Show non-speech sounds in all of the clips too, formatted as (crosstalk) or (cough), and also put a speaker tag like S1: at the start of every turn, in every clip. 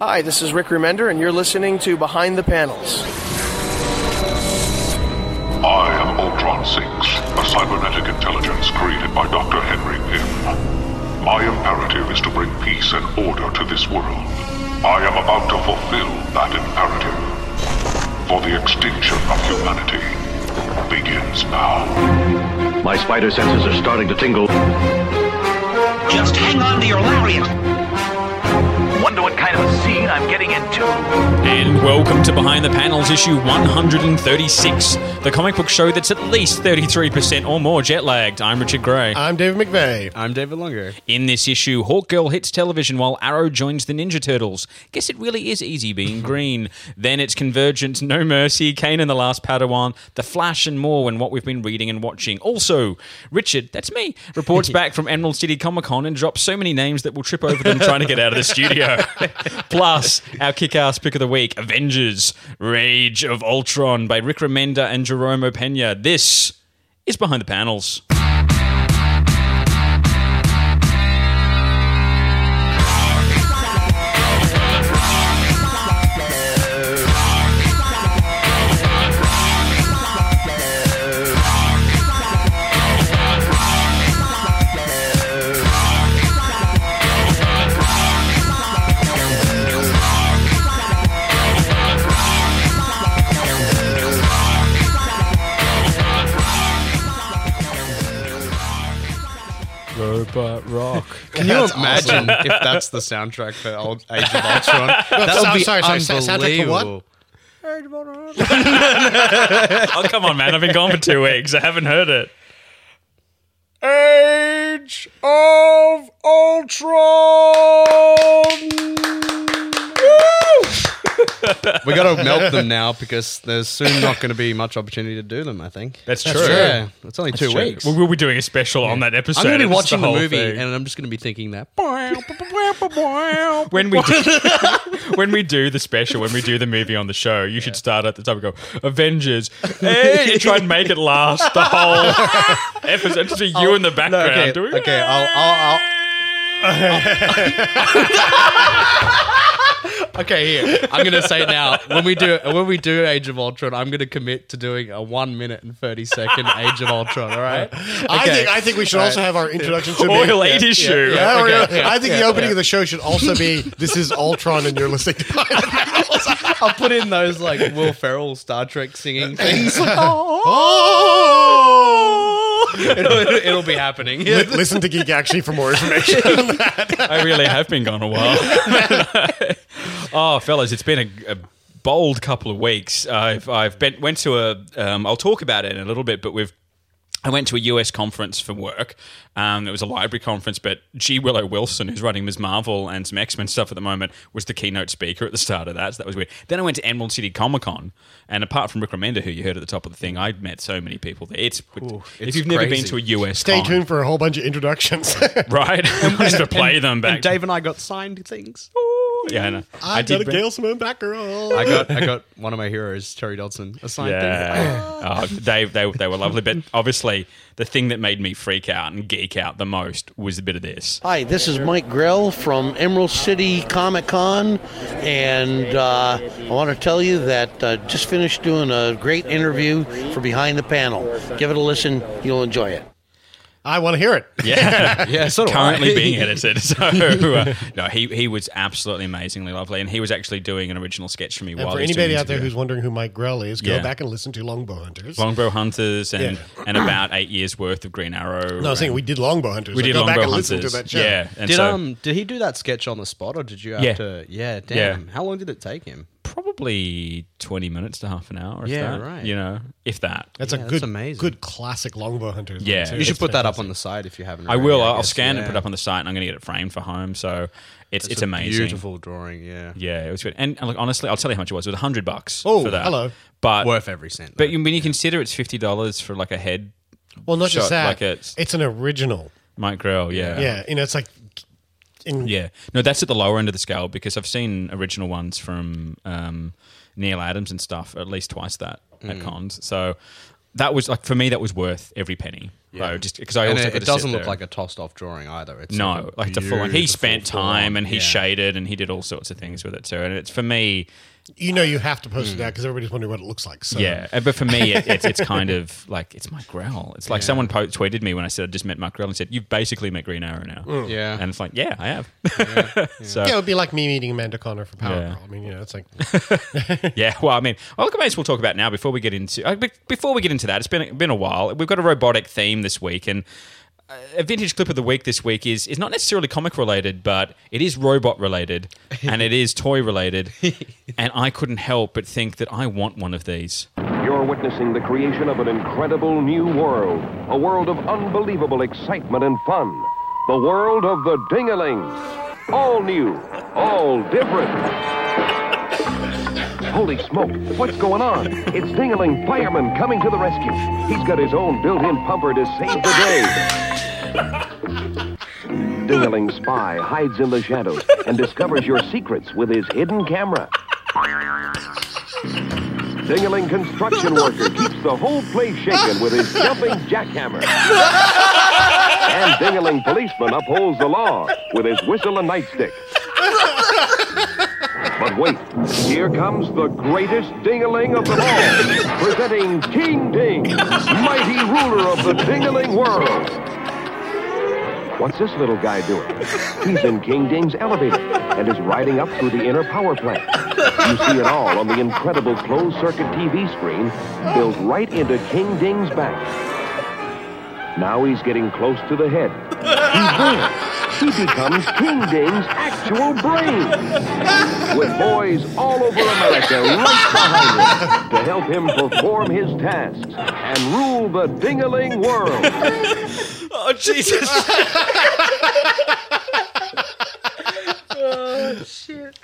S1: Hi, this is Rick Remender, and you're listening to Behind the Panels.
S2: I am Ultron 6, a cybernetic intelligence created by Dr. Henry Pym. My imperative is to bring peace and order to this world. I am about to fulfill that imperative. For the extinction of humanity begins now.
S3: My spider senses are starting to tingle.
S4: Just hang on to your lariat.
S5: Wonder what kind of a scene I'm getting into.
S6: And welcome to Behind the Panels, issue 136, the comic book show that's at least 33% or more jet lagged. I'm Richard Gray.
S7: I'm David McVeigh.
S8: I'm David Lunger.
S6: In this issue, Hawkgirl hits television while Arrow joins the Ninja Turtles. Guess it really is easy being green. then it's Convergence, No Mercy, Kane and the Last Padawan, The Flash, and more when what we've been reading and watching. Also, Richard, that's me, reports back from Emerald City Comic Con and drops so many names that we'll trip over them trying to get out of the studio. Plus, our kick ass pick of the week Avengers Rage of Ultron by Rick Remender and Jerome Pena. This is Behind the Panels. Robot (laughs) Rock.
S8: Can you imagine (laughs) if that's the soundtrack for old Age of (laughs) Ultron? that
S7: so- sorry, sorry, so- soundtrack for what?
S6: Oh, come on, man. I've been gone for two weeks. I haven't heard it.
S8: Age of Ultron. (laughs) we got to milk them now because there's soon not going to be much opportunity to do them. I think
S6: That's true.
S8: Yeah, it's only two weeks.
S6: We'll, we'll be doing a special on that episode.
S8: I'm going to
S6: It's
S8: be watching the,
S6: whole
S8: movie
S6: thing.
S8: and I'm just going to be thinking (laughs) that.
S6: when
S8: (laughs)
S6: we do, (laughs) when we do the special, when we do the movie on the show, you should start at the top and go Avengers. (laughs) Hey, and try and make it last the whole
S8: (laughs)
S6: episode. Just be you in the background.
S8: Oh, okay,
S6: doing, (laughs)
S8: okay, I'll- I'll- Okay, here I'm gonna say it now when we do when we do Age of Ultron, I'm gonna commit to doing a one minute and thirty second Age of Ultron. All right.
S7: I
S8: Okay.
S7: think I think we should
S6: uh,
S7: also have our introduction to
S6: Oil
S7: be-
S6: eight issue.
S7: Yeah, we're
S8: Okay,
S7: gonna-
S8: yeah,
S7: I think the
S8: yeah,
S7: opening
S8: yeah.
S7: of the show should also be "This is Ultron" and you're listening. to Behind the Panels."
S8: I'll put in those like Will Ferrell Star Trek
S7: (laughs)
S8: singing things.
S7: oh!
S8: it'll, it'll be happening. (laughs)
S7: Li- (laughs) Listen to Geek Actually for more information.
S6: I really have been gone a
S8: (laughs)
S6: while. oh, fellas, it's been a, a bold couple of weeks. I've I've been went to a. Um, I'll talk about it in a little bit, but we've. I went to a US conference for work. Um, it was a library conference, but G. Willow Wilson, who's running Ms. Marvel and some X Men stuff at the moment, was the keynote speaker at the start of that. So that was weird. Then I went to Emerald City Comic Con, and apart from Rick Remender, who you heard at the top of the thing, I met so many people there. It's, if
S8: it's
S6: you've never been
S8: crazy.
S6: to a US,
S7: Stay
S6: con,
S7: tuned for a whole bunch of introductions. (laughs)
S6: right? (laughs) Just to play them back.
S8: And Dave and I got signed things.
S6: yeah, I know.
S7: I,
S6: did
S7: got a
S6: bring-
S7: Gail Simone Batgirl.
S8: I got I got one of my heroes, Terry Dodson, a signed thing.
S6: Yeah. oh, they, they, they were lovely. But obviously, the thing that made me freak out and geek out the most was a bit of
S7: (laughs)
S6: this.
S9: Hi, this is Mike Grell from Emerald City Comic Con, and uh, I want to tell you that uh, just finished doing a great interview for Behind the Panel. Give it a listen, you'll enjoy it.
S7: I want to hear it.
S6: Yeah.
S8: Yeah, sort of
S6: Currently
S8: right.
S7: (laughs)
S6: being edited. So, uh, no, he, he was absolutely amazingly lovely. And he was actually doing an original sketch for me
S7: And
S6: while
S7: for
S6: he was doing
S7: anybody
S6: the
S7: out there
S6: interview.
S7: who's wondering who Mike Grell is, go
S6: Yeah.
S7: back and listen to Longbow Hunters.
S6: Longbow Hunters and,
S7: Yeah. (clears throat)
S6: and about eight years worth of Green Arrow.
S7: no, I was saying
S6: and-
S7: we did Longbow Hunters.
S6: we
S7: so
S6: did
S7: go
S6: Longbow
S7: back and
S6: Hunters.
S7: listen to that show.
S6: Yeah. And
S8: Did
S6: so
S8: um did he do that sketch on the spot or did you have
S6: Yeah.
S8: to Yeah, damn. How long did it take him?
S6: probably 20 minutes to half an hour. If
S8: Yeah,
S6: that,
S8: right.
S6: You know, if that.
S7: That's a
S8: Yeah,
S7: good,
S8: that's amazing.
S7: good classic Longbow Hunters. one,
S6: Yeah.
S7: too.
S6: You
S8: You should put that up on the side if you haven't.
S6: I
S8: already,
S6: will. I'll
S8: guess.
S6: scan and
S8: Yeah.
S6: put it up on the site, and I'm going to get it framed for home. So it's it's
S8: a
S6: amazing.
S8: Beautiful drawing, yeah.
S6: Yeah, it was good. And look, honestly, I'll tell you how much it was. It was hundred bucks.
S7: Oh,
S6: for that.
S7: hello.
S6: But
S8: Worth every cent.
S6: but you- when you consider it's fifty dollars for like a head,
S7: Well, not
S6: shot
S7: just that.
S6: like it's-
S7: it's, an original.
S6: Mike Grell. Yeah.
S7: Yeah, you know, it's like in
S6: Yeah. No, that's at the lower end of the scale because I've seen original ones from um, Neil Adams
S8: Mm.
S6: and stuff at least twice that at cons. So that was like for me that was worth every penny. though, just because I
S8: And
S6: also
S8: it,
S6: got
S8: it
S6: to
S8: doesn't
S6: sit
S8: look
S6: there.
S8: like a tossed off drawing either. It's
S6: No, like the full. He
S8: beautiful
S6: spent
S8: full
S6: time
S8: on-
S6: and he
S8: yeah.
S6: shaded and he did all sorts of things with it. So, and it's for me,
S7: You know you have to post it out because everybody's wondering what it looks like. So.
S6: Mm. yeah. uh, But for me, it, it's it's kind of like it's my Grell. It's like someone po- tweeted me when I said I just met Mark Grell and said you've basically met Green Arrow now.
S8: Yeah.
S6: and it's like yeah, I have. (laughs)
S7: Yeah, it would be like me meeting Amanda Connor for Power
S6: Yeah.
S7: Girl. I mean, you know, it's
S8: (laughs)
S7: like
S6: Yeah, (laughs) well, I mean, well, look, I may as well talk about now before we get into uh, be- before we get into that. It's been been a while. We've got a robotic theme this week, and uh, a vintage clip of the week this week is is not necessarily comic related, but it is robot related (laughs) and it is toy (laughs) related. and I couldn't help but think that I want one of these.
S10: You're witnessing the creation of an incredible new world, a world of unbelievable excitement and fun. The world of the Dingalings. All new, all different. Holy smoke, what's going on? It's Dingaling Fireman coming to the rescue. He's got his own built in pumper to save the day. Dingaling Spy hides in the shadows and discovers your secrets with his hidden camera. Dingaling construction worker keeps the whole place shaken with his jumping jackhammer. And Dingaling policeman upholds the law with his whistle and nightstick. But wait, here comes the greatest dingaling of them all, presenting King Ding, mighty ruler of the dingaling world. What's this little guy doing? He's in King Ding's elevator and is riding up through the inner power plant. You see it all on the incredible closed circuit TV screen built right into King Ding's back. Now he's getting close to the head. He's there. He becomes King Ding's actual brain. With boys all over America right behind him to help him perform his tasks and rule the dingaling world.
S6: Oh (laughs) Jesus! oh Oh, shit!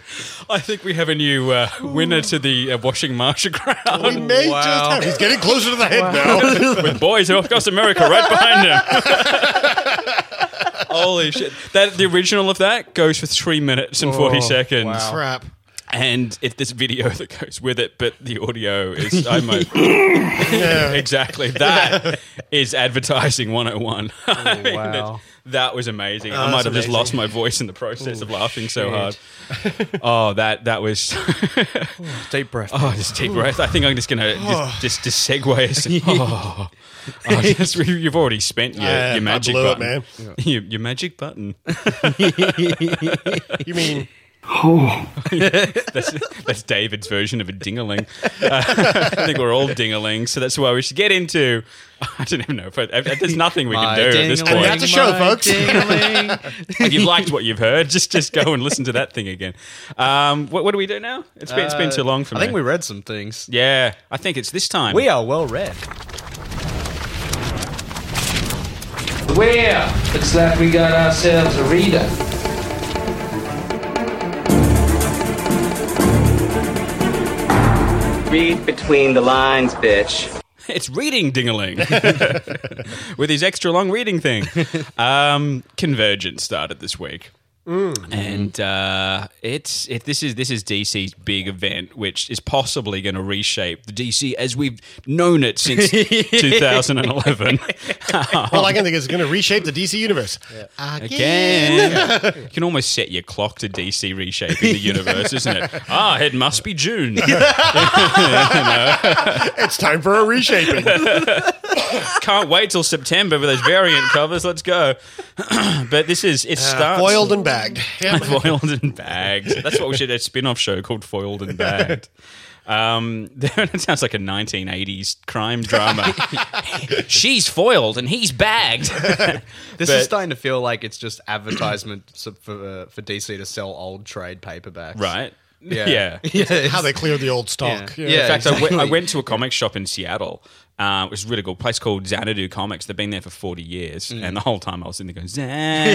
S6: I think we have a new uh, winner to the uh, washing Marsha crowd.
S7: we may just have. He's getting closer to the
S8: (laughs)
S7: head now.
S6: with boys across America right behind him. (laughs) Holy shit! That the original of that goes for three minutes and forty seconds,
S7: Crap.
S6: and it's this video (laughs) that goes with it. But the audio is
S7: (laughs)
S6: I'm a, exactly that is advertising 101. (laughs) I mean,
S8: wow.
S6: it's- that was amazing. I might
S7: Oh, that's
S6: have just
S7: amazing.
S6: lost my voice in the process of laughing so hard. oh, that that
S7: (laughs)
S6: was
S8: Deep breath.
S6: Oh, just deep breath. I think I'm just gonna
S7: Oh.
S6: just just, just segue.
S7: (laughs)
S6: us. (laughs) Oh. Oh, just- you- you've already spent your,
S7: Yeah,
S6: your
S7: I
S6: magic
S7: blew it,
S6: button.
S7: man.
S6: (laughs) Your, your magic button. (laughs)
S7: You mean
S6: That's, that's David's version of a
S7: (laughs)
S6: dingaling. Uh, (laughs) I think we're all dingalings, so that's why we should get into. (laughs) I don't even know if I, if-
S7: (laughs)
S6: there's nothing we can do at this
S7: And that's
S6: point.
S7: a show, folks.
S8: (laughs)
S6: If you've liked
S7: (laughs)
S6: what you've heard, just just go and listen to that thing again. Um, what, what do we do now? It's been it's been
S7: Uh,
S6: too long for
S8: I
S6: me.
S8: think we read some things.
S6: yeah, I think it's this time.
S8: We are well read.
S4: Where? It's like we got ourselves a reader.
S5: Read between the lines, bitch.
S6: It's reading dingaling (laughs) with his extra long reading thing. Um, Convergence started this week, and uh, it's it, this is this is DC's big event, which is possibly going to reshape the DC as we've known it since 2011.
S7: Well, I can think it's going to reshape the DC universe.
S6: Again, you can almost set your clock to DC reshaping the universe, isn't it? Ah, it must be June.
S7: It's time for a
S8: (laughs)
S7: reshaping.
S6: Can't wait till September with those variant covers. Let's go. (clears throat) but this is it starts.
S7: Foiled and bagged.
S6: (laughs)
S7: Yeah.
S6: foiled and bagged. That's what we should. A spin-off show called Foiled and Bagged.
S8: (laughs)
S6: Um, (laughs) it sounds like a 1980s crime drama. She's foiled and he's
S8: (laughs)
S6: bagged.
S8: This
S6: But-
S8: is starting to feel like it's just advertisement (clears throat) so- for uh, for DC to sell old trade paperbacks.
S6: right?
S8: Yeah.
S6: (laughs) Yeah.
S8: (laughs) Yeah. it's-
S7: How they clear the old stock.
S8: Yeah.
S6: In fact, I, went, I
S8: exactly.
S6: went to a comic shop in Seattle. Uh, it was a really cool place called Xanadu Comics. They've been there for 40 years.
S8: Mm.
S6: And the whole time I was in there going,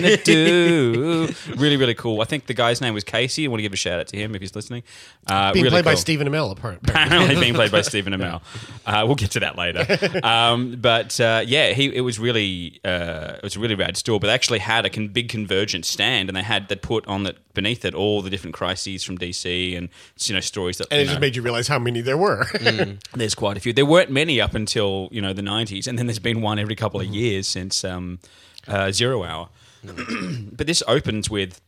S6: Xanadu.
S8: (laughs)
S6: really, really cool. I think the guy's name was Casey. I want to give a shout out to him if he's listening. Uh,
S7: Being
S6: really
S7: played by
S6: cool.
S7: Stephen
S6: (laughs)
S7: Amell, apparently.
S6: apparently being played by Stephen Amell. Uh, we'll get to that later. Um, but uh, yeah, he it was really uh, it was a really rad store. But they actually had a con- big convergent stand, and they had they put on that beneath it all the different crises from DC and you know stories that
S7: And
S6: you
S7: it just
S6: know,
S7: made you realize how many there were.
S6: there's quite a few. There weren't many up until you know the '90s, and then there's been one every couple of years since um, uh, Zero Hour. (clears throat) but this opens with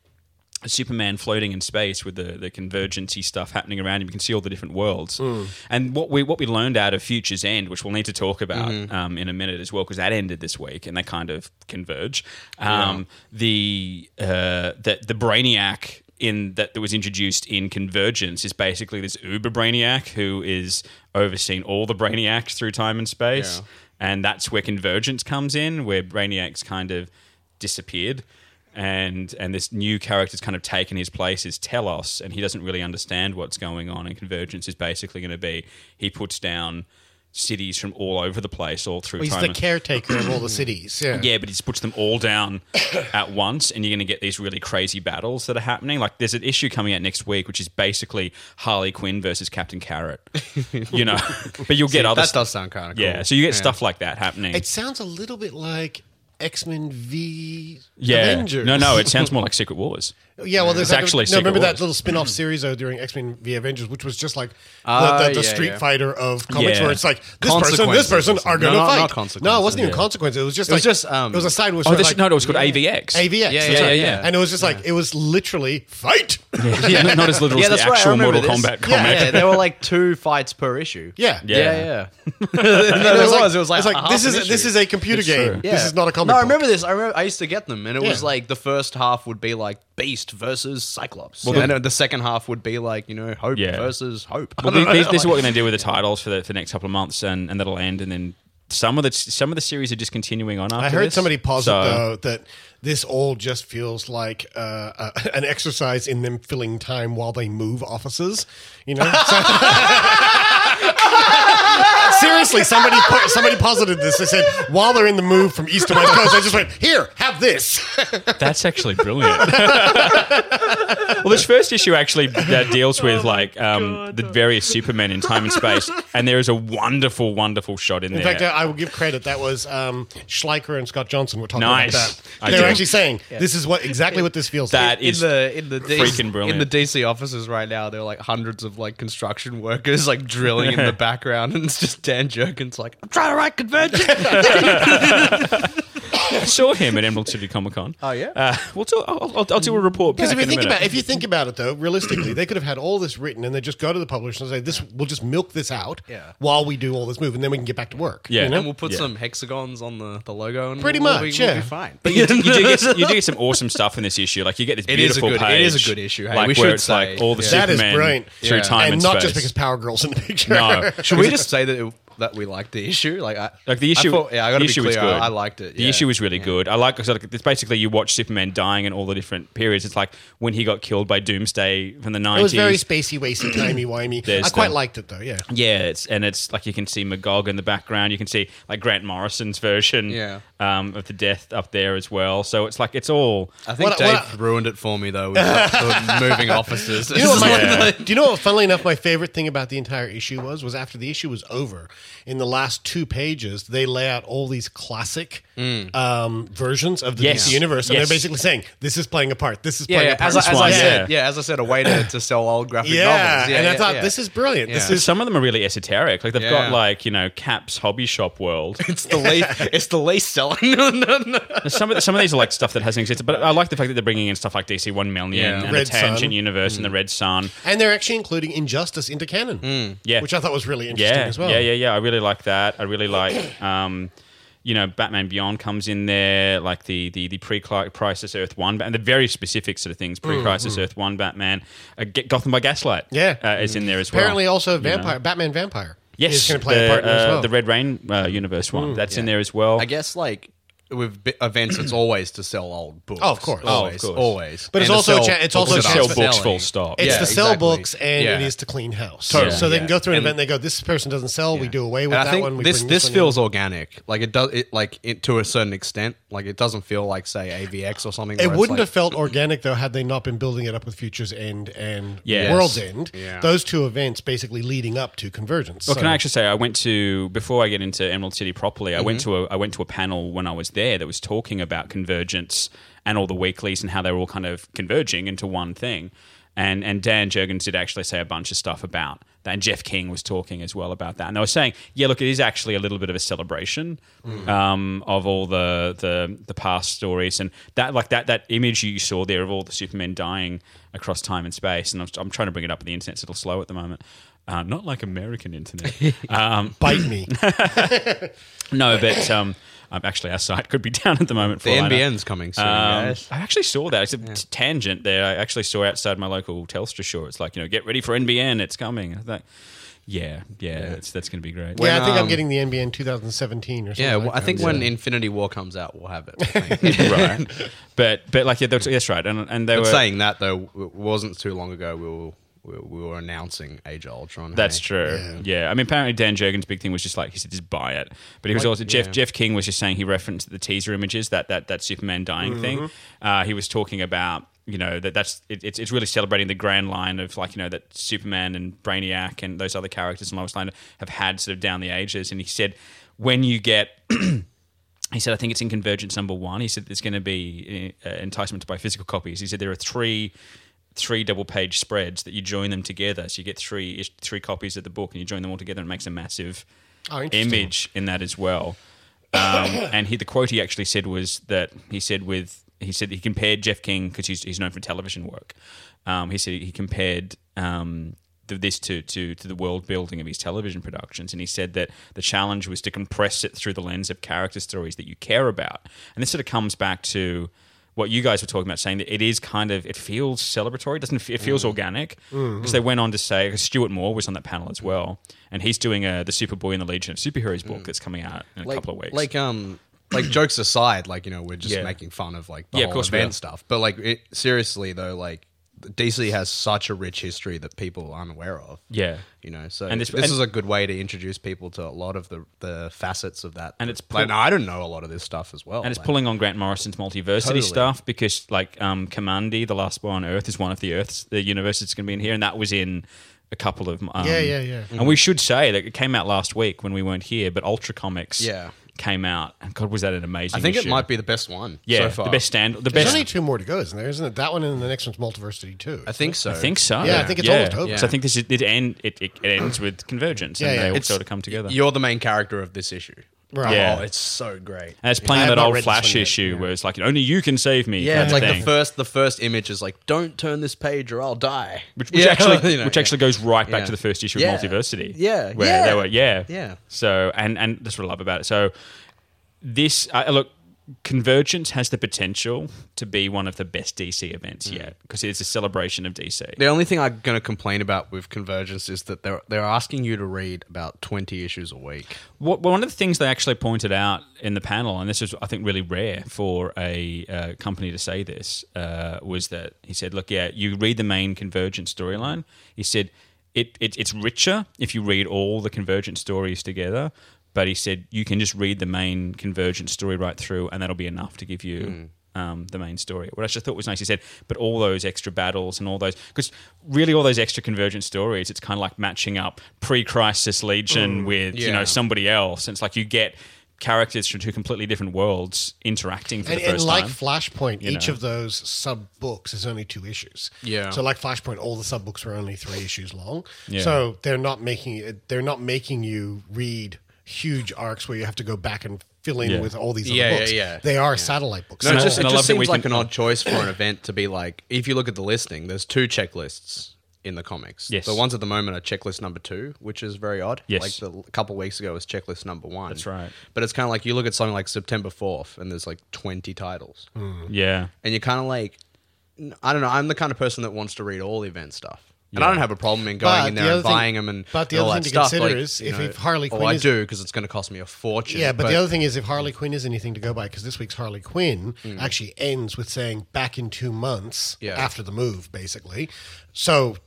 S6: Superman floating in space with the, the convergency stuff happening around him. You can see all the different worlds. And what we what we learned out of Future's End, which we'll need to talk about um, in a minute as well, because that ended this week and they kind of converge. Um, The uh, that the Brainiac in that, that was introduced in Convergence is basically this uber Brainiac who is overseeing all the Brainiacs through time and space.
S8: Yeah.
S6: And that's where Convergence comes in, where Brainiac's kind of disappeared and and this new character's kind of taken his place is Telos, and he doesn't really understand what's going on. And Convergence is basically going to be he puts down cities from all over the place, all through
S7: Well, (laughs) he's
S6: time.
S7: the caretaker of
S6: (clears throat)
S7: all the cities. Yeah.
S6: yeah, but he just puts them all down at once, and you're going to get these really crazy battles that are happening. Like there's an issue coming out next week, which is basically Harley Quinn versus Captain Carrot. you know, but you'll get other
S8: that
S6: stuff.
S8: does sound kind of cool.
S6: Yeah, so you get stuff like that happening.
S7: It sounds a little bit like X Men v
S6: yeah,
S7: Avengers.
S6: no, no, it sounds more like Secret Wars.
S7: Yeah, well,
S6: It's
S7: there's that-
S6: actually
S7: no.
S6: Secret
S7: Remember
S6: Wars.
S7: that little spin-off series though during X Men v Avengers, which was just like the,
S8: Ah,
S7: the,
S8: yeah,
S7: the Street
S8: yeah.
S7: Fighter of comics,
S6: Yeah.
S7: where it's like this person, this
S8: Consequences
S7: person
S8: or something.
S7: are going to
S8: No, not-
S7: fight.
S8: not consequences,
S7: No, it wasn't even
S8: yeah.
S7: consequences. It was just
S8: It was
S7: like
S8: just, um,
S7: it was a side which
S6: Oh,
S7: was
S6: this,
S7: like,
S6: no, no, it's called AVX.
S7: AVX.
S8: Yeah,
S7: that's
S8: yeah,
S7: right.
S8: yeah.
S7: And it was just like it was literally fight.
S6: Yeah, not- not as literal
S8: Yeah,
S6: as
S8: that's
S6: the
S8: right. I
S6: actual
S8: remember
S6: Mortal
S8: this.
S6: Kombat comic.
S7: Yeah,
S8: Yeah, there were like two fights per issue.
S7: (laughs) Yeah.
S6: Yeah.
S8: yeah, (laughs) yeah. no, it was. it was like, "Ah,
S7: it's
S8: half
S7: this
S8: an
S7: is
S8: issue.
S7: this is a computer
S6: It's
S7: game.
S6: true.
S7: This is not a
S8: No,
S7: comic.
S8: I
S7: book.
S8: remember this. I remember I used to get them, and it was
S7: Yeah.
S8: like the first half would be like Beast versus Cyclops,
S6: Well,
S8: and
S6: the-
S8: then the second half would be like you know Hope
S6: Yeah.
S8: versus Hope.
S6: (laughs) Well,
S8: (laughs)
S6: th- this, this is what we're going to do with the titles for the, for the next couple of months, and, and that'll end. And then some of the some of the series are just continuing on. After
S7: I heard
S6: this.
S7: somebody posit
S6: So-
S7: though that this all just feels like uh, uh, an exercise in them filling time while they move offices. You know. So- (laughs) Seriously, somebody po- somebody posited this. They said while they're in the move from east to west coast, they just went here, have this.
S6: (laughs) That's actually brilliant. well, this first issue actually uh, deals with like um, the various Supermen in time and space, and there is a wonderful, wonderful shot in,
S7: In
S6: there.
S7: fact, uh, I I will give credit. That was um, Schleicher and Scott Johnson were talking
S6: Nice.
S7: about
S6: I
S7: that. They were
S6: do.
S7: actually saying this is what exactly what this feels like.
S6: that
S8: in
S6: is
S8: the in the DC,
S6: freaking brilliant.
S8: in the DC offices right now, there are like hundreds of like construction workers like drilling in the background, and it's just Dan Jurgens like I'm trying to write Convergence.
S6: I saw him at Emerald City Comic Con.
S8: Oh, yeah?
S6: uh, we'll do, I'll, I'll, I'll do a report
S7: Because
S6: back
S7: if you
S6: in a
S7: think
S6: minute.
S7: about if you think about it though, realistically, they could have had all this written and then just go to the publisher and say, "This we'll just milk this out
S8: Yeah.
S7: while we do all this move, and then we can get back to work."
S6: Yeah.
S7: you know?
S8: and we'll put
S6: Yeah.
S8: some hexagons on the, the logo, and
S7: Pretty
S8: we'll, we'll
S7: much,
S8: be, we'll
S7: yeah.
S8: be fine.
S6: But you, do- you do
S8: (laughs)
S6: get some, you do get some awesome stuff in this issue. Like you get this
S8: It is a
S6: beautiful
S8: good-
S6: page.
S8: it is a good issue, hey,
S6: like
S8: we
S6: where
S8: should
S6: it's
S8: say.
S6: like all the
S7: That is
S6: Superman
S7: brilliant.
S6: through
S8: Yeah.
S6: time and,
S7: and not
S6: space.
S7: just because Power Girls in the picture. (laughs)
S6: no,
S8: Should we just say that it, that we like the issue? Like, I,
S6: like the issue.
S8: I thought, yeah, I got to
S6: the
S8: be
S6: issue was
S8: clear.
S6: good.
S8: I, I liked it.
S6: The
S8: yeah.
S6: issue was really good. I like. So like, it's basically you watch Superman dying in all the different periods. It's like when he got killed by Doomsday from the
S7: it was
S6: nineties.
S7: very spacey, wacy, timey, wimey.
S6: There's
S7: I quite
S6: the-
S7: liked it though. Yeah,
S6: yeah, it's and it's like you can see Magog in the background. You can see like Grant Morrison's version
S8: Yeah.
S6: um, of the death up there as well. So it's like it's all
S8: I think
S7: What-
S8: Dave
S7: what-
S8: ruined it for me though.
S6: (laughs)
S8: With the, the moving offices.
S7: Do you, know what my-
S6: Yeah.
S7: (laughs) do you know what, funnily enough, my favorite thing about the entire issue was? Was after the issue was over, in the last two pages, they lay out all these classic um, versions of the
S6: Mm. Yes.
S7: DC universe. And
S6: Yes.
S7: they're basically saying, this is playing a part. This is
S8: Yeah,
S7: playing
S8: yeah,
S7: a part.
S8: as, I, as I
S6: Yeah.
S8: said, yeah, as I said, a way to, to sell old graphic
S7: yeah.
S8: novels. Yeah,
S7: and I
S8: yeah,
S7: thought,
S8: yeah.
S7: this is brilliant. This
S8: Yeah.
S7: is
S6: some of them are really esoteric. Like they've
S8: Yeah.
S6: got like you know Cap's Hobby Shop world.
S8: (laughs) It's the least. It's the least
S7: (laughs)
S8: selling. no, no, no.
S6: some of the, some of these are like stuff that hasn't existed, but I like the fact that they're bringing in stuff like DC One Million
S8: Yeah.
S6: and
S7: Red
S6: the Tangent
S7: Sun. Mm.
S6: Universe and the Red Sun.
S7: And they're actually including Injustice into canon,
S6: Yeah.
S7: which I thought was really interesting
S6: Yeah,
S7: as well.
S6: yeah, yeah, yeah. I really like that. I really like, um, you know, Batman Beyond comes in there, like the the the pre-crisis Earth One, and the very specific sort of
S7: Mm,
S6: things. Pre-crisis Earth One Batman, uh, get Gotham by Gaslight,
S7: Yeah.
S6: uh, is in there as well.
S7: Apparently, also
S6: You know.
S7: Vampire, Batman Vampire.
S6: Yes,
S7: is going to play
S6: the,
S7: a part in it as
S6: uh,
S7: well. Mm,
S6: the Red Rain uh, universe one. That's in there as well.
S8: I guess like with bi- events, it's always to sell old books.
S7: Oh, of course. Oh, of
S8: always,
S6: course.
S8: always.
S7: But it's
S8: And to
S7: also a
S8: sell
S7: cha- it's
S8: books
S7: also a
S8: that
S7: chance
S8: aren't
S7: for-
S6: sell books
S8: selling.
S6: full stop.
S7: it's
S8: yeah,
S7: to sell
S8: exactly.
S7: books and
S8: Yeah.
S7: it is to clean house.
S6: Totally.
S7: So they can
S6: Yeah.
S7: go through an
S8: And-
S7: event and they go, this person doesn't sell, we do away with
S8: And
S7: that
S8: I think
S7: one. We
S8: this
S7: bring
S8: this
S7: one in.
S8: feels organic. Like it does it like it, to a certain extent. Like it doesn't feel like say AVX or something.
S7: It
S8: where it's
S7: wouldn't
S8: like-
S7: have felt organic though had they not been building it up with Futures End and
S6: Yes.
S7: World's End.
S8: Yeah.
S7: Those two events basically leading up to Convergence.
S6: Well,
S7: So-
S6: can I actually say I went to before I get into Emerald City properly? I went to a I went to a panel when I was there that was talking about convergence and all the weeklies and how they were all kind of converging into one thing. And and Dan Jurgens did actually say a bunch of stuff about that. And Jeff King was talking as well about that. And I was saying, yeah, look, it is actually a little bit of a celebration um, of all the, the the past stories and that like that that image you saw there of all the Supermen dying across time and space. And I'm, I'm trying to bring it up, but the internet's a little slow at the moment. Uh, not like American internet. Um,
S7: Bite me.
S6: no, but um, um, actually, our site (laughs) could be down at the moment. For
S8: The
S6: all I know.
S8: NBN's coming soon.
S6: Um,
S8: yes.
S6: I actually saw that. It's a t- tangent there. I actually saw outside my local Telstra store. It's like you know, get ready for NBN. It's coming. I thought, yeah, yeah, It's, that's going to be great.
S7: yeah, I think I'm
S8: um,
S7: getting the NBN 2017 or something.
S8: Yeah,
S7: like
S8: well, I
S7: that.
S8: think when Infinity War comes out, we'll
S7: (laughs)
S8: have it. I think. (laughs)
S6: right, but but like yeah, that's, that's right. And and they
S8: But
S6: were
S8: saying that though, w- wasn't too long ago we were we, we were announcing Age of Ultron.
S6: That's
S8: hey?
S6: true. Yeah. I mean, apparently Dan Jurgens' big thing was just like he said, just buy it. But he was also Jeff Jeff King was just saying he referenced the teaser images that that that Superman dying thing. Uh, he was talking about you know that that's it, it's it's really celebrating the grand line of like you know that Superman and Brainiac and those other characters and Lois Lane have had sort of down the ages. And he said when you get he said, I think it's in Convergence number one. He said there's going to be uh, enticement to buy physical copies. He said there are three three double page spreads that you join them together, so you get three ish- three copies of the book, and you join them all together, and it makes a massive
S7: Oh, interesting.
S6: image in that as well. Um, and he, the quote he actually said was that he said with he said he compared Jeff King because he's, he's known for television work. Um, he said he compared um, th- this to, to to the world building of his television productions, and he said that the challenge was to compress it through the lens of character stories that you care about. And this sort of comes back to what you guys were talking about, saying that it is kind of it feels celebratory. It doesn't f- it feels
S8: Mm-hmm.
S6: organic? Because they went on to say 'cause Stuart Moore was on that panel as well, and he's doing a, the Superboy and the Legion of Superheroes book that's coming out in a
S8: Mm. like,
S6: couple of weeks.
S8: Like um,
S7: (clears throat)
S8: like jokes aside, like you know, we're just
S6: Yeah.
S8: making fun of like the
S6: Yeah, of
S8: whole
S6: course we are.
S8: event stuff. But like it, seriously though, like DC has such a rich history that people aren't aware of.
S6: yeah,
S8: You know, so
S6: And
S8: this,
S6: this- and-
S8: is a good way to introduce people to a lot of the, the facets of that.
S6: And it's
S8: like,
S6: pull-
S8: I don't know a lot of this stuff as well.
S6: and it's
S8: like-
S6: pulling on Grant Morrison's multiversity
S8: Totally.
S6: stuff because like um, Commandi, the last boy on Earth, is one of the Earths, the universe that's going to be in here, and that was in a couple of um,
S7: Yeah, yeah, yeah.
S6: And we should say that it came out last week when we weren't here, but Ultra Comics
S8: Yeah.
S6: came out, and God, was that an amazing?
S8: I think it
S6: issue.
S8: might be the best one.
S6: Yeah,
S8: so far.
S6: the best stand, the
S7: There's
S6: best.
S7: only two more to go, isn't there? Isn't it that one and the next one's Multiversity too?
S8: I think so.
S6: I think so.
S7: Yeah, I think it's almost over.
S6: So I think this is, it end it, it, it ends with convergence
S7: Yeah,
S6: and
S7: yeah.
S6: they all
S8: It's-
S6: sort of come together.
S8: You're the main character of this issue.
S7: Right.
S6: Yeah.
S8: Oh, it's so great.
S6: and it's
S7: I
S6: playing
S7: have
S6: that
S7: not
S6: old
S7: read this one
S6: Flash
S7: yet,
S6: issue where it's like, you know, only you can save me.
S8: Yeah,
S6: kind
S8: it's
S6: of
S8: like the
S6: thing.
S8: first the first image is like, don't turn this page or I'll die. (laughs)
S6: Which, which
S8: Yeah,
S6: actually,
S8: you know,
S6: which
S8: yeah.
S6: actually goes right back
S8: Yeah.
S6: to the first issue
S8: Yeah.
S6: of Multiversity.
S8: Yeah,
S6: where
S8: yeah.
S6: they were, yeah,
S8: Yeah.
S6: So, and and that's what I love about it. So, this I look, Convergence has the potential to be one of the best DC events
S8: Mm.
S6: yet because it's a celebration of DC.
S8: The only thing I'm going to complain about with Convergence is that they're they're asking you to read about 20 issues a week.
S6: What, one of the things they actually pointed out in the panel, and this is, I think, really rare for a uh, company to say this, uh, was that he said, "Look, yeah, you read the main Convergent storyline." He said, it, it, "It's richer if you read all the Convergent stories together." But he said, "You can just read the main Convergent story right through, and that'll be enough to give you." Um, the main story, what I just thought was nice, he said, but all those extra battles and all those, because really all those extra convergent stories, it's kind of like matching up pre-crisis Legion with you know
S8: Yeah.
S6: somebody else. And it's like you get characters from two completely different worlds interacting for
S7: And,
S6: the
S7: and
S6: first
S7: like
S6: time.
S7: Flashpoint, each
S6: know.
S7: of those sub books is only two issues.
S8: Yeah.
S7: So like Flashpoint, all the sub books were only three issues long.
S6: Yeah.
S7: So they're not making it. They're not making you read huge arcs where you have to go back and fill in
S6: Yeah.
S7: with all these other
S8: Yeah, yeah,
S7: books.
S8: yeah.
S7: They are satellite books.
S8: No,
S6: And
S8: it
S6: I-
S8: just, it
S6: and I
S8: just
S6: love that we
S8: seems like
S6: can-
S8: an odd choice for an event to be like, if you look at the listing, there's two checklists in the comics.
S6: Yes.
S8: The ones at the moment are checklist number two, which is very odd.
S6: Yes.
S8: Like the, a couple weeks ago was checklist number one.
S6: That's right.
S8: But it's kind of like you look at something like September 4th and there's like 20 titles.
S7: Hmm.
S6: yeah.
S8: And you're kind of like, n- I don't know, I'm the kind of person that wants to read all the event stuff. And I don't have a problem in going
S7: But
S8: in
S7: the
S8: there
S7: other
S8: and
S7: thing-
S8: buying them and
S7: but the
S8: and all
S7: other
S8: that
S7: thing to
S8: stuff.
S7: consider
S8: like,
S7: is
S8: you
S7: if-
S8: know,
S7: if Harley
S8: oh,
S7: Quinn
S8: I
S7: is-
S8: do because it's going to cost me a fortune.
S7: Yeah, but, the other thing is, if Harley Quinn is anything to go by, because this week's Harley Quinn actually ends with saying back in two months
S8: Hmm. Yeah.
S7: after the move, basically. So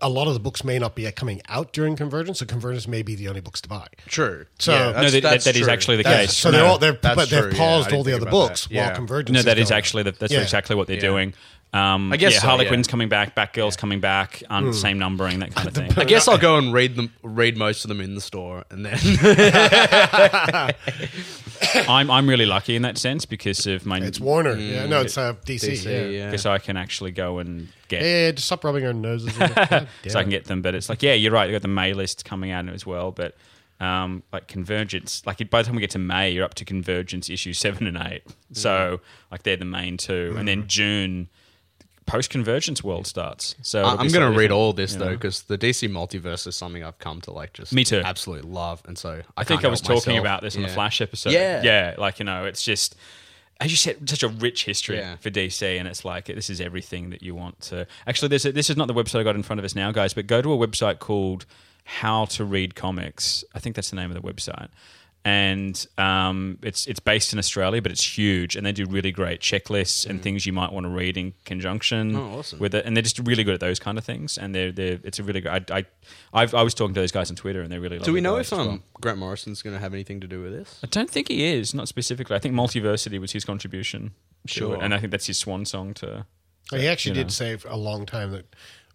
S7: a lot of the books may not be coming out during Convergence, so Convergence may be the only books to buy.
S8: true.
S7: So-
S8: Yeah,
S7: No,
S8: that's-
S6: that- that-
S8: that's
S6: that is
S8: true.
S6: actually the
S7: That's-
S6: case.
S7: So they're
S6: No,
S7: all they're
S8: that's
S7: but they've
S8: true, yeah. I
S7: paused
S8: didn't
S7: all the
S8: think
S7: other
S8: about
S7: books
S8: that.
S7: while
S8: Yeah.
S7: Convergence.
S6: No, that is
S7: going on.
S6: actually the, that's
S7: Yeah.
S6: exactly what they're
S8: Yeah.
S6: doing. Um,
S8: I guess
S6: yeah,
S8: so,
S6: Harley
S8: yeah.
S6: Quinn's coming back, Batgirl's coming back, on the same numbering, that kind of thing.
S8: I guess
S11: (laughs)
S8: I'll go and read them, read most of them in the store, and then
S6: I'm I'm really lucky in that sense because of my.
S7: It's Warner.
S8: Hmm.
S7: yeah, no, it's uh, DC. yeah.
S6: Because I can actually go and get.
S7: Yeah, just stop rubbing our noses. in
S6: (laughs)
S7: it. God
S11: (laughs)
S7: damn
S6: so I can
S7: it.
S6: get them. But it's like, yeah, you're right. You got the May list coming out as well, but um, like convergence. Like by the time we get to May, you're up to convergence issues seven and eight. So like they're the main 2 and
S11: Mm-hmm.
S6: then June, post convergence world starts. So
S11: I-
S6: it'll be
S11: I'm going
S6: slightly
S11: to read
S6: different,
S11: all this
S6: you
S11: though,
S6: know.
S11: because the DC multiverse is something I've come to like just
S6: Me too.
S11: absolutely love, and so I,
S6: I think
S11: can't
S6: I was
S11: help
S6: talking
S11: myself.
S6: about this on the
S11: Yeah.
S6: Flash episode.
S11: Yeah,
S6: yeah. Like you know, it's just as you said, such a rich history
S11: Yeah.
S6: for DC, and it's like this is everything that you want to. Actually, this this is not the website I got in front of us now, guys. But go to a website called How to Read Comics. I think that's the name of the website. And um, it's it's based in Australia, but it's huge, and they do really great checklists and things you might want to read in conjunction
S11: Mm. Oh, awesome.
S6: with it. And they're just really good at those kind of things. And they're they are it's a really good. I I, I've, I was talking to those guys on Twitter, and they're really.
S11: Do we
S6: lovely
S11: know
S6: guys
S11: if
S6: as
S11: um,
S6: well.
S11: Grant Morrison's going to have anything to do with
S6: (laughs)
S11: this?
S6: I don't think he is, not specifically. I think Multiversity was his contribution. to
S11: Sure.
S6: it, And I think that's his swan song to.
S7: He actually
S6: you
S7: did
S6: know.
S7: say for a long time that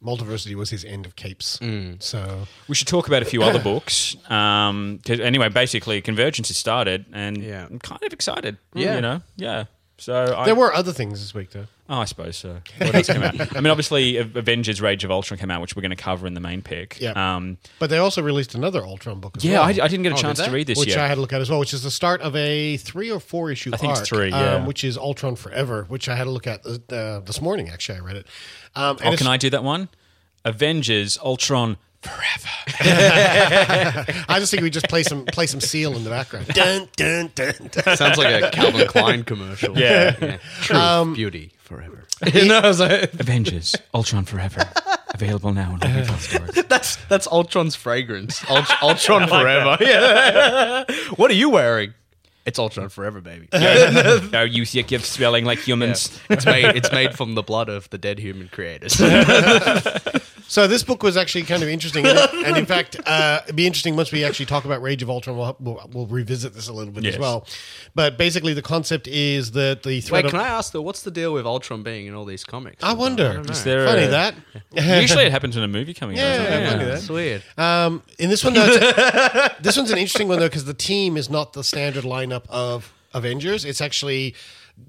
S7: Multiversity was his end of capes.
S8: Hmm.
S7: So
S6: We should talk about a few
S7: (laughs)
S6: other books. Um, 'cause anyway, basically, Convergence has started, and
S11: Yeah.
S6: I'm kind of excited.
S11: Yeah.
S6: You know? Yeah. So I,
S7: there were other things this week though.
S6: Oh, I suppose so. What else came out? I mean, obviously, A- Avengers Rage of Ultron came out, which we're going to cover in the main pick.
S7: Yeah.
S6: Um,
S7: But they also released another Ultron book. As
S6: yeah,
S7: well.
S6: I, I didn't get a
S11: Oh, did
S6: chance to
S11: they?
S6: read this
S7: which
S6: yet.
S7: I had a look at as well, which is the start of a three or four issue
S6: I think it's
S7: arc,
S6: three, yeah.
S7: um, which is Ultron Forever, which I had a look at uh, uh, this morning. Actually, I read it. Um,
S6: oh,
S7: and it's-
S6: can I do that one? Avengers
S7: (laughs)
S6: Ultron Forever.
S7: I just think we just play some play some seal in the
S6: (laughs)
S7: background. dun dun dun. dun.
S11: Sounds like a Calvin Klein commercial.
S6: Yeah.
S11: Truth, beauty,
S6: (laughs)
S11: forever.
S6: Avengers Ultron Forever. Available now on all
S11: (laughs)
S6: retail stores.
S11: that's that's Ultron's fragrance. Ult-
S6: (laughs)
S11: Ultron forever. (laughs) Yeah. what are you wearing? It's Ultron forever, baby.
S6: (laughs) no, you think of spelling like humans.
S11: It's made it's made from the blood of the dead human creators.
S7: So this book was actually kind of interesting, and, and in fact, uh, it'd be interesting once we actually talk about Rage of Ultron. We'll, we'll, we'll revisit this a little bit
S6: Yes.
S7: as well. But basically, the concept is that the threat.
S11: Wait, can
S7: of,
S11: I ask though? What's the deal with Ultron being in all these comics?
S7: I wonder.
S11: don't know. Is
S6: there
S7: Funny
S6: a-
S7: that.
S6: Usually it happens in a movie coming out.
S7: Yeah,
S6: doesn't it?
S7: I wonder
S11: It's weird.
S7: Um, in this one, though,
S6: (laughs)
S7: it's- this one's an interesting one though because the team is not the standard lineup of Avengers. It's actually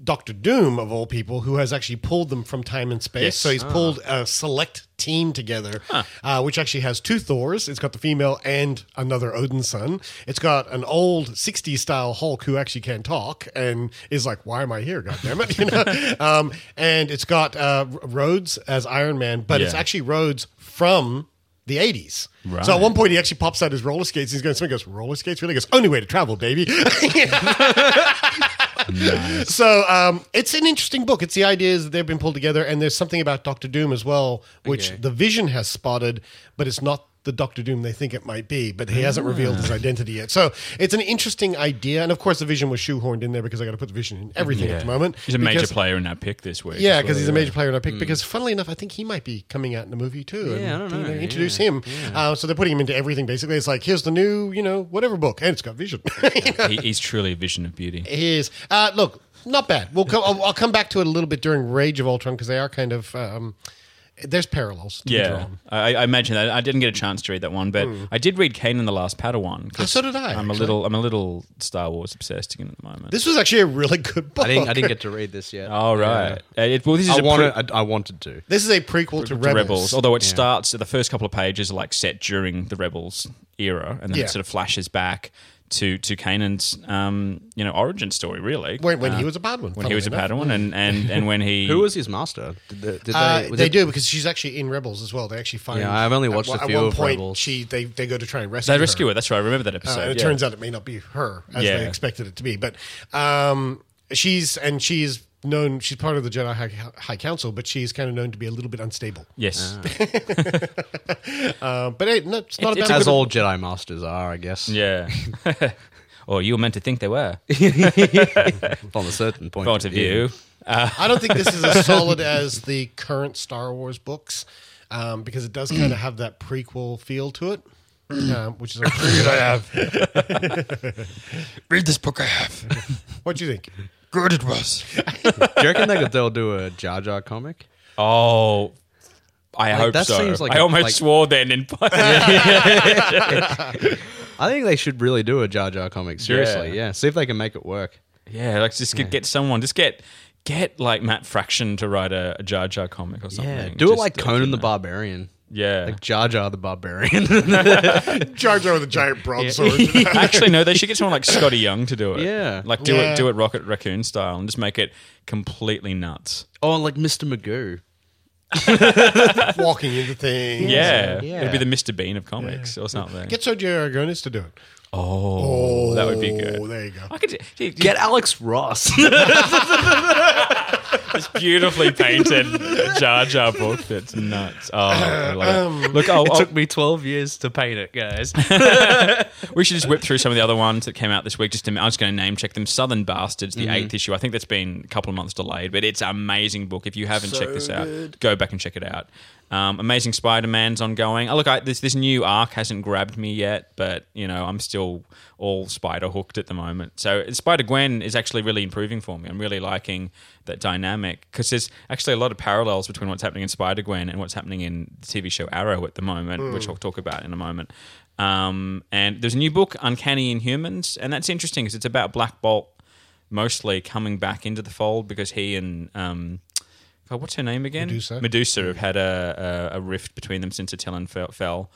S7: Doctor Doom of all people who has actually pulled them from time and space.
S6: Yes. Ah.
S7: So he's pulled a select team together, uh, which actually has two Thors. It's got the female and another Odin son. It's got an old '60s style Hulk who actually can talk and is like, "Why am I here? God damn it!" (laughs) You know. um, and it's got uh, Rhodes as Iron Man, but it's
S6: Yeah.
S7: actually Rhodes from the 80s.
S6: Right.
S7: So at one point he actually pops out his roller skates. He's going, somebody goes, roller skates? Really? He goes, only way to travel, baby. So um, it's an interesting book. It's the idea is that they've been pulled together, and there's something about Doctor Doom as well, which the Vision has spotted, but it's not the Doctor Doom they think it might be. But he hasn't revealed
S6: Ah.
S7: his identity yet. So it's an interesting idea, and of course the Vision was shoehorned in there because I got to put the Vision in everything at the moment.
S6: He's a major
S7: because-
S6: player in our pick this week.
S7: Yeah,
S6: as well,
S7: because he's a major player in our pick. Because funnily enough, I think he might be coming out in the movie too. and
S11: Hmm. Yeah, I don't
S7: they-
S11: know,
S7: They introduce him. Uh, so they're putting him into everything. Basically, it's like here's the new, you know, whatever book, and it's got Vision. (laughs) You know?
S6: He, he's truly a vision of beauty.
S7: He is. Uh, look, not bad. We'll come, I'll, I'll come back to it a little bit during Rage of Ultron because they are kind of. Um, there's parallels to be
S6: Yeah,
S7: drawn.
S6: I, I imagine that. I didn't get a chance to read that one, but I did read Kane and the Last Padawan. 'cause
S7: Oh, Hmm. so did I,
S6: I'm a
S7: actually.
S6: little, I'm a little Star Wars obsessed again at the moment.
S7: This was actually a really good book.
S11: I didn't I didn't get to read this yet.
S6: All right. Uh, it- well, this is
S11: I
S6: a
S11: wanted
S6: pre-
S11: I, I wanted to.
S7: (laughs) this is a prequel to
S6: to
S7: Rebels.
S6: Rebels. although it starts the first couple of pages are like set during the Rebels era, and then
S7: Yeah.
S6: it sort of flashes back to to Kanan's um, you know origin story, really.
S7: When-
S11: Uh,
S7: when he was a Padawan,
S6: when he was a
S7: funnily
S6: Padawan, and and and when
S7: (laughs)
S6: he
S11: Who was his master? Did they, did
S7: Uh,
S11: they, was
S7: they
S11: it-
S7: do because she's actually in Rebels as well. They actually find.
S11: Yeah, I've only
S7: at
S11: watched
S7: one-
S11: a
S7: at
S11: few
S7: one
S11: of
S7: point,
S11: Rebels.
S7: She they they go to try and rescue.
S6: they rescue
S7: her.
S6: her. That's right. I remember that
S7: Uh,
S6: episode.
S7: and it
S6: yeah.
S7: turns out it may not be her as
S6: Yeah.
S7: they expected it to be. But um, she's and she's known. She's part of the Jedi High, High Council, but she's kind of known to be a little bit unstable.
S6: yes,
S7: Uh, but hey, no, it's not
S6: It-
S7: a
S6: it's
S7: bad
S11: as
S7: book.
S11: all Jedi masters are, I guess.
S6: yeah. or you were meant to think they (laughs) were.
S11: From a certain point,
S6: Point of view.
S7: I don't think this is as solid as the current Star Wars books um, because it does kind of have that prequel feel to it, um, which is a good I have. (laughs)
S5: Read this book I have.
S7: What do you think?
S5: Good it was.
S11: Do you reckon they could, they'll do a Jar Jar comic?
S6: Oh. I hope
S11: that
S6: so.
S11: seems like
S6: I
S11: a-
S6: almost
S11: like-
S6: swore then. In
S8: I think they should really do a Jar Jar comic. Seriously,
S6: Yeah.
S8: yeah. See if they can make it work.
S6: (laughs) Yeah, like just get- get someone, just get get like Matt Fraction to write a, a Jar Jar comic or something.
S8: Yeah, do it
S6: Just,
S8: like
S6: uh,
S8: Conan the Barbarian.
S6: Yeah.
S8: like Jar Jar the Barbarian.
S11: (laughs)
S7: Jar Jar with a giant broadsword.
S6: (laughs) Actually, no. They should get someone like Scotty Young to do it.
S8: Yeah.
S6: like do
S7: Yeah.
S6: it, do it Rocket Raccoon style, and just make it completely nuts.
S8: oh, like Mr. Magoo.
S7: walking into things.
S6: Yeah,
S8: Yeah.
S6: it'd be the Mister Bean of comics or something.
S7: Get Sergio Aragonis to do it.
S6: oh, that would be
S7: Oh,
S6: good.
S7: there you go.
S6: I could gee,
S8: Get Alex Ross.
S6: this beautifully painted Jar Jar book. That's nuts. Oh, I love it. look, I'll,
S8: it
S6: I'll-
S8: took me 12 years to paint it, guys.
S6: We should just whip through some of the other ones that came out this week. Just to, I'm just going to name check them. Southern Bastards, the eighth issue. I think that's been a couple of months delayed, but it's an amazing book. If you haven't checked this out, go back and check it out. Um, amazing Spider-Man's ongoing. Oh, look, I, this this new arc hasn't grabbed me yet, but you know I'm still all Spider hooked at the moment. So Spider Gwen is actually really improving for me. I'm really liking that dynamic because there's actually a lot of parallels between what's happening in Spider Gwen and what's happening in the TV show Arrow at the moment, which I'll talk about in a moment. Um, and there's a new book, Uncanny Inhumans, and that's interesting because it's about Black Bolt mostly coming back into the fold because he and um, God, what's her name again?
S7: Medusa.
S6: Medusa have had a, a, a rift between them since Attilan fell. fell.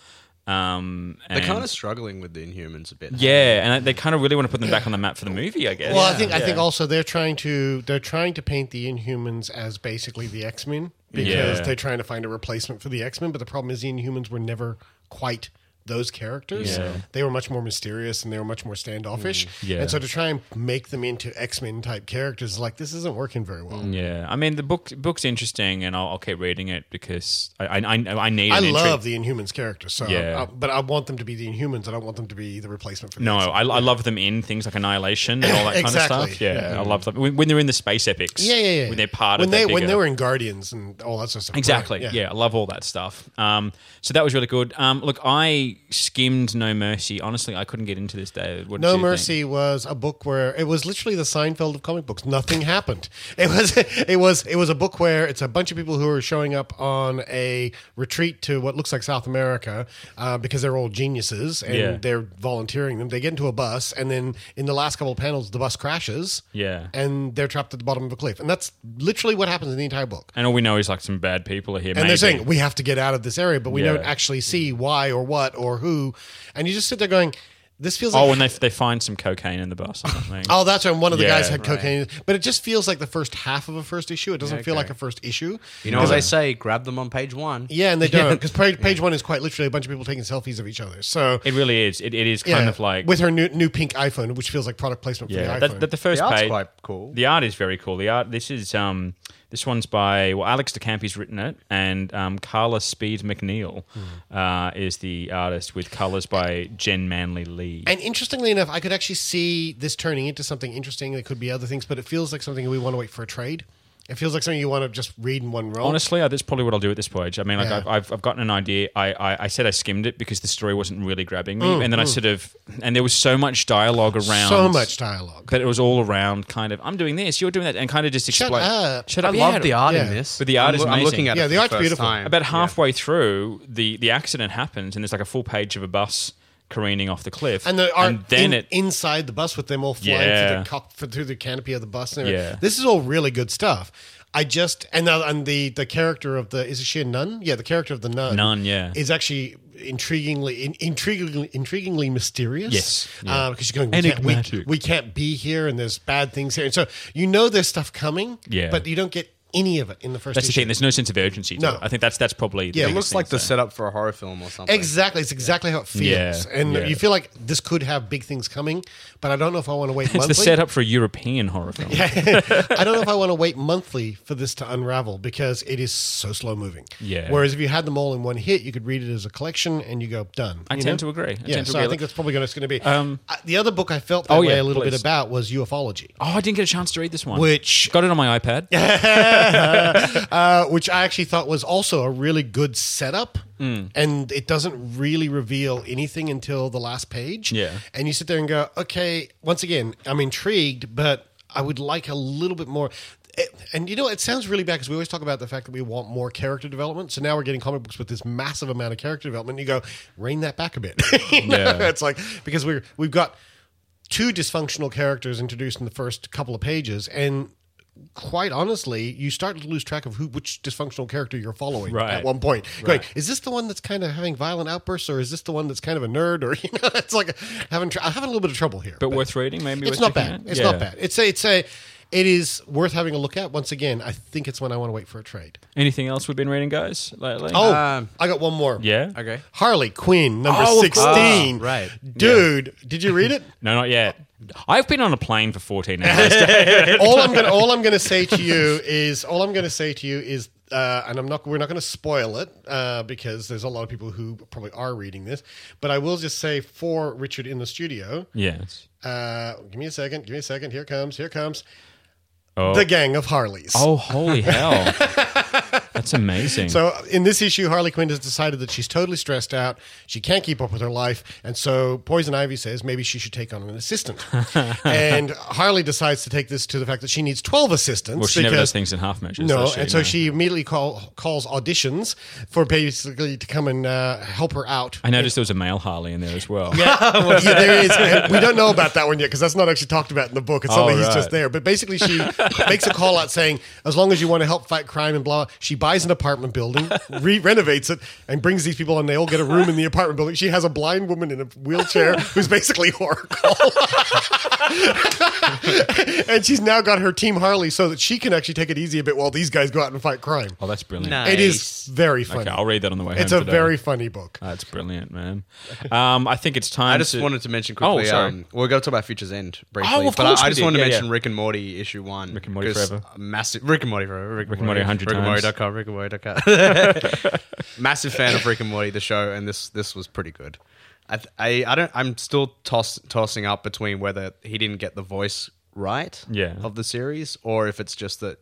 S6: Um,
S8: They're
S6: and-
S8: kind of struggling with the Inhumans a bit.
S6: yeah, and they kind of really want to put them back on the map for the movie, I guess.
S7: Well, I think I think also they're trying to they're trying to paint the Inhumans as basically the X Men because
S6: Yeah.
S7: they're trying to find a replacement for the X Men. But the problem is the Inhumans were never quite those characters. They were much more mysterious and they were much more standoffish.
S6: Mm. Yeah.
S7: And so to try and make them into X Men type characters, like this isn't working very well.
S6: Yeah, I mean the book book's interesting, and I'll, I'll keep reading it because I I, I, I need.
S7: I
S6: an entry-
S7: love the Inhumans characters, so
S6: Yeah.
S7: uh, but I want them to be the Inhumans. I don't want them to be the replacement for the
S6: No,
S7: X-Men.
S6: I, I love them in things like Annihilation and all
S7: (coughs)
S6: that kind of stuff.
S7: Exactly.
S6: Yeah, I love them when, when they're in the space epics.
S7: Yeah, yeah, yeah.
S6: When they're part
S7: when
S6: of
S7: they
S6: the
S7: when they
S6: bigger-
S7: were in Guardians and all that sort of stuff.
S6: Exactly.
S7: Right,
S6: yeah. I love all that stuff. Um, so that was really good. Um, look, I skimmed No Mercy. Honestly, I couldn't get into this. David, What did you
S7: No
S6: think?
S7: Mercy was a book where it was literally the Seinfeld of comic books. Nothing happened. It was (laughs) it was it was a book where it's a bunch of people who are showing up on a retreat to what looks like South America uh, because they're all geniuses and
S6: Yeah.
S7: they're volunteering them. They get into a bus and then in the last couple of panels the bus crashes.
S6: Yeah.
S7: and they're trapped at the bottom of a cliff. And that's literally what happens in the entire book.
S6: And all we know is like some bad people are here.
S7: And
S6: maybe.
S7: they're saying we have to get out of this area, but we
S6: Yeah.
S7: don't actually see why or what or who. And you just sit there going, "This feels like
S6: oh, and they they find some cocaine in the bus or something.
S7: (laughs) Oh, that's right. One of the
S6: Yeah,
S7: guys had cocaine, but it just feels like the first half of a first issue. It doesn't feel like a first issue.
S8: You know, as they say, grab them on page one.
S7: Yeah,
S6: (laughs)
S7: and they don't because page, page one is quite literally a bunch of people taking selfies of each other. So
S6: it really is. It, it is kind
S7: yeah,
S6: of like
S7: with her new new pink iPhone, which feels like product placement for
S6: yeah.
S7: the iPhone.
S6: That, that the first
S8: The art's
S6: page
S8: quite cool.
S6: The art is very cool. The art. This is um this one's by well Alex DeCampi's written it and um, Carla Speed McNeil uh, is the artist with colors by Jen Manley Lee.
S7: and interestingly enough, I could actually see this turning into something interesting. There could be other things, but it feels like something we want to wait for a trade. It feels like something you want to just read in one roll.
S6: Honestly, I, that's probably what I'll do at this page. I mean, like
S7: Yeah.
S6: I've, I've, I've gotten an idea. I, I, I said I skimmed it because the story wasn't really grabbing me, and then I sort of and there was so much dialogue around,
S7: Mm. so much dialogue.
S6: but it was all around kind of I'm doing this, you're doing that, and kind of just
S7: Shut
S6: explain.
S7: up.
S6: Shut
S8: I
S6: up! yeah.
S8: love the art
S7: yeah.
S8: in this.
S6: But the art
S8: I'm,
S6: is
S8: I'm
S6: amazing.
S8: looking at it
S7: Yeah,
S8: for
S7: the
S8: the
S7: art's
S8: first
S7: beautiful.
S8: time.
S6: About halfway through, the the accident happens, and there's like a full page of a bus careening off the cliff,
S7: And the art
S6: then
S7: in-
S6: it
S7: inside the bus with them all flying through,
S6: Yeah.
S7: the cop, through the canopy of the bus. And everything.
S6: Yeah.
S7: This is all really good stuff. I just and the, and the the character of the is she a nun? Yeah, the character of the nun.
S6: Nun, yeah.
S7: is actually intriguingly in, intriguingly intriguingly mysterious.
S6: Yes, yeah.
S7: Uh, because you're going we can't, we,
S6: Enigmatic.
S7: we can't be here, and there's bad things here, and so you know there's stuff coming.
S6: Yeah.
S7: but you don't get any of it in the first.
S6: that's the
S7: issue.
S6: thing. There's no sense of urgency. To
S7: No.
S6: it. I think that's that's probably the
S7: Yeah, it
S8: It
S6: biggest
S8: looks
S6: thing,
S8: like the
S6: so.
S8: setup for a horror film or something.
S7: Exactly, it's exactly how it feels,
S6: Yeah,
S7: and
S6: yeah.
S7: you feel like this could have big things coming, but I don't know if I want to
S6: (laughs)
S7: wait.
S6: It's
S7: monthly.
S6: the setup for a European horror film. (laughs)
S7: I don't know if I want to wait monthly for this to unravel because it is so slow moving.
S6: Yeah.
S7: Whereas if you had them all in one hit, you could read it as a collection and you go done.
S6: I
S7: you
S6: tend to agree. I
S7: yeah,
S6: tend to
S7: so I
S6: agree.
S7: think that's probably going to be.
S6: Um,
S7: Uh, the other book I felt that
S6: Oh,
S7: way
S6: yeah,
S7: a little
S6: please.
S7: bit about was ufology,
S6: Oh, I didn't get a chance to read this one.
S7: Which-
S6: got it on my iPad. Yeah,
S7: uh, which I actually thought was also a really good setup, and it doesn't really reveal anything until the last page.
S6: Yeah.
S7: and you sit there and go, okay. Once again, I'm intrigued, but I would like a little bit more. it- and you know, it sounds really bad because we always talk about the fact that we want more character development. So now we're getting comic books with this massive amount of character development. And you go, rein that back a bit. (laughs) You know,
S12: Yeah.
S7: It's like, because we're, we've got two dysfunctional characters introduced in the first couple of pages. And quite honestly, you start to lose track of who, which dysfunctional character you're following
S12: Right.
S7: at one point. Going,
S12: Right.
S7: is this the one that's kind of having violent outbursts or is this the one that's kind of a nerd? Or, (laughs) you know, it's like having, tr- I'm having a little bit of trouble here.
S6: But worth reading, maybe.
S7: It's
S6: worth
S7: not
S6: checking
S7: bad.
S6: out?
S7: It's
S6: Yeah.
S7: not bad. It's a, it's a, it is worth having a look at. Once again, I think it's when I want to wait for a trade.
S6: Anything else we've been reading, guys, lately?
S7: Oh, I got one more.
S6: Um, Yeah?
S7: Okay. Harley Quinn number
S6: Oh, of course.
S7: sixteen.
S6: Ah, right.
S7: dude. Did you read it?
S6: no, not yet. I've been on a plane for 14 hours.
S7: (laughs) all
S6: (laughs)
S7: I'm gonna all I'm gonna say to you is all I'm gonna say to you is uh, and I'm not we're not gonna spoil it uh, because there's a lot of people who probably are reading this, but I will just say for Richard in the studio.
S6: Yes.
S7: Uh, give me a second. Give me a second. Here it comes. Here it comes.
S6: Oh.
S7: The gang of Harleys.
S6: Oh, holy
S7: (laughs)
S6: hell. That's amazing.
S7: So in this issue, Harley Quinn has decided that she's totally stressed out. She can't keep up with her life, and so Poison Ivy says maybe she should take on an
S6: (laughs)
S7: assistant. and Harley decides to take this to the fact that she needs twelve assistants.
S6: well, she never does
S7: because-
S6: things in half measures.
S7: No,
S6: does she?
S7: and so she immediately call, calls auditions for basically to come and uh, help her (laughs) out.
S6: I noticed there was a male Harley in there as well.
S7: yeah, there is. And we don't know about that one yet because that's not actually talked about in the book. It's
S6: Oh,
S7: only he's
S6: right.
S7: just there. But basically, (laughs) she makes a call out saying, as long as you want to help fight crime and blah, she buys an apartment building, re- renovates it, and brings these people, and they all get a room in the apartment building. She has a blind woman in a wheelchair (laughs) who's basically Oracle. (laughs) and she's now got her team Harley so that she can actually take it easy a bit while these guys go out and fight crime.
S6: Oh, that's brilliant.
S7: It is very funny.
S6: Okay, I'll read that on the way
S7: It's
S6: home
S7: a
S6: today. Uh,
S7: very funny book.
S6: Oh, That's brilliant, man. Um, I think it's time.
S8: I just
S6: to-
S8: wanted to mention
S6: Oh,
S8: quickly.
S6: sorry.
S8: um, we're going to talk about Future's End briefly,
S6: Oh, of
S8: but I,
S6: course
S8: I
S6: we
S8: just
S6: did.
S8: wanted
S6: Yeah,
S8: to
S6: yeah.
S8: mention Rick and Morty issue one. Rick
S6: and Morty forever.
S8: Massive Rick and Morty forever. Rick,
S6: and Morty 100
S8: Rick
S6: times.
S8: and Morty.com. Rick
S6: (laughs)
S8: and Morty.com. massive fan of Rick and Morty the show, and this this was pretty good. I th- I, I don't. I'm still toss, tossing up between whether he didn't get the voice right
S6: Yeah.
S8: of the series, or if it's just that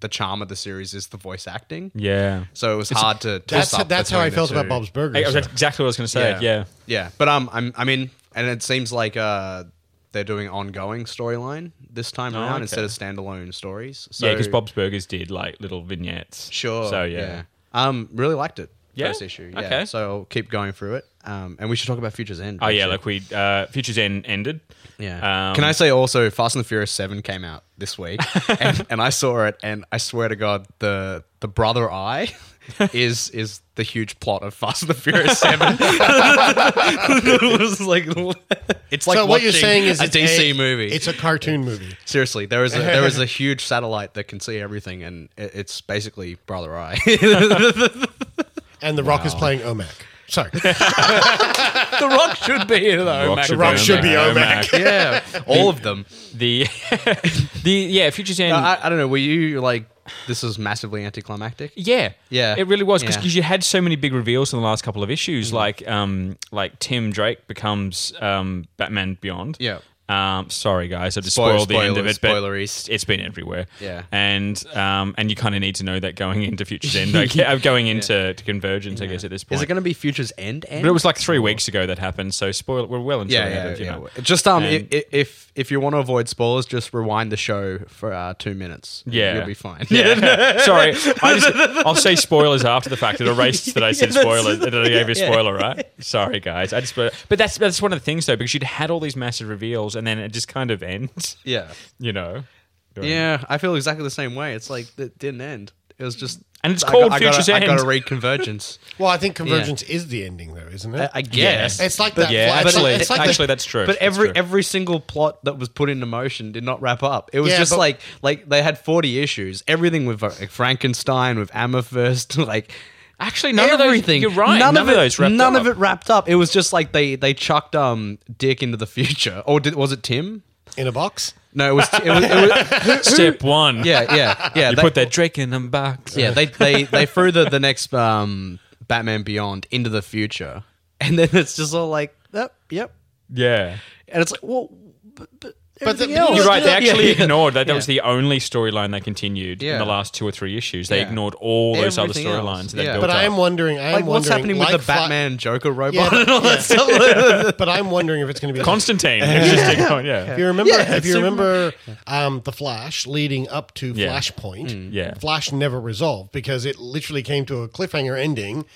S8: the charm of the series is the voice acting.
S6: Yeah.
S8: So it was
S6: It's-
S8: hard to.
S7: That's-
S8: toss up
S7: that's how
S8: between
S7: I
S8: the
S7: felt
S8: two.
S7: about Bob's
S6: Hey,
S7: Burgers.
S6: that's exactly what I was going to say. Yeah.
S8: Yeah, but um, I'm I mean, and it seems like uh, they're doing ongoing storyline this time
S6: Oh, okay.
S8: around instead of standalone stories. So,
S6: Yeah, because Bob's Burgers did like little vignettes.
S8: sure.
S6: So yeah.
S8: um, really liked it.
S6: Yeah?
S8: First issue. Yeah.
S6: Okay.
S8: So I'll keep going through it. Um, and we should talk about Futures End.
S6: Oh yeah,
S8: actually.
S6: like we uh, Futures End ended.
S8: Yeah.
S6: Um,
S8: Can I say also, Fast and the Furious Seven came out this week, (laughs) and, and I saw it, and I swear to God, the the brother (laughs) eye is is the huge plot of Fast and the (laughs) Furious Seven. it was (laughs) like it's like
S7: so what you're
S6: (laughs)
S8: watching
S7: saying is
S8: a
S7: it's
S8: DC movie.
S7: It's a cartoon movie.
S8: Seriously, there is a, there
S7: (laughs)
S8: is a huge satellite that can see everything, and it, it's basically brother (laughs) eye.
S7: and The Rock is playing Omac.
S6: (laughs)
S7: Sorry.
S8: the (laughs) Rock should be in though.
S6: Rock
S8: Mac.
S6: should The Oh, Rock be Oh, should Omac. be Omac. (laughs)
S8: yeah, all of them.
S6: The (laughs) the yeah Futures End.
S8: Uh, I, I don't know. Were you like, this is massively anticlimactic?
S6: Yeah,
S8: Yeah.
S6: it really was because
S8: Yeah. Mm.
S6: you had so many big reveals in the last couple of issues, like um, like Tim Drake becomes um, Batman Beyond.
S8: Yeah.
S6: Um, sorry guys, I just
S8: Spoil-
S6: spoiled the end of
S8: spoiler-
S6: it, but
S8: spoileries.
S6: it's- it's been everywhere.
S8: Yeah.
S6: and um, and you kind of need to know that going into Future's
S8: (laughs)
S6: End, like, yeah, going into to Convergence, I guess at this point.
S8: Is it going to be Future's End? end?
S6: but it was like three weeks ago that happened, so spoil. We're well into
S8: yeah,
S6: the end
S8: yeah,
S6: of, you
S8: yeah.
S6: know.
S8: Just um,
S6: And-
S8: i- i- if if you want to avoid spoilers, just rewind the show for uh, two minutes.
S6: Yeah.
S8: you'll be fine.
S6: (laughs) Yeah. Sorry. I
S8: (laughs)
S6: just, I'll say spoilers after the fact. It erased that I said
S8: Yeah, that's-
S6: spoilers. That I gave you a
S8: yeah.
S6: spoiler, right? Sorry, guys. I just, but that's that's one of the things though, because you'd had all these massive reveals, and then it just kind of ends.
S8: (laughs)
S6: (laughs)
S8: yeah,
S6: You know.
S8: yeah. I feel exactly the same way. It's like it didn't end. It was just,
S6: And it's
S8: I
S6: called
S8: got- I gotta-
S6: Future's End.
S8: I got to
S6: (laughs)
S8: read Convergence.
S7: Well, I think Convergence is the ending, though, isn't it?
S8: I guess
S7: It's like
S8: But-
S7: that. fly- it's
S6: actually-
S7: like, it's like the-
S6: actually, that's true.
S8: But
S6: That's
S8: every
S6: true.
S8: every single plot that was put into motion did not wrap up. It was
S7: Yeah,
S8: just
S7: but-
S8: like like they had forty issues. Everything with like, Frankenstein, with Amethyst, (laughs) like
S6: Actually, none
S8: everything.
S6: of those. You're right.
S8: None, of, it,
S6: those. Wrapped
S8: none
S6: up.
S8: of it wrapped up. It was just like they they chucked um Dick into the future. Or did, was it Tim?
S7: in a box.
S8: No, it was. It was, it was (laughs)
S6: Step one.
S8: yeah, yeah, yeah.
S6: You
S8: they-
S6: put that Drake in a box.
S8: (laughs) yeah, they they they threw the, the next um Batman Beyond into the future, and then it's just all like, yep, yep.
S6: (laughs) Yeah.
S8: And it's like, well, but, but
S7: But the-
S8: Everything else.
S6: You're right. They actually
S8: Yeah.
S6: ignored that. That
S8: Yeah.
S6: was the only storyline they continued in
S8: Yeah.
S6: the last two or three issues. They
S8: Yeah.
S6: ignored all those other
S8: Everything else.
S6: storylines. that
S8: Yeah.
S6: built
S7: But I am
S6: up.
S7: wondering. I am
S8: Like, what's
S7: wondering,
S8: happening with
S7: like
S8: the
S7: Fla-
S8: Batman and Joker robot (laughs)
S6: (laughs)
S7: Yeah,
S8: and all that stuff?
S7: (laughs) but I'm wondering if it's going to
S8: (laughs)
S7: be.
S6: Constantine. It's just ignored,
S7: If
S6: yeah.
S7: you remember,
S8: Yeah,
S7: if you
S8: Superman.
S7: remember, um, the Flash leading up to
S6: Yeah. Mm,
S7: Flashpoint,
S6: yeah.
S7: Flash never resolved because it literally came to a cliffhanger ending,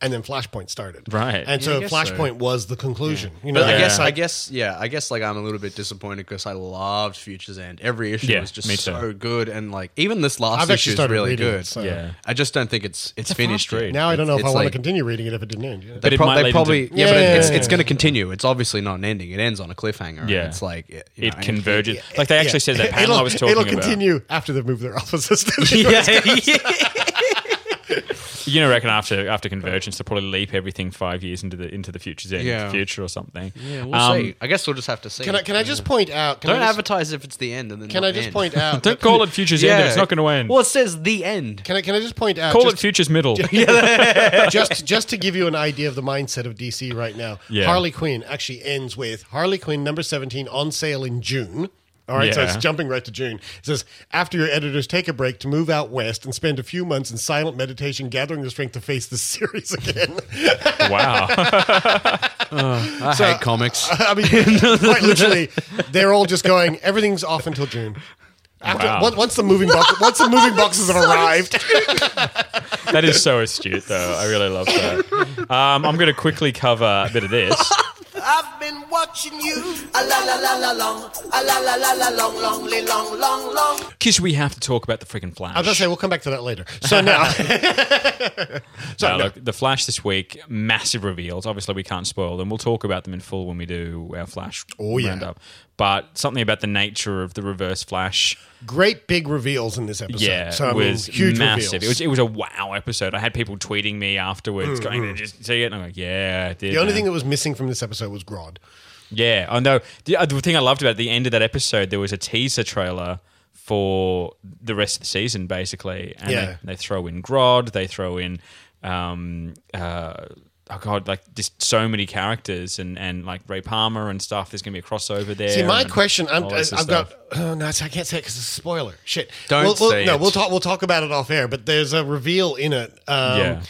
S7: and then Flashpoint started.
S6: Right.
S7: and
S8: Yeah,
S7: so
S8: I guess so.
S7: Flashpoint was the conclusion. You know,
S8: But I
S6: Yeah.
S8: guess, I guess, yeah, I guess, like I'm a little bit disappointed because I loved Futures End. Every issue
S6: Yeah,
S8: was just
S6: me too.
S8: so good, and like even this last
S7: I've
S8: issue
S7: actually
S8: is
S7: started
S8: really
S7: reading
S8: good.
S7: it, so-
S6: Yeah.
S8: I just don't think it's it's finished.
S6: read.
S8: yet.
S7: now I don't know if I
S8: It's
S7: want to
S8: like-
S7: continue reading it if it didn't end. Yeah.
S8: They,
S6: it
S8: prob-
S6: might
S8: they
S6: lead
S8: probably
S6: into-
S8: yeah, but
S7: Yeah.
S8: it's it's going to continue. It's obviously not an ending. It ends on a cliffhanger.
S6: Yeah.
S8: Yeah, it's like it, you
S6: It
S8: know,
S6: converges. Like they actually
S8: (laughs)
S6: said that panel
S7: it'll,
S6: I was talking
S7: it'll
S6: about.
S7: continue after they've moved their (laughs) offices.
S6: (laughs) You know, I reckon after after convergence, they'll probably leap everything five years into the into the future's end,
S8: Yeah.
S6: future or something.
S8: Yeah, we'll
S6: Um,
S8: see. I guess we'll just have to see.
S7: Can I can I just point out? Can
S8: don't
S7: I just,
S8: advertise if it's the end and then
S7: Can
S8: not
S7: I just
S8: end. (laughs)
S7: point out?
S6: Don't call it future's end. It's not going to end.
S8: Well, it says the end.
S7: Can I can I just point out?
S6: call
S7: just,
S6: it future's
S8: (laughs)
S6: middle. (laughs)
S7: just just to give you an idea of the mindset of DC right now,
S6: Yeah.
S7: Harley Quinn actually ends with Harley Quinn number 17 on sale in June. All right, so
S6: Yeah.
S7: it's jumping right to June. It says, after your editors take a break to move out west and spend a few months in silent meditation gathering the strength to face the (laughs) series again.
S6: wow. (laughs)
S8: I hate comics.
S7: I mean, quite literally, they're all just going, everything's off until June. After,
S6: Wow.
S7: on- once the moving box, once
S6: (laughs)
S7: the moving boxes have arrived,
S6: that is so astute, though. I really love
S8: (laughs)
S6: that. Um, I'm going to quickly cover a bit of this.
S4: I've been watching you. A la la la la long. A la la la la long, long, li- long, long, long.
S6: Because we have to talk about the freaking Flash.
S7: I was gonna say we'll come back to that later.
S6: (laughs)
S7: So now,
S6: Uh, look, the Flash this week, massive reveals. Obviously, we can't spoil them. We'll talk about them in full when we do our Flash
S7: Oh, yeah.
S6: roundup. But something about the nature of the Reverse Flash,
S7: great big reveals in this episode.
S6: yeah,
S7: so I mean,
S6: was
S7: huge
S6: massive.
S7: reveals.
S6: It was it was a wow episode. I had people tweeting me afterwards, going, "Did you see it?" And I'm like, "Yeah, I did."
S7: Mm, The only
S6: man."
S7: thing that was missing from this episode was Grodd.
S6: Yeah, I know. The, uh, the thing I loved about the end of that episode, there was a teaser trailer for the rest of the season, basically. And
S7: Yeah.
S6: they, they throw in Grodd, they throw in, um, uh, oh god, like just so many characters and, and like Ray Palmer and stuff. There's gonna be a crossover there.
S7: See, my
S6: and
S7: question, I'm,
S6: all
S7: I,
S6: this
S7: I've
S6: stuff.
S7: got. Oh, no, it's- I can't say it because it's a spoiler. Shit.
S8: Don't
S7: we'll, we'll-
S8: say
S7: No,
S8: it.
S7: we'll talk. We'll talk about it off air. But there's a reveal in it. Um,
S6: Yeah.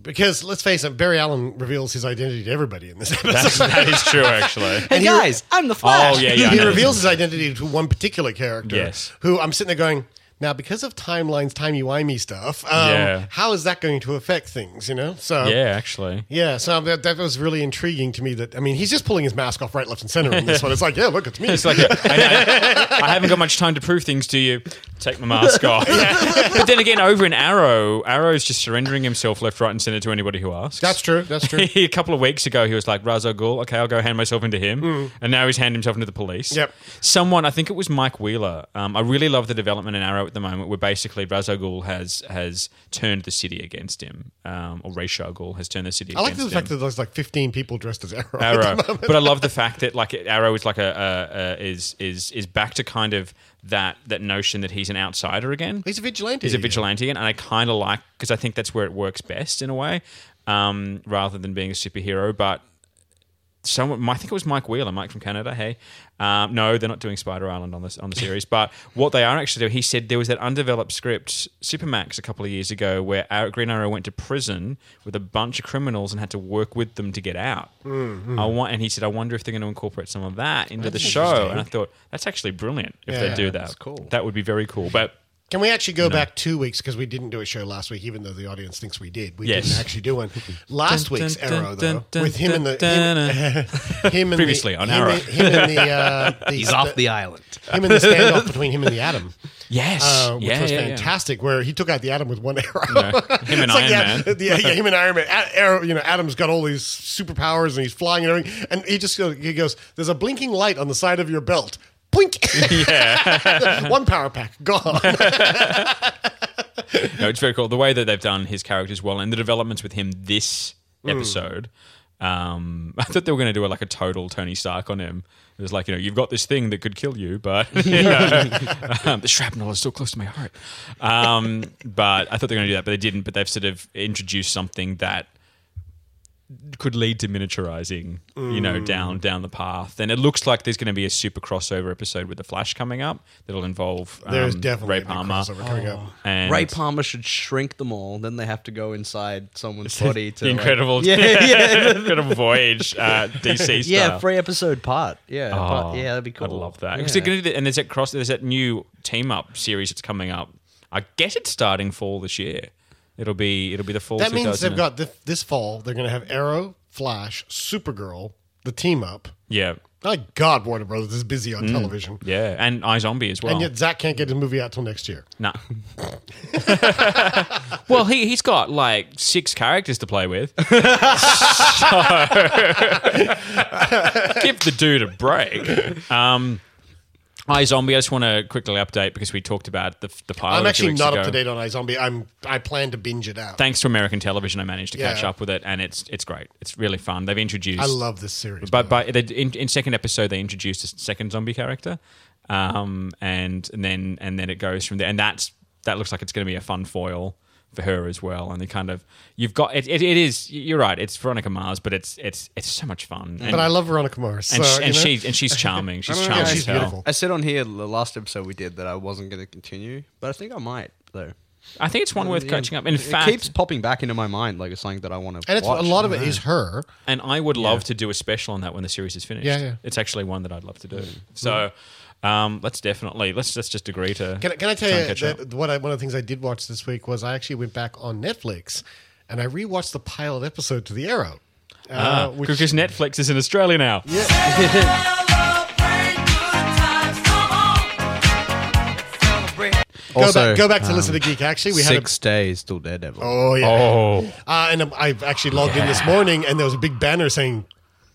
S7: Because let's face it, Barry Allen reveals his identity to everybody in this (laughs) episode.
S6: That's, that is true,
S7: (laughs)
S6: actually.
S8: Hey guys, I'm the
S6: Oh
S8: Flash.
S6: yeah, yeah. I
S7: he
S6: know.
S7: reveals his identity to one particular character.
S6: Yes.
S7: Who I'm sitting there going. Now, because of timelines, timey-wimey stuff, um,
S6: Yeah.
S7: how is that going to affect things, you know? So,
S6: Yeah, actually.
S7: Yeah, so that, that was really intriguing to me. That I mean, he's just pulling his mask off right, left, and center in this one. It's like, yeah, look, it's me.
S6: (laughs) It's like a, I, I, I haven't got much time to prove things to you. Take my mask
S7: (laughs)
S6: off. But then again, over in Arrow, Arrow's just surrendering himself left, right, and centre to anybody who asks.
S7: That's true. That's true.
S6: (laughs) a couple of weeks ago, he was like Razal Ghul. Okay, I'll go hand myself into him, and now he's handed himself into the police.
S7: Mm. Yep.
S6: Someone, I think it was Mike Wheeler. Um, I really love the development in Arrow at the moment, where basically Razal Ghul has has turned the city against him, um, or Rashal Ghul has turned the city.
S7: I like
S6: against
S7: the
S6: him.
S7: fact that there's like 15 people dressed as (laughs) Arrow.
S6: Arrow. but I love the fact that like Arrow is like a, a, a is is is back to kind of that that notion that he's an outsider again.
S7: He's a vigilante.
S6: He's a vigilante again, and I kind of like because I think that's where it works best in a way, um, rather than being a superhero. But someone, I think it was Mike Wheeler, Mike from Canada. Hey, um, no, they're not doing Spider Island on this
S8: (laughs)
S6: on the series. but what they are actually doing, he said there was that undeveloped script Supermax a couple of years ago where Ar- Green Arrow went to prison with a bunch of criminals and had to work with them to get out.
S8: Mm-hmm.
S6: I want, and he said, I wonder if they're going to incorporate some of that into the show. And I thought that's actually brilliant if they
S7: Yeah,
S6: do that.
S8: that's cool.
S6: That would be very cool. But
S7: Can we actually go back two weeks because we didn't do a show last week, even though the audience thinks we did. We
S6: Yes.
S7: didn't actually do one last
S6: Dun,
S7: week's
S6: dun, dun,
S7: Arrow though,
S6: dun,
S7: with him and the
S6: dun,
S7: him, him and
S6: Previously
S7: the,
S6: on
S7: him
S6: Arrow.
S7: and- him and the, uh,
S6: (laughs)
S8: (laughs)
S7: the
S8: He's off the island.
S7: him and the standoff between him and the Atom.
S6: Yes.
S7: uh, which
S6: Yeah,
S7: was
S6: yeah, yeah.
S7: fantastic. Where he took out the Atom with one (laughs) arrow.
S6: Him and
S7: It's like,
S6: Iron
S7: yeah,
S6: Man.
S7: (laughs) yeah, yeah, him and Iron Man. A- Arrow, you know, Adam's got all these superpowers and he's flying and everything. And he just goes, he goes, "There's a blinking light on the side of your belt." (laughs) Boink. (laughs) one power pack gone.
S6: (laughs) Um, No, it's very cool. The way that they've done his characters well and the developments with him this
S7: Hmm.
S6: episode. Um, (laughs) I thought they were going to do a, like a total Tony Stark on him. It was like, you know, you've got this thing that could kill you, but (laughs) you know,
S7: (laughs)
S6: um, the shrapnel is still close to my heart. Um, but I thought they were going to do that, but they didn't. But they've sort of introduced something that could lead to miniaturizing, you know,
S7: Hmm.
S6: down down the path. And it looks like there's going to be a super crossover episode with the Flash coming up that'll involve um,
S7: There's definitely
S6: Ray
S7: a big
S6: Palmer.
S7: crossover coming up.
S6: And
S8: Ray Palmer should shrink them all. Then they have to go inside (laughs) someone's body to
S6: the
S8: like-
S6: incredible,
S8: (laughs) yeah, yeah,
S6: (laughs) incredible voyage, uh, DC
S8: (laughs) yeah,
S6: style.
S8: three episode part. Yeah,
S6: Oh,
S8: part- yeah, that'd be cool.
S6: I'd love that.
S8: Yeah.
S6: 'Cause they're gonna do the- and there's that cross. There's that new team up series that's coming up. I guess it's starting fall this year. It'll be it'll be the fall.
S7: That means
S6: 2000
S7: they've got this, this fall. They're going to have Arrow, Flash, Supergirl, the team up.
S6: yeah
S7: My God, Warner Brothers is busy
S6: Mm.
S7: on television,
S6: yeah and iZombie as well.
S7: and yet Zach can't get his movie out till next year.
S6: Nah. (laughs) well, he he's got like six characters to play with. so, (laughs) give the dude a break. Um, Hi Zombie, I just want to quickly update because we talked about the the pilot.
S7: I'm
S6: two
S7: actually
S6: weeks
S7: not up
S6: ago.
S7: to date on iZombie. I'm I plan to binge it out.
S6: Thanks to American television, I managed to catch
S7: Yeah.
S6: up with it, and it's it's great. It's really fun. They've introduced.
S7: I love this series.
S6: But but they- in, in second episode, they introduced a second zombie character, um, and, and then and then it goes from there. And that's that looks like it's going to be a fun foil for her as well. And they kind of you've got it. It, it is. You're right. It's Veronica Mars, but it's it's it's so much fun. And,
S7: but I love Veronica Mars.
S6: and,
S7: so,
S6: sh-
S7: you
S6: and
S7: know.
S6: she and she's
S7: (laughs)
S6: charming. She's
S8: I don't know,
S6: charming.
S8: guys.
S6: as
S7: She's
S6: hell.
S7: beautiful.
S8: I said on here the last episode we did that I wasn't going to continue, but I think I might though.
S6: I think it's one worth
S8: Yeah.
S6: catching up. In
S8: it
S6: fact,
S8: keeps popping back into my mind like it's something that I want to.
S7: and it's
S8: watch.
S7: a lot of it is her.
S6: And I would love to do a special on that when the series is finished.
S7: Yeah, yeah. Mm.
S6: It's actually one that I'd love to do. So um, let's definitely let's let's just agree to.
S7: Can, I- can I tell
S6: try and
S7: you
S6: catch up.
S7: that what I, one of the things I did watch this week was I actually went back on Netflix and I rewatched the pilot episode to The Arrow. Uh, which-
S6: because Netflix is in Australia now.
S7: go back, go
S6: um,
S7: back to listen to Geek. Actually, we had a,
S8: six days till Daredevil.
S7: oh yeah,
S6: Oh,
S7: Uh, and um, I actually logged in this morning, and there was a big banner saying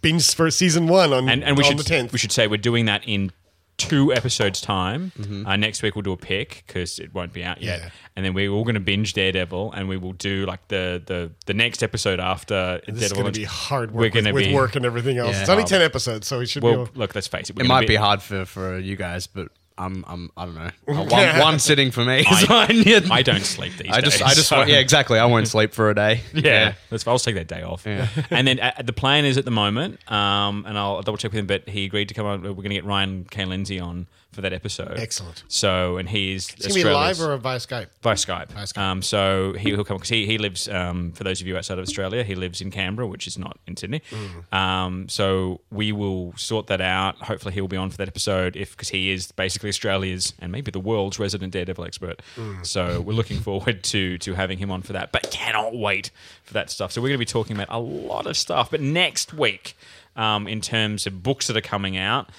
S7: "binge for season one" on
S6: and and we
S7: on
S6: should
S7: the tenth.
S6: we should say we're doing that in two episodes time. Uh, next week we'll do a pick because it won't be out yet,
S7: Mm-hmm. Yeah.
S6: and then we're all going to binge Daredevil, and we will do like the the the next episode after.
S7: This is
S6: Daredevil
S7: going
S6: launch.
S7: to be hard
S6: We're
S7: work with,
S6: gonna
S7: with
S6: be-
S7: work and everything else.
S8: Yeah.
S7: It's only ten episodes, so we should
S6: Well,
S7: be.
S6: look, let's face it. we're
S8: It
S6: gonna
S8: might be hard for for you guys, but I'm I'm I don't (laughs) know. One,
S7: Yeah.
S8: one sitting for me.
S6: I-
S8: is (laughs) fine.
S6: I don't sleep these
S8: (laughs) I just I
S6: days,
S8: just
S6: so-
S8: want- yeah exactly. I won't sleep for a (laughs) day.
S6: (laughs) Yeah, that's I'll take that day off. (laughs) and then uh, the plan is at the moment, um, and I'll double check with him. But he agreed to come on. We're going to get Ryan K Lindsay on for that episode.
S7: Excellent.
S6: So, and he's
S7: It's going to be live or via Skype.
S6: by Skype.
S7: Via Skype.
S6: Um, so he, he'll come because he, he lives. Um, for those of you outside of Australia, he lives in Canberra, which is not in Sydney. Um, so we will sort that out. Hopefully, he'll be on for that episode if because he is basically Australia's and maybe the world's resident Daredevil expert. So we're looking forward to to having him on for that, but cannot wait for that stuff. So we're going to be talking about a lot of stuff. But next week, um, in terms of books that are coming out.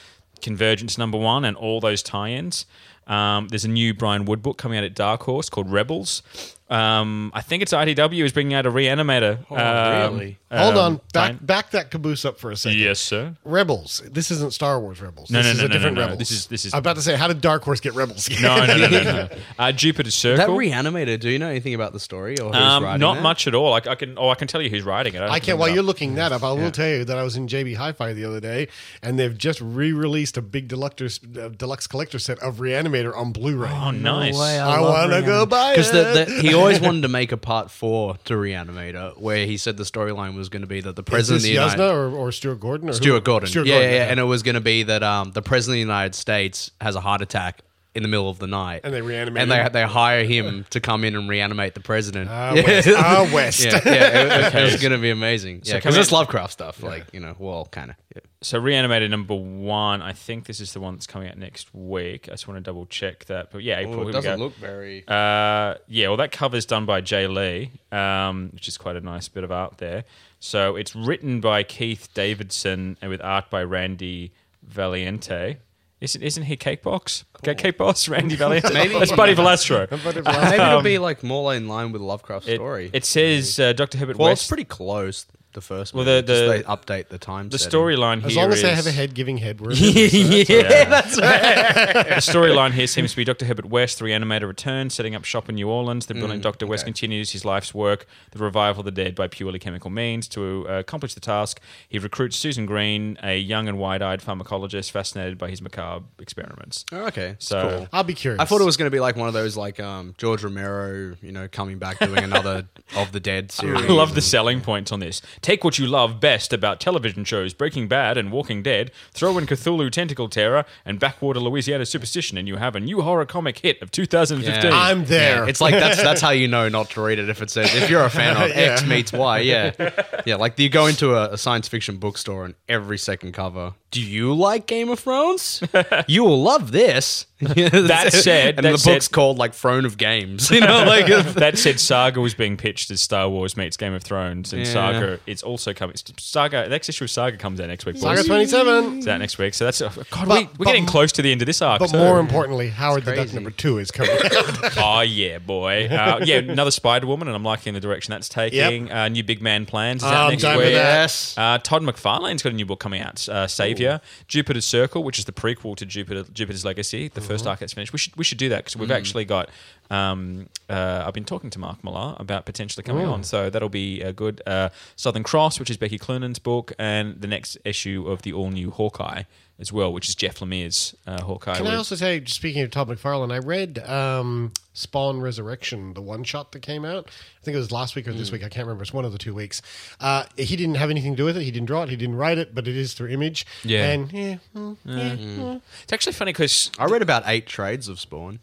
S6: Convergence number one and all those tie-ins. Um, there's a new Brian Wood book coming out at Dark Horse called Rebels. Um, I think it's IDW is bringing out a Reanimator. Oh,
S8: really?
S7: Hold on, back
S6: Um, fine.
S7: back that caboose up for a second.
S6: Yes, sir.
S7: Rebels. This isn't Star Wars Rebels.
S6: No,
S7: this
S6: no,
S7: is
S6: no,
S7: a
S6: no,
S7: different
S6: no, no.
S7: Rebels.
S6: This is- this is-
S7: I'm about to say, how did Dark Horse get Rebels? (laughs)
S6: No, no, no, no. no. Uh, Jupiter
S8: That
S6: Circle.
S8: reanimator. Do you know anything about the story or who's
S6: um,
S8: writing
S6: not
S8: that? (laughs)
S6: much at all. I, I can. Oh, I can tell you who's writing it.
S7: I
S6: don't
S7: can't.
S6: remember.
S7: While you're looking that up, I will tell you that I was in JB Hi-Fi the other day, and they've just re-released a big deluxe uh, deluxe collector set of Reanimator on Blu-ray.
S6: Oh, nice.
S8: way,
S7: I
S8: love
S7: wanna go
S8: Reanimator.
S7: buy
S8: the,
S6: (laughs)
S7: it.
S8: the, he always wanted to make a part four to Reanimator, where he said the storyline was going to be that the
S7: Is
S8: president
S7: this
S8: of the United
S7: Yasna or, or Stuart Gordon? Or who-
S8: Stuart Gordon,
S7: Stuart
S8: yeah,
S7: Gordon.
S8: yeah, yeah, and it was going to be that um, the president of the United States has a heart attack in the middle of the night,
S7: And they reanimate
S8: and they
S7: him.
S8: they hire him to come in and reanimate the president.
S7: Ah, West. Ah, West.
S8: yeah,
S7: (laughs)
S8: yeah, it, it- it was going to be amazing. Yeah,
S6: come
S8: because it's
S6: in-
S8: Lovecraft stuff, like you know, well, kind of. Yeah.
S6: So reanimated number one. I think this is the one that's coming out next week. I just want to double check that. But yeah, April. here we go. (laughs)
S8: very.
S6: Uh, yeah, well, that cover's done by Jay Lee, um, which is quite a nice bit of art there. So it's written by Keith Davidson and with art by Randy Valiente. Isn't isn't he Cake Box? Ca- Cake Boss, (laughs)
S7: (laughs)
S6: Randy Valiente.
S8: Maybe.
S6: That's Buddy Velastro.
S8: Maybe it'll be like more in line with Lovecraft
S6: Um, It,
S8: story.
S6: it says uh, Dr. Herbert
S8: well,
S6: West.
S8: it's pretty close. The first.
S6: Well,
S8: Well,
S6: the- the-
S8: they update the time.
S6: the (laughs)
S8: setting. (laughs)
S6: storyline
S7: As
S6: here
S7: long as they
S6: is-
S7: have a head giving head, we're
S8: yeah, that's
S6: (laughs) the storyline
S8: (laughs)
S6: here seems to be Dr. Herbert West, the reanimator returns, setting up shop in New Orleans. The
S8: Mm,
S6: brilliant Dr. West continues his life's work, the revival of the dead by purely chemical means. To uh, accomplish the task, he recruits Susan Green, a young and wide eyed pharmacologist fascinated by his macabre experiments.
S8: Oh, okay. that's
S6: So- (laughs)
S8: cool.
S7: I'll be curious.
S8: I thought it was going to be like one of those like um,
S6: (laughs)
S8: George Romero, you know, coming back doing another of the Dead series.
S6: I love the selling points on this. Take what you love best about television shows Breaking Bad and Walking Dead, throw in Cthulhu Tentacle Terror and Backwater Louisiana Superstition, and you have a new horror comic hit of 2015.
S7: I'm there.
S8: It's like that's that's how you know not to read it if it says if you're a fan
S7: (laughs)
S8: of X meets Y, yeah, yeah. Like you go into a, a science fiction bookstore and every second cover, do you like Game of Thrones? you will love this. (laughs) that
S6: said- (laughs)
S8: and
S6: that
S8: the
S6: said-
S8: book's called like Throne of Games. (laughs) You know, like
S6: (laughs)
S7: (laughs)
S6: that said, Saga was being pitched as Star Wars meets Game of Thrones, and Saga it's also coming. Saga the next issue of Saga comes out next week. boys.
S7: Saga 27.
S6: Is that next week? So that's oh, God. we,
S7: But-
S6: we're
S7: but-
S6: getting close to the end of this arc.
S7: But
S6: so-
S7: more importantly, Howard the Duck number two is
S8: (laughs)
S7: coming.
S6: (laughs) oh yeah, boy. Uh, yeah, another Spider Woman, and I'm liking the direction that's taking. Uh, new Big Man plans is
S7: Oh,
S6: out
S7: I'm
S6: next
S7: down
S6: week.
S7: with that.
S8: yes.
S6: Uh, Todd McFarlane's got a new book coming out, uh, Savior, Jupiter's Circle, which is the prequel to Jupiter, Jupiter's Legacy, the first arc that's finished. We should we should do that because we've actually got. Um, uh, I've been talking to Mark Millar about potentially coming on, so that'll be a good uh, Southern Cross, which is Becky Cloonan's book, and the next issue of the all new Hawkeye as well, which is Jeff Lemire's uh, Hawkeye.
S7: Can I
S6: with-
S7: also say, just speaking of Todd McFarlane, I read um, Spawn Resurrection, the one shot that came out. I think it was last week or
S8: Hmm.
S7: this week. I can't remember. It's one of the two weeks. Uh, he didn't have anything to do with it. He didn't draw it. He didn't write it, but it is through image.
S6: Yeah.
S7: And yeah, mm, yeah, mm.
S6: it's actually funny because
S8: I read about eight trades of Spawn.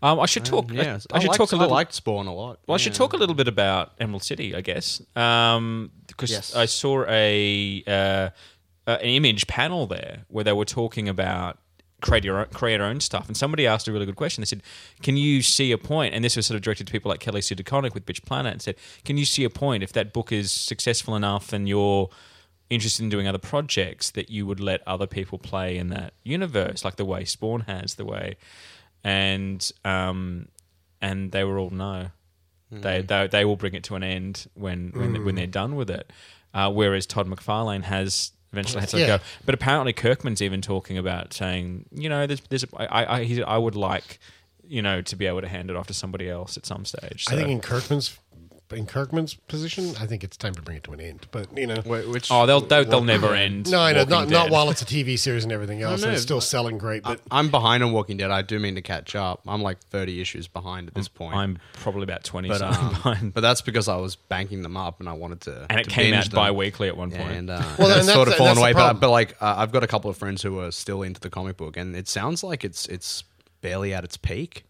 S6: um, I should talk.
S8: Yeah,
S6: I, should
S8: liked,
S6: talk a little.
S8: I liked Spawn a lot.
S6: Well, I should talk a little bit about Emerald City, I guess, because
S8: Yes.
S6: I saw a uh, uh, an image panel there where they were talking about create your own, create your own stuff, and somebody asked a really good question. They said, "Can you see a point?" And this was sort of directed to people like Kelly Sue DeConnick with Bitch Planet, and said, "Can you see a point if that book is successful enough and you're interested in doing other projects that you would let other people play in that universe, like the way Spawn has, the way." And um, and they were all no.
S7: Hmm.
S6: They, they they will bring it to an end when when, when they're done with it. Uh, whereas Todd McFarlane has eventually had to let
S7: Yeah.
S6: go. But apparently Kirkman's even talking about saying, you know, there's there's a, I I he, I would like you know to be able to hand it off to somebody else at some stage.
S7: I think
S6: So-
S7: in Kirkman's in Kirkman's position, I think it's time to bring it to an end. But you know,
S8: Wait, which
S6: oh, they'll they'll, they'll never end.
S7: no, I know
S6: Walking
S7: not not
S6: Dead.
S7: while it's a TV series and everything else, and
S8: no,
S7: it's still selling great. But
S8: I'm behind on Walking Dead. I do mean to catch up. I'm like 30 issues behind at this point.
S6: I'm probably about twenty
S8: but,
S6: something
S8: um,
S6: behind.
S8: but that's because I was banking them up and I wanted to.
S6: and it
S8: to
S6: came
S8: binge
S6: out
S8: them.
S6: bi-weekly at one point.
S8: And, uh,
S7: (laughs) Well,
S8: (laughs) well,
S7: and
S8: that's,
S7: that's-
S8: sort of fallen
S7: that's the
S8: away. But,
S7: problem.
S8: but like, uh, I've got a couple of friends who are still into the comic book, and it sounds like it's it's barely at its peak.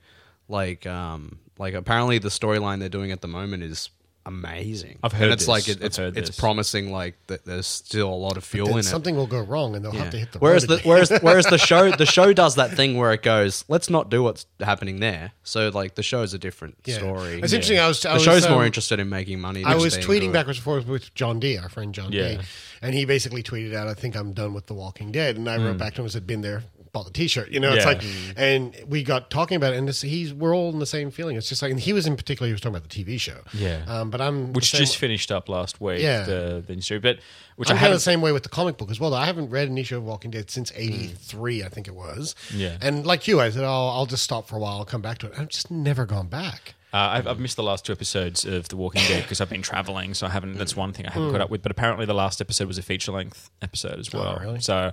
S8: Like, um, like apparently the storyline they're doing at the moment is amazing.
S6: I've heard
S8: And it's
S6: this.
S8: like it,
S6: I've
S8: it's
S6: heard
S8: it's
S6: this.
S8: promising. Like that there's still a lot of fuel in
S7: then
S8: it.
S7: something will go wrong, and they'll
S8: Yeah.
S7: have to hit the.
S8: whereas
S7: road
S8: the
S7: again.
S8: whereas
S7: (laughs)
S8: whereas the show the show does that thing where it goes, let's not do what's happening there. So like the show's a different
S7: Yeah.
S8: story.
S7: It's interesting. I was. I
S8: the
S7: was,
S8: show's more
S7: um,
S8: interested in making money.
S7: I
S8: than
S7: was
S8: staying
S7: tweeting
S8: good.
S7: backwards and forth with John D, our friend John D,
S6: Yeah.
S7: and he basically tweeted out, "I think I'm done with The Walking Dead," and I
S8: Hmm.
S7: wrote back to him and said, "Been there." Bought the T-shirt, you know. It's
S6: Yeah.
S7: like, and we got talking about it, and this, he's we're all in the same feeling. It's just like, and he was in particular, he was talking about the TV show,
S6: Yeah.
S7: Um, but I'm the
S6: which
S7: same-
S6: just finished up last week.
S7: Yeah.
S6: the, the issue, but which I
S7: I'm kind of
S6: haven't
S7: the same way with the comic book as well. Though. I haven't read an issue of Walking Dead since '83, I think it was.
S6: Yeah.
S7: and like you, I said, "Oh, I'll just stop for a while, I'll come back to it." I've just never gone back.
S6: Uh, I've, I've missed the last two episodes of The Walking Dead because I've been traveling, so I haven't. That's one thing I haven't caught
S8: Hmm.
S6: up with. But apparently, the last episode was a feature length episode
S8: Oh,
S6: as well.
S7: really?
S6: So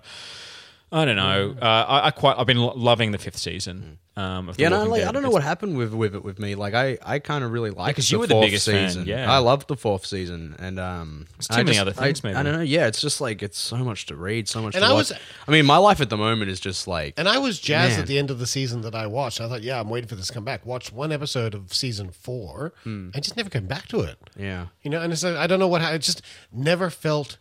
S6: I don't know.
S8: Hmm.
S6: Uh, I, I quite. I've been lo- loving the fifth season. Um, of The
S8: Yeah, no,
S6: Walking
S8: like,
S6: Dead.
S8: I don't know
S6: It's-
S8: what happened with with it with me. Like I, I kind of really liked
S6: 'cause
S8: the
S6: you were the
S8: fourth
S6: biggest fan,
S8: season.
S6: yeah.
S8: I loved the fourth season, and um, it's
S6: too
S8: I
S6: many
S8: just-
S6: other
S8: I-
S6: things,
S8: I,
S6: maybe.
S8: don't know. Yeah, it's just like it's so much to read, so much.
S7: And
S8: to
S7: I was-
S8: watch. I mean, my life at the moment is just like,
S7: And I was jazzed
S8: Man.
S7: at the end of the season that I watched. I thought, yeah, I'm waiting for this to come back. Watched one episode of season four and just never came back to it.
S8: yeah,
S7: You know, and it's, like, I don't know what, I just never felt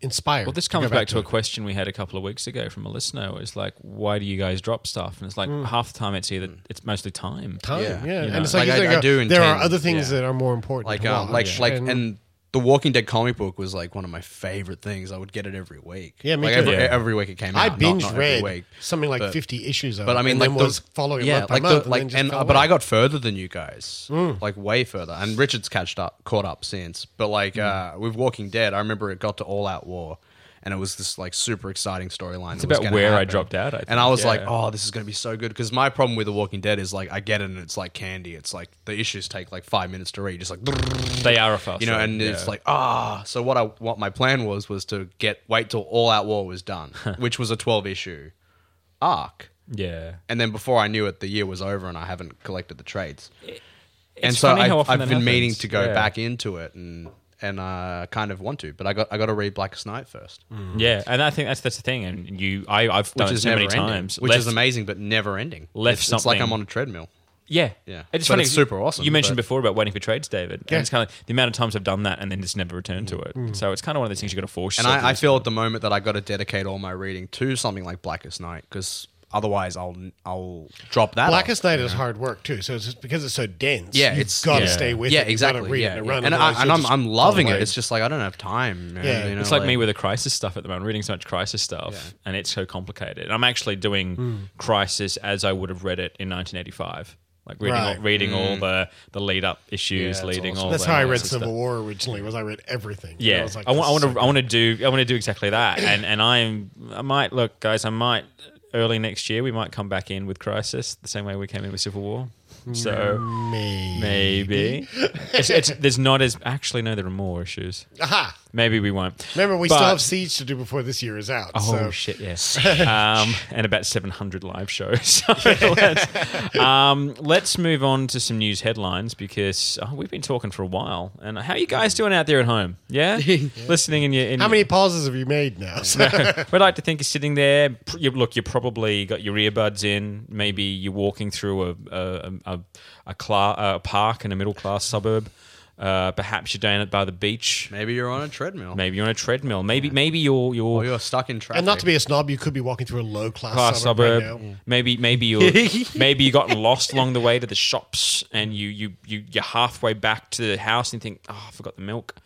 S7: inspired.
S6: Well, this
S7: go
S6: comes back, to, a question we had a couple of weeks ago from a listener. It's like, why do you guys drop stuff? And it's
S8: Hmm.
S6: like half the time it's either it's mostly time.
S7: time.
S8: yeah,
S7: Yeah.
S8: you know.
S7: And it's like,
S8: Like,
S7: you
S8: I-
S7: think,
S8: I do
S7: oh, there are
S8: intend-
S7: other things
S8: yeah.
S7: that are more important.
S8: like
S7: to
S8: um, like
S7: watch.
S8: like
S7: And-
S8: and. The Walking Dead comic book was like one of my favorite things. I would get it every week.
S7: Yeah, me
S8: like
S7: too.
S8: Every,
S7: Yeah.
S8: every week it came out.
S7: I
S8: not-
S7: binge
S8: not every
S7: read
S8: week.
S7: something like
S8: but-
S7: 50 issues of
S8: But
S7: it
S8: I mean,
S7: and
S8: like
S7: then
S8: the-
S7: was following
S8: yeah,
S7: month by
S8: like
S7: month.
S8: the,
S7: and
S8: like
S7: then just
S8: and uh,
S7: fell
S8: but
S7: away.
S8: I got further than you guys,
S7: Mm.
S8: like way further. And Richard's catched up, caught up since. But like
S7: Mm.
S8: uh, with Walking Dead, I remember it got to All Out War, and it was this like super exciting storyline. It's
S6: about where I dropped out, I
S8: and I
S6: think,
S8: was like,
S6: yeah.
S8: oh, this is gonna be so good because my problem with The Walking Dead is like I get it, and it's like candy. It's like the issues take like five minutes to read, just like
S6: They are a fast.
S8: you know,
S6: read,
S8: and
S6: yeah.
S8: it's like ah. So what I what my plan was was to get wait till All Out War was
S6: (laughs)
S8: done, which was a twelve issue arc
S6: yeah.
S8: and then before I knew it, the year was over, and I haven't collected the trades.
S6: It's
S8: and so
S6: funny
S8: I,
S6: how
S8: have
S6: often
S8: been
S6: that
S8: meaning
S6: happens.
S8: to go
S6: Yeah.
S8: back into it, and and I kind of want to, but I got I got to read Blackest Night first,
S6: Yeah, and I think that's that's the thing. And you, I, I've Mm. done it so many
S8: never-ending,
S6: times.
S8: which
S6: Left-
S8: is amazing, but never ending.
S6: left
S8: it's, it's like
S6: something-
S8: I'm on a treadmill.
S6: Yeah,
S8: Yeah.
S6: It's
S8: But
S6: funny.
S8: it's
S6: 'cause
S8: super awesome,
S6: You mentioned
S8: but-
S6: before about waiting for trades, David. And it's kind of the amount of times I've done that and then just never returned to it. So it's kind of one of those things you got to force.
S8: Mm. And
S6: yourself to
S8: I, I
S6: do.
S8: feel at the moment that I got to dedicate all my reading to something like Blackest Night because otherwise I'll I'll drop that. off.
S7: Blackest Night is hard work too, so it's just because it's so dense.
S8: Yeah,
S7: you've
S8: it's
S7: got to
S8: yeah.
S7: stay with
S8: yeah,
S7: it. You've
S8: exactly.
S7: gotta read
S8: yeah,
S7: it
S8: yeah.
S7: run,
S8: and
S7: otherwise
S8: I, and
S7: you'll
S8: I'm,
S7: just
S8: I'm loving
S7: fall
S8: it.
S7: away.
S8: It's just like I don't have time. man,
S7: Yeah.
S8: you know,
S6: It's like, me with the crisis stuff at the moment. I'm reading so much crisis stuff, and it's so complicated. And I'm actually doing
S8: Mm.
S6: crisis as I would have read it in 1985, like reading all,
S7: Right.
S6: reading all the the lead up issues,
S8: that's
S6: leading
S8: Mm. awesome.
S6: all.
S7: That's
S6: the
S7: how I read
S6: analysis
S7: Civil
S6: stuff.
S7: War originally. Was I read everything? And
S6: Yeah,
S7: was like,
S6: I want. I
S7: this
S6: want
S7: is
S6: to. I want to do. I want to do exactly that. And and I'm. I might look, guys. I might early next year. We might come back in with Crisis the same way we came in with Civil War. So
S7: me. (laughs)
S6: maybe it's, it's there's not as actually no. There are more issues.
S8: uh,
S7: Aha!
S6: Maybe we won't.
S7: Remember, we
S6: But-
S7: still have Siege to do before this year is out.
S6: Oh
S7: so.
S6: shit! Yes,
S7: (laughs)
S6: um, and about seven hundred live shows. (laughs) So let's, um, let's move on to some news headlines because oh, we've been talking for a while. And how you guys doing out there at home? Yeah,
S7: (laughs)
S6: listening in your. In
S7: How
S6: your-
S7: many pauses have you
S8: (laughs)
S7: made now? (laughs)
S6: We'd like to think you're sitting there. pr- You, look, you probably got your earbuds in. Maybe you're walking through a a, a, a, cla- a park in a middle class suburb. Uh, perhaps you're down at by the beach.
S8: Maybe you're on a treadmill.
S6: Maybe you're on a treadmill. Maybe (laughs) maybe you're
S8: Or
S6: you're
S8: you're stuck in traffic.
S7: and not to be a snob, you could be walking through a low
S6: class
S7: class
S6: suburb.
S7: suburb. right
S8: Mm.
S7: now.
S6: Maybe maybe you
S8: (laughs)
S6: maybe you got lost along the way to the shops, and you you you you're halfway back to the house and you think, oh, I forgot the milk.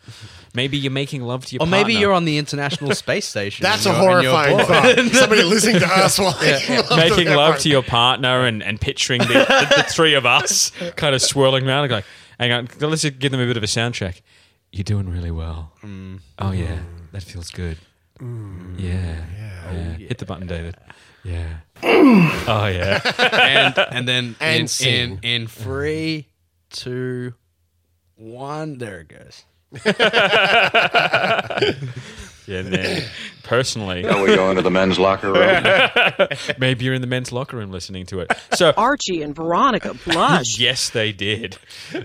S6: Maybe you're making love to your.
S8: Or maybe
S6: partner.
S8: you're on the International Space Station.
S7: That's a
S8: and you're- and you're
S7: horrifying
S8: bored. (laughs)
S7: thought. Somebody listening to us while (laughs)
S6: making love to your partner and, and picturing the, the, the three of us kind of swirling around and going, hang on, let's just give them a bit of a sound check. You're doing really well. Oh, yeah, that feels good. Yeah. Yeah. Hit the button, David. Yeah. oh, yeah.
S8: and and then
S7: (laughs) And
S8: in,
S7: scene.
S8: in in three, two, one. There it goes.
S6: Yeah, man. Personally,
S3: Now we go into the men's locker room.
S6: maybe you're in the men's locker room listening to it. So,
S12: Archie and Veronica blush.
S6: yes, they did.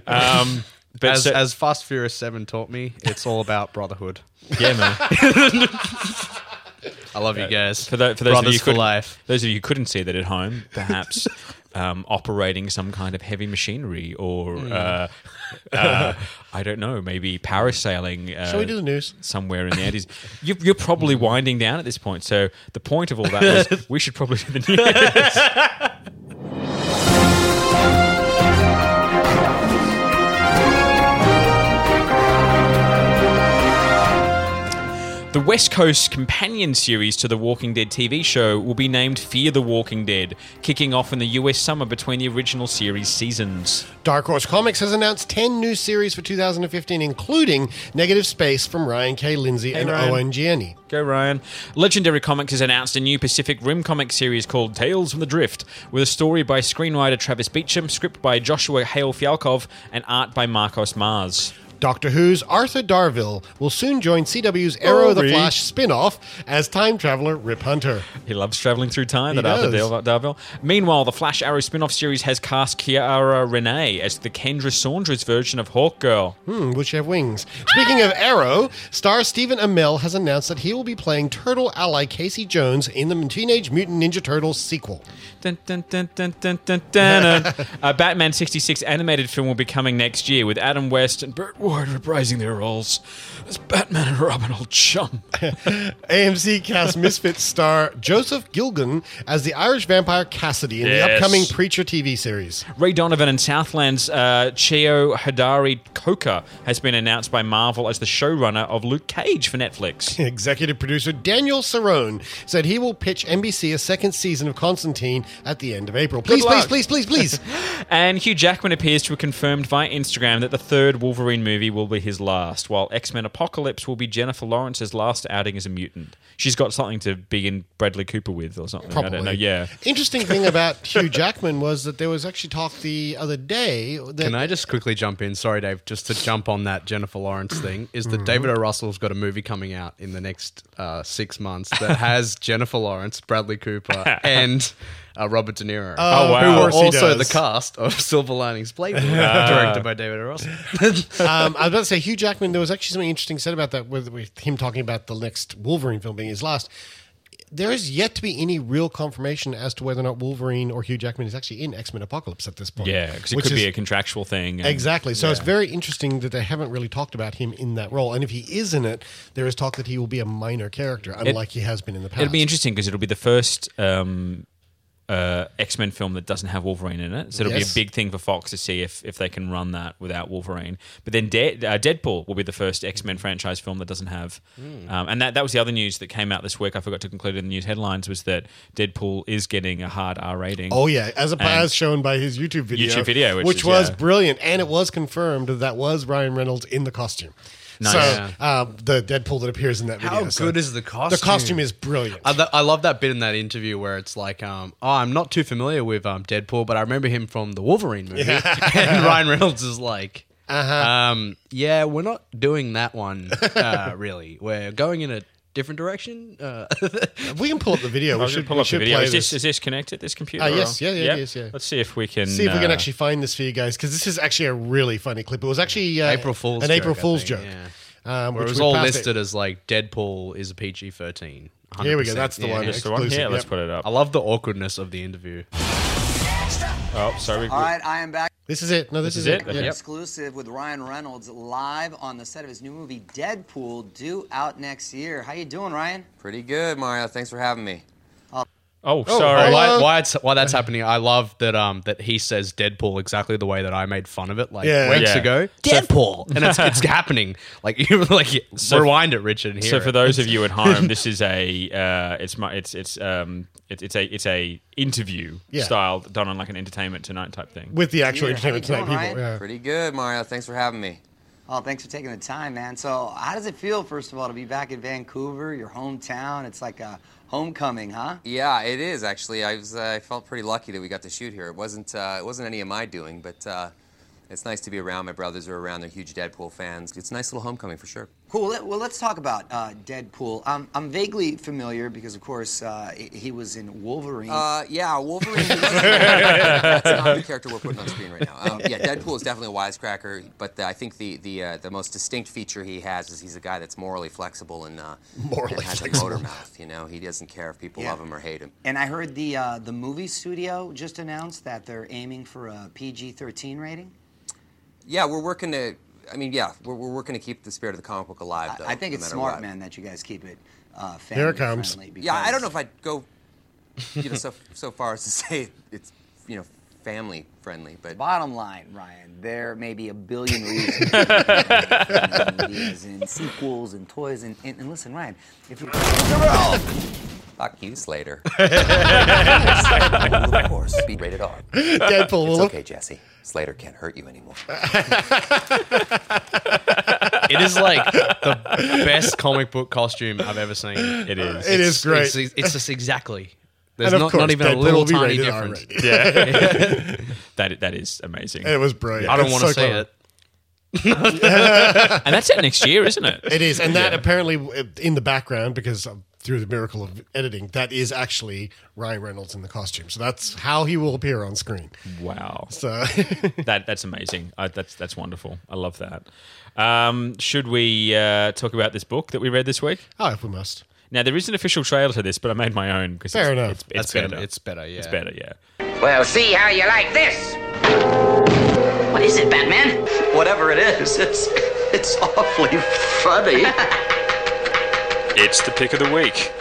S6: Um, but
S8: As
S6: so-
S8: as Fast Furious Seven taught me, it's all about brotherhood.
S6: yeah, man.
S8: I love you guys.
S6: For, tho- for those of
S8: brothers
S6: you who
S8: for
S6: couldn't-
S8: life.
S6: those of you who couldn't see that at home,
S7: (laughs)
S6: perhaps um, operating some kind of heavy machinery or
S7: Hmm.
S6: uh, uh, I don't know, maybe parasailing. Uh,
S7: Shall we do the news?
S6: Somewhere in the 80s. You, you're probably winding down at this point. So the point of all that was we should probably do the news. The West Coast companion series to the Walking Dead TV show will be named Fear the Walking Dead, kicking off in the US summer between the original series seasons.
S7: Dark Horse Comics has announced 10 new series for 2015, including Negative Space from Ryan K. Lindsay and
S6: Ryan.
S7: Owen Gianni.
S6: Go, Ryan. Legendary Comics has announced a new Pacific Rim comic series called Tales from the Drift, with a story by screenwriter Travis Beecham, script by Joshua Hale Fialkov, and art by Marcos Mars.
S7: Doctor Who's Arthur Darville will soon join CW's
S6: Oh,
S7: Arrow the Flash spin off as time traveler Rip Hunter.
S6: He loves traveling through time,
S7: He
S6: that Arthur
S7: does.
S6: Dar- Darville. Meanwhile, the Flash Arrow spin off series has cast Kiara Renee as the Kendra Saunders version of Hawk Girl.
S7: Hmm, would she have wings? Speaking of Arrow, star Stephen Amell has announced that he will be playing Turtle ally Casey Jones in the Teenage Mutant Ninja Turtles sequel.
S6: Dun, dun, dun, dun, dun, dun, dun.
S7: (laughs)
S6: a Batman 66 animated film will be coming next year with Adam West and Burt Ward reprising their roles as Batman and Robin, old chum.
S7: AMC
S6: (laughs)
S7: cast Misfits star Joseph Gilgan as the Irish vampire Cassidy in the
S6: Yes.
S7: upcoming Preacher TV series.
S6: Ray Donovan and Southland's uh, Chio Hadari Coker has been announced by Marvel as the showrunner of Luke Cage for
S7: (laughs)
S6: Netflix.
S7: Executive producer Daniel Cerrone said he will pitch NBC a second season of Constantine at the end of April. Please, please,
S6: luck.
S7: please, please, please.
S6: and Hugh Jackman appears to have confirmed via Instagram that the third Wolverine movie will be his last, while X Men Apocalypse will be Jennifer Lawrence's last outing as a mutant. She's got something to be in Bradley Cooper with or something. (laughs) I don't know. Yeah.
S7: Interesting thing about Hugh Jackman was that there was actually talk the other day that
S8: Can I just quickly jump in? Sorry, Dave, just to jump on that Jennifer Lawrence thing. Is
S7: Mm-hmm.
S8: that David O. Russell's got a movie coming out in the next uh, six months
S7: (laughs)
S8: that has Jennifer Lawrence, Bradley Cooper, and uh, Robert De Niro,
S6: Oh, wow.
S8: who
S7: of
S8: are
S7: course he
S8: also the
S7: does. (laughs)
S8: cast of Silver Linings Playbook, directed by David O. Russell.
S7: Um, I was about to say Hugh Jackman. There was actually something interesting said about that with, with him talking about the next Wolverine film being his last. There is yet to be any real confirmation as to whether or not Wolverine or Hugh Jackman is actually in X Men Apocalypse at this point.
S6: Yeah, because it
S7: Which
S6: could
S7: is-
S6: be a contractual thing. and-
S7: Exactly. So it's
S6: Yeah.
S7: very interesting that they haven't really talked about him in that role. And if he is in it, there is talk that he will be a minor character,
S6: It-
S7: unlike he has been in the past.
S6: It'll be interesting because it'll be the first um, uh, X Men film that doesn't have Wolverine in it, so it'll
S7: Yes.
S6: be a big thing for Fox to see if if they can run that without Wolverine. But then De- uh, Deadpool will be the first X Men franchise film that doesn't have,
S7: Hmm.
S13: Mm.
S6: um, and that that was the other news that came out this week. I forgot to include in the news headlines was that Deadpool is getting a hard R rating.
S7: Oh yeah, as a,
S6: And-
S7: as shown by his YouTube video,
S6: YouTube video, which is-
S7: was
S6: yeah.
S7: brilliant, and it was confirmed that that was Ryan Reynolds in the costume.
S8: Nice.
S7: So
S8: Yeah.
S7: um, the Deadpool that appears in that video.
S8: How
S7: So
S8: good is the costume?
S7: The costume is brilliant.
S8: I, lo- I love that bit in that interview where it's like, um, oh, I'm not too familiar with um, Deadpool, but I remember him from the Wolverine movie.
S13: Yeah.
S8: (laughs) and Ryan Reynolds is like,
S7: Uh-huh.
S8: um, yeah, we're not doing that one,
S7: (laughs)
S8: uh, really. We're going in a different direction. Uh, (laughs)
S7: we can pull up the video.
S6: I was gonna pull up the video. Is this, is this connected? This computer?
S7: Uh, yes,
S6: or-
S7: yeah, yeah,
S6: Yep.
S7: it is, yeah.
S6: Let's see if we can
S7: See if we can
S6: uh,
S7: actually find this for you guys because this is actually a really funny clip. It was actually uh,
S8: April Fool's
S7: an
S8: joke,
S7: April
S8: I
S7: Fool's
S8: think,
S7: joke.
S8: yeah.
S7: Um,
S8: where it
S7: which
S8: was
S7: we
S8: all
S7: passed it.
S8: listed as like Deadpool is a PG 13.
S7: Here we go, that's the one, That's the one? exclusive, Yeah, let's yep. put
S6: it up.
S8: I love the awkwardness of the interview.
S6: Oh, sorry.
S9: All right, I am back.
S7: This is it. No, this,
S8: This
S7: is,
S8: is
S7: it.
S8: it? Okay. Yep.
S9: Exclusive with Ryan Reynolds live on the set of his new movie Deadpool, due out next year. How you doing, Ryan?
S10: Pretty good, Mario. Thanks for having me.
S6: Oh,
S8: sorry. Why, why, it's, why that's happening? I love that um that he says Deadpool exactly the way that I made fun of it like
S6: Yeah.
S8: weeks
S6: Yeah.
S8: ago. Deadpool, and it's,
S6: (laughs)
S8: it's happening. Like (laughs) you like
S6: So-
S8: rewind it, Richard. And hear
S6: so for
S8: it.
S6: those of you at home, this is a uh, it's my it's it's um it's it's a it's a interview
S10: Yeah.
S6: style done on like an Entertainment Tonight type thing
S7: With the actual
S9: Here, how
S7: Entertainment
S9: you
S7: Tonight
S9: doing,
S7: people.
S9: Ryan?
S7: Yeah.
S10: Pretty good, Mario. Thanks for having me.
S9: Oh, thanks for taking the time, man. So, how does it feel, first of all, to be back in Vancouver, your hometown? It's like a homecoming, huh?
S10: Yeah, it is actually. I was uh, I felt pretty lucky that we got to shoot here. It wasn't uh, it wasn't any of my doing, but uh, it's nice to be around. My brothers are around. They're huge Deadpool fans. It's a nice little homecoming for sure.
S9: Cool. Let, well, let's talk about uh, Deadpool. Um, I'm vaguely familiar because, of course, uh, he- he was in Wolverine.
S10: Uh, yeah,
S9: (laughs)
S10: Wolverine. he was- That's not the character we're putting on screen right now. Um, yeah, Deadpool is definitely a wisecracker, but the, I think the the uh, the most distinct feature he has is he's a guy that's morally flexible and uh,
S9: Morally
S10: and has
S9: flexible.
S10: a motor mouth. You know, he doesn't care if people
S9: Yeah.
S10: love him or hate him.
S9: And I heard the uh, the movie studio just announced that they're aiming for a PG-13 rating.
S10: Yeah, we're working to. I mean, yeah, we're, we're working to keep the spirit of the comic book alive. Though,
S9: I think
S10: no
S9: it's
S10: matter
S9: smart,
S10: what.
S9: man, that you guys keep it uh, family
S10: There
S7: comes.
S9: friendly.
S10: Yeah, I don't know
S9: because-
S10: if I'd go, you know, so so far as to (laughs) say it's you know family friendly, but
S9: Bottom line, Ryan, there may be
S10: (laughs)
S9: a billion reasons. Movies and sequels and toys and, and, and listen, Ryan, if you
S10: (laughs) fuck you,
S9: (laughs)
S10: Slater. Slater, of course, be rated R.
S7: (laughs) Deadpool.
S10: It's okay, Jesse. Slater can't hurt you anymore.
S8: it is like the best comic book costume I've ever seen. It
S6: is.
S7: It is great.
S8: It's, it's just exactly. There's
S7: And
S8: not,
S7: of course,
S8: not even
S7: Deadpool
S8: a little
S7: will be
S8: tiny
S7: rated R
S8: difference.
S7: (laughs) rated.
S6: Yeah, that that is amazing.
S7: It was brilliant.
S8: I don't
S7: It's
S8: want to
S7: so
S8: say
S7: clever.
S8: it.
S6: and that's it next year, isn't
S7: (laughs)
S6: it?
S7: It is, and that
S6: Yeah.
S7: apparently apparently uh, in the background because um, through the miracle of editing, that is actually Ryan Reynolds in the costume. So that's how he will appear on screen.
S6: Wow.
S7: So (laughs)
S6: that that's amazing. I, that's that's wonderful. I love that. Um, should we uh, talk about this book that we read this week?
S7: Oh, if we must.
S6: Now there is an official trailer to this, but I made my own because it's,
S7: Fair enough.
S6: It's, it's
S8: That's
S6: better.
S8: better. It's better,
S6: It's
S8: yeah.
S6: better. Yeah.
S14: Well, see how you like this. What is it, Batman?
S15: Whatever it is, it's it's awfully funny. it's the pick of the week.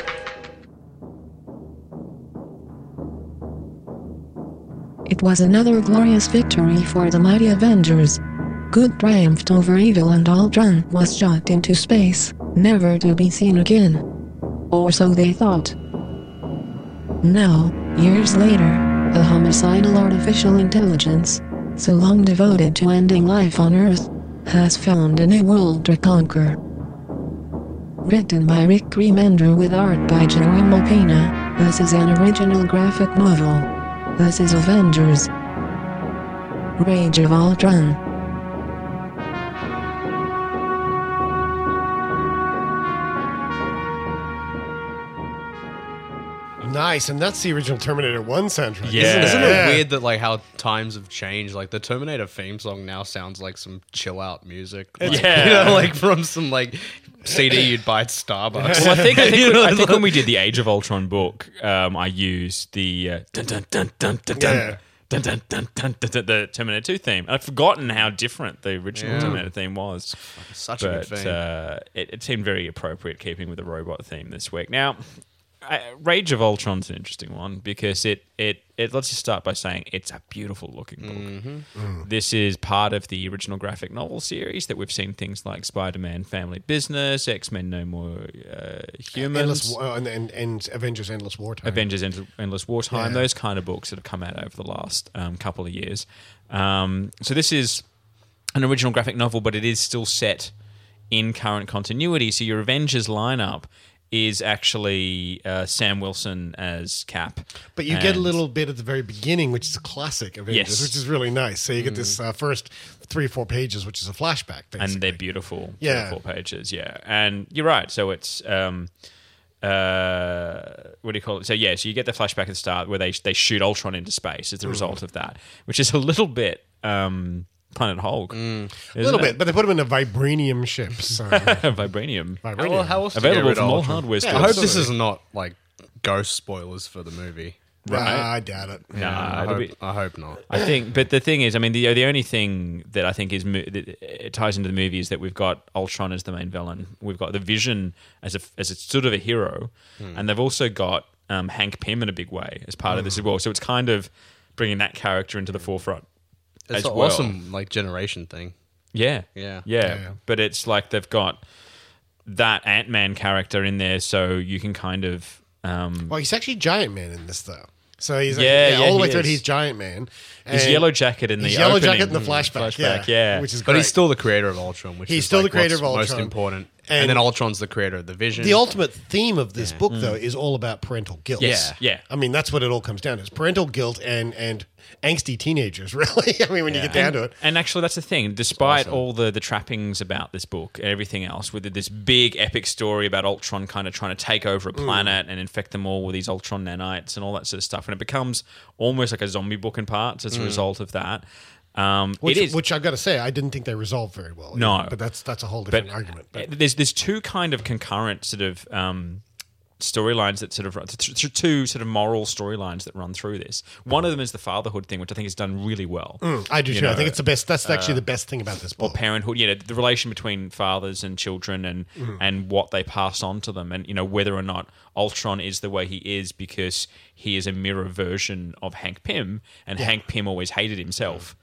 S16: (laughs) It was another glorious victory for the mighty Avengers. Good triumphed over evil and Ultron was shot into space, never to be seen again. Or so they thought. Now, years later, the homicidal artificial intelligence, so long devoted to ending life on Earth, has found a new world to conquer. Written by Rick Remender with art by Jerome Pena, this is an original graphic novel. This is Avengers. Rage of Ultron.
S7: Nice, and that's the original Terminator One soundtrack.
S8: Yeah. Isn't,
S7: isn't
S8: it
S7: Yeah.
S8: weird that like how times have changed? Like the Terminator theme song now sounds like some chill out music. Like,
S6: Yeah.
S8: You know, like from some like CD you'd buy at Starbucks.
S6: Well, I think, I think,
S8: You
S6: when,
S8: know,
S6: I think
S8: like-
S6: when we did the Age of Ultron book, um, I used the uh, dun dun dun dun dun dun.
S8: Yeah.
S6: Dun, dun, dun, dun, dun, dun, the Terminator 2 theme. I've forgotten how different the original
S8: Yeah.
S6: Terminator theme was.
S8: (laughs) such a good
S6: But,
S8: theme.
S6: Uh, it, it seemed very appropriate keeping with the robot theme this week. Now, I, Rage of Ultron's an interesting one because it, it, it let's just start by saying it's a beautiful looking book.
S8: Mm-hmm.
S6: This is part of the original graphic novel series that we've seen things like Spider Man Family Business, X Men No More uh, Humans,
S7: Endless War, and, and, and Avengers Endless Wartime.
S6: Avengers End- Endless Wartime,
S7: Yeah.
S6: those kind of books that have come out over the last um, couple of years. Um, so this is an original graphic novel, but it is still set in current continuity. So your Avengers lineup is actually uh, Sam Wilson as Cap.
S7: But you get a
S6: and-
S7: little bit at the very beginning, which is a classic Avengers,
S6: Yes. Mm.
S7: which is really nice. So you get this uh, first three, four pages, which is a flashback. Basically.
S6: and they're beautiful,
S7: Yeah.
S6: beautiful pages. Yeah, and you're right. So it's um, uh, what do you call it? So yeah, so you get the flashback at the start where they they shoot Ultron into space as a
S7: Mm.
S6: result of that, which is a little bit um, Planet Hulk,
S7: A little bit, but they put them in a vibranium ship.
S6: (laughs)
S7: So.
S6: Vibranium.
S7: (laughs) Vibranium.
S8: Well, how else do you
S6: Available
S8: get rid of
S6: from all
S8: Ultron?
S6: hardware
S8: Yeah, I
S6: stores.
S8: hope this is
S6: Absolutely.
S8: not like ghost spoilers for the movie.
S7: Nah, I doubt it.
S8: Yeah,
S6: Nah,
S8: I,
S6: it'll
S8: hope,
S6: be-
S8: I hope not.
S6: I think, but the thing is, I mean, the the only thing that I think is mo- that it ties into the movie is that we've got Ultron as the main villain, we've got the Vision as a as a sort of a hero,
S11: Hmm.
S6: and they've also got um, Hank Pym in a big way as part of this as well. So it's kind of bringing that character into the forefront.
S8: It's
S6: as
S8: an
S6: well.
S8: awesome like generation thing.
S6: Yeah.
S8: Yeah.
S6: Yeah. But it's like they've got that Ant Man character in there, so you can kind of. Um,
S7: Well, he's actually Giant Man in this though. So he's
S6: Yeah,
S7: yeah,
S6: yeah,
S7: all the
S6: he
S7: way through
S6: is.
S7: it, he's Giant Man.
S6: His
S7: And
S6: yellow jacket in the
S7: his yellow
S6: opening.
S7: jacket in the
S6: Mm,
S7: flashback,
S6: flashback,
S7: yeah,
S6: yeah.
S7: which is
S8: But
S7: great.
S8: he's still the creator of Ultron, which
S7: He's
S8: is
S7: still
S8: like,
S7: the creator
S8: what's
S7: of
S8: most
S7: Ultron.
S8: important. And,
S7: And-
S8: then Ultron's the creator of the Vision.
S7: the ultimate theme of this book,
S8: Mm.
S7: though, is all about parental guilt.
S8: Yes. Yeah. Yeah.
S7: I mean, that's what it all comes down to: is parental guilt and and angsty teenagers. (laughs) Really, I mean, when you get down
S6: and,
S7: to it,
S6: And actually, that's the thing. Despite all the the trappings about this book and everything else, with this big epic story about Ultron kind of trying to take over a
S11: Mm.
S6: planet and infect them all with these Ultron nanites and all that sort of stuff, and it becomes almost like a zombie book in parts as a
S7: Mm.
S6: result of that. Um,
S7: which,
S6: it is.
S7: which I've got to say, I didn't think they resolved very well.
S6: No.
S7: but that's that's a whole different argument. But
S6: eh, there's there's two kind of concurrent sort of um, storylines that sort of run, th- th- two sort of moral storylines that run through this. One of them is the fatherhood thing, which I think is done really well.
S7: Mm, I do
S6: You
S7: too. I
S6: know,
S7: think it's the best. That's actually
S6: uh,
S7: the best thing about this book.
S6: or parenthood. You know, the relation between fathers and children, and
S7: Mm.
S6: and what they pass on to them, and you know whether or not Ultron is the way he is because he is a mirror version of Hank Pym, and
S7: Yeah. Mm-hmm.
S6: Hank Pym always hated himself.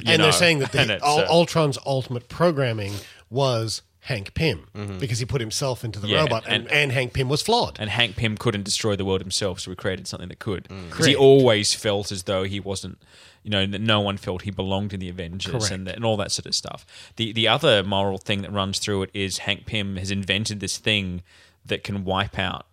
S6: you
S7: and they're
S6: know, (laughs)
S7: saying that
S6: and
S7: the,
S6: it's,
S7: Ul-
S6: uh,
S7: Ultron's ultimate programming was Hank Pym because he put himself into the
S6: Mm-hmm. Yeah,
S7: robot, and, and, Hank Pym was flawed.
S6: And Hank Pym couldn't destroy the world himself, so we created something that could.
S8: Mm.
S6: Because he
S7: Correct.
S6: always felt as though he wasn't, you know, that no one felt he belonged in the Avengers
S11: Correct.
S6: and, that, and all that sort of stuff. The the other moral thing that runs through it is Hank Pym has invented this thing that can wipe out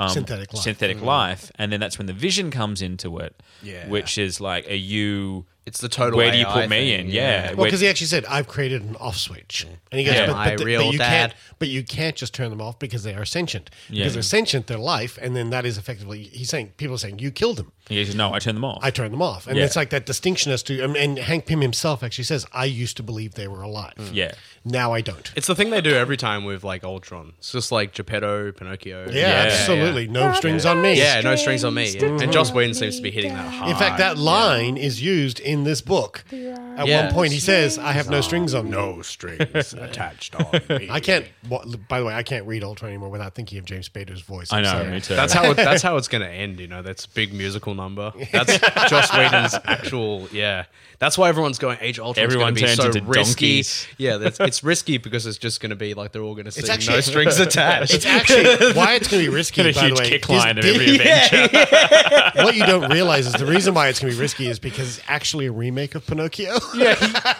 S6: um,
S7: Synthetic life.
S6: synthetic
S7: Mm.
S6: life, and then that's when the Vision comes into it,
S7: Yeah.
S6: which is like, are you?
S8: It's the total
S6: Where do you
S8: AI
S6: put me
S8: thing,
S6: in?
S8: yeah.
S6: Yeah,
S7: well,
S6: where-
S7: because he actually said, "I've created an off switch," and he goes,
S6: Mm-hmm. Yeah.
S7: but,
S6: My
S7: but, the-
S6: real
S7: but you
S6: dad.
S7: can't, but you can't just turn them off because they are sentient.
S6: Yeah.
S7: Because they're sentient, they're life, and then that is effectively he's saying people are saying you killed him.
S6: he says, no, I turned them off.
S7: I turned them off, and
S6: Yeah.
S7: it's like that distinction as to. um, And, and Hank Pym himself actually says, "I used to believe they were alive.
S8: Mm.
S6: Yeah.
S7: now I don't."
S8: It's the thing they do every time with like Ultron. It's just like Geppetto, Pinocchio.
S7: Yeah, absolutely. No strings on me.
S8: Yeah, no strings on me.
S7: Strings
S8: And
S7: to
S8: Joss
S7: me
S8: Whedon seems to be hitting that hard.
S7: In fact,
S8: (laughs)
S7: that line is used in this book. At
S8: Yeah.
S7: one point, he says, "I have no strings on me.
S8: No (laughs) strings attached on me."
S7: I can't. wa- By the way, I can't read Ultron anymore without thinking of James Spader's voice. I'm sorry.
S8: That's how
S7: (laughs)
S8: it, that's how it's going to end. You know, that's a big musical number. That's Joss Whedon's actual. Yeah, that's why everyone's going. Age Ultron.
S6: Everyone
S8: be
S6: turns
S8: so
S6: into
S8: risky.
S6: donkeys.
S8: Yeah, that's, it's risky because it's just going to be like they're all going to sing
S7: It's
S8: no
S7: (laughs)
S8: strings attached. (laughs)
S7: It's actually why it's going to be risky.
S8: Get a
S7: by
S8: huge
S7: the way,
S8: kick
S7: is
S8: line in
S7: (laughs)
S8: every
S7: what you don't realize is the reason why it's going to be risky is because it's actually a remake of Pinocchio. Yeah,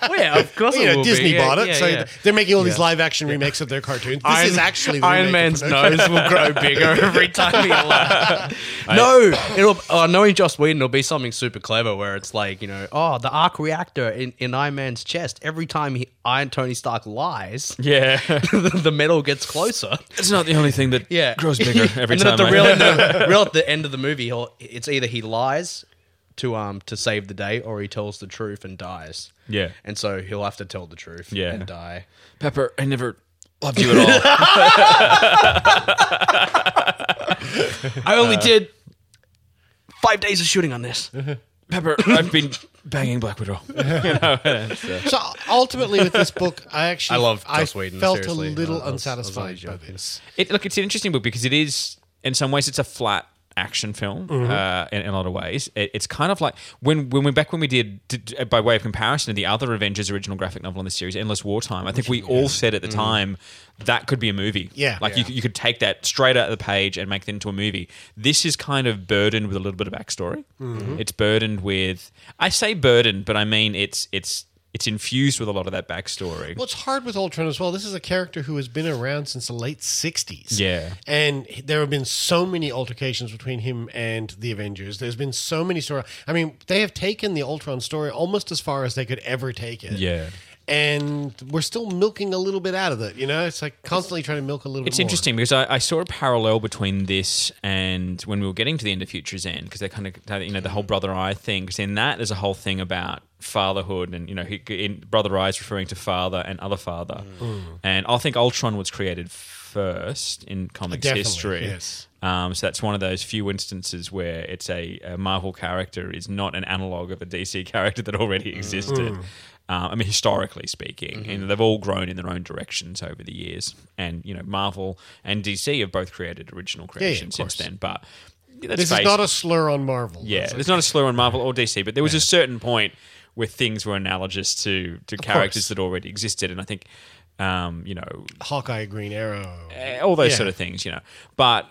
S8: well, yeah, of course.
S7: you
S8: it
S7: know,
S8: will be.
S7: Disney
S8: Yeah,
S7: bought it,
S8: yeah,
S7: so
S8: yeah.
S7: they're making all these
S8: Yeah.
S7: live action remakes of their cartoons. This
S8: Iron-
S7: is actually the
S8: Iron
S7: remake
S8: Man's
S7: of those.
S8: nose will (laughs) grow bigger every time (laughs) he laughs. no, it'll. Oh, knowing Joss Whedon, it'll be something super clever where it's like you know, oh, the arc reactor in, in Iron Man's chest. Every time he Iron Tony Stark lies, (laughs)
S6: yeah, (laughs)
S8: the, the metal gets closer.
S6: It's not the only thing that
S8: yeah. (laughs)
S6: grows bigger every
S8: and then
S6: time.
S8: At the
S6: I-
S8: real, end
S6: (laughs)
S8: of, real at the end of the movie, he'll, it's either he lies to um to save the day, or he tells the truth and dies.
S6: Yeah.
S8: and so he'll have to tell the truth.
S6: Yeah.
S8: and die.
S6: Pepper, I never loved you at
S8: (laughs)
S6: all.
S8: I only did five days of shooting on this.
S6: Pepper, I've been banging Black Widow. You know, and so-
S7: (laughs) So ultimately, with this book, I actually
S6: I love
S7: I
S6: Joss Whedon,
S7: felt
S6: seriously.
S7: a little
S6: I was- I was
S7: unsatisfied
S6: only
S7: by this.
S6: It, look, it's an interesting book because it is, in some ways, it's a flat action film
S8: Mm-hmm.
S7: Mhm.
S6: uh, in, in a lot of ways. It, it's kind of like when when we back when we did, did uh, by way of comparison to the other Avengers original graphic novel in the series, Endless Wartime. I think we all said at the
S8: Mhm.
S6: time that could be a movie.
S8: Yeah.
S6: like You,
S8: Yeah.
S6: could- you could take that straight out of the page and make it into a movie. This is kind of burdened with a little bit of backstory.
S8: Mhm.
S6: It's burdened with I say burdened, but I mean it's it's it's infused with a lot of that backstory.
S7: Well, it's hard with Ultron as well. This is a character who has been around since the late '60s.
S6: Yeah.
S7: and there have been so many altercations between him and the Avengers. There's been so many story. I mean, they have taken the Ultron story almost as far as they could ever take it.
S6: Yeah.
S7: and we're still milking a little bit out of it. You know, it's like constantly trying to milk a little.
S6: It's
S7: bit more.
S6: interesting because I, I saw a parallel between this and when we were getting to the end of Future's End because they kind of you know the whole brother eye thing because in that there's a whole thing about fatherhood and you know he, in brother eye is referring to father and other father
S8: Mm.
S6: and I think Ultron was created first in comics
S8: Definitely,
S6: history.
S8: yes.
S6: Um, so that's one of those few instances where it's a, a Marvel character is not an analog of a DC (laughs) character that already existed.
S8: Mm.
S6: Um, I mean, historically speaking,
S7: Mm-hmm.
S6: and they've all grown in their own directions over the years. And you know, Marvel and DC have both created original
S7: Yeah, yeah, of
S6: creations since
S7: course.
S6: then. But let's
S7: This is
S6: face
S7: not a slur on Marvel.
S6: yeah,
S7: It's like-
S6: there's not a slur on Marvel or DC, but there was a certain point where things were analogous to to characters
S7: course.
S6: that already existed, and I think, um, you know,
S7: Hawkeye, Green Arrow,
S6: eh, all those
S7: Yeah.
S6: sort of things, you know. But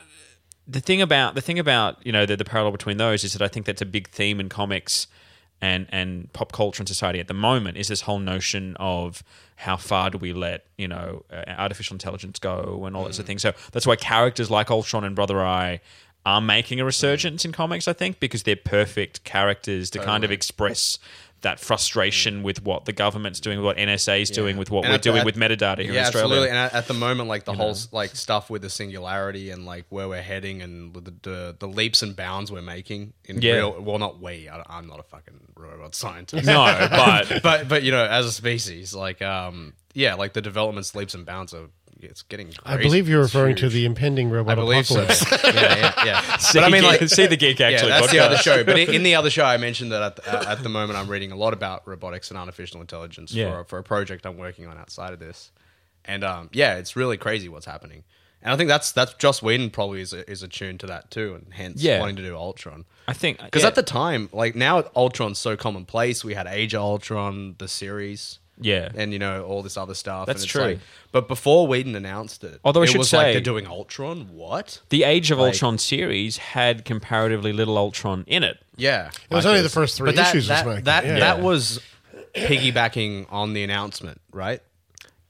S6: the thing about the thing about you know the, the parallel between those is that I think that's a big theme in comics and and pop culture and society at the moment is this whole notion of how far do we let you know uh, artificial intelligence go and all that sort of
S8: Mm.
S6: thing. So that's why characters like Ultron and Brother Eye are making a resurgence
S8: Mm.
S6: in comics. I think because they're perfect characters to kind of express. That frustration with what the government's doing, with what NSA's doing, with what
S8: Mm. And
S6: we're
S8: at the-
S6: doing
S8: at-
S6: with metadata here
S8: yeah,
S6: in Australia.
S8: absolutely. And at, at the moment, like the
S6: You
S8: whole
S6: know.
S8: like stuff with the singularity and like where we're heading and with the the, the leaps and bounds we're making in
S6: Yeah.
S8: real. Well, not we. I, I'm not a fucking robot scientist. (laughs)
S6: No, but-
S8: but but you know, as a species, like um, yeah, like the developments leaps and bounds are. It's getting.
S7: I
S8: crazy.
S7: believe you're
S8: It's
S7: referring to
S8: huge.
S7: the impending robot
S8: I believe (laughs)
S7: apocalypse.
S8: so. yeah,
S6: (laughs)
S8: yeah, yeah.
S6: See the Geek- see the Geek Actually
S8: Yeah, that's the other
S6: podcast.
S8: show. But i- in the other show, I mentioned that at the, at the moment I'm reading a lot about robotics and artificial intelligence
S6: Yeah.
S8: for, for a project I'm working on outside of this. And um, yeah, it's really crazy what's happening. And I think that's that's Joss Whedon probably is is attuned to that too, and hence
S6: Yeah.
S8: wanting to do Ultron.
S6: I think uh,
S8: Because
S6: yeah.
S8: at the time, like now, Ultron's so commonplace. We had Age of Ultron, the series,
S6: Yeah.
S8: and you know all this other stuff.
S6: That's
S8: and it's
S6: true.
S8: like- but before Whedon announced it,
S6: Although I
S8: it
S6: should
S8: was
S6: say-
S8: like they're doing Ultron. What?
S6: The Age of
S8: Like-
S6: Ultron series had comparatively little Ultron in it.
S8: Yeah,
S7: It was only the first three
S8: But that,
S7: issues was
S8: That
S7: my-
S8: that,
S7: yeah.
S8: that
S6: Yeah.
S8: was piggybacking on the announcement, right?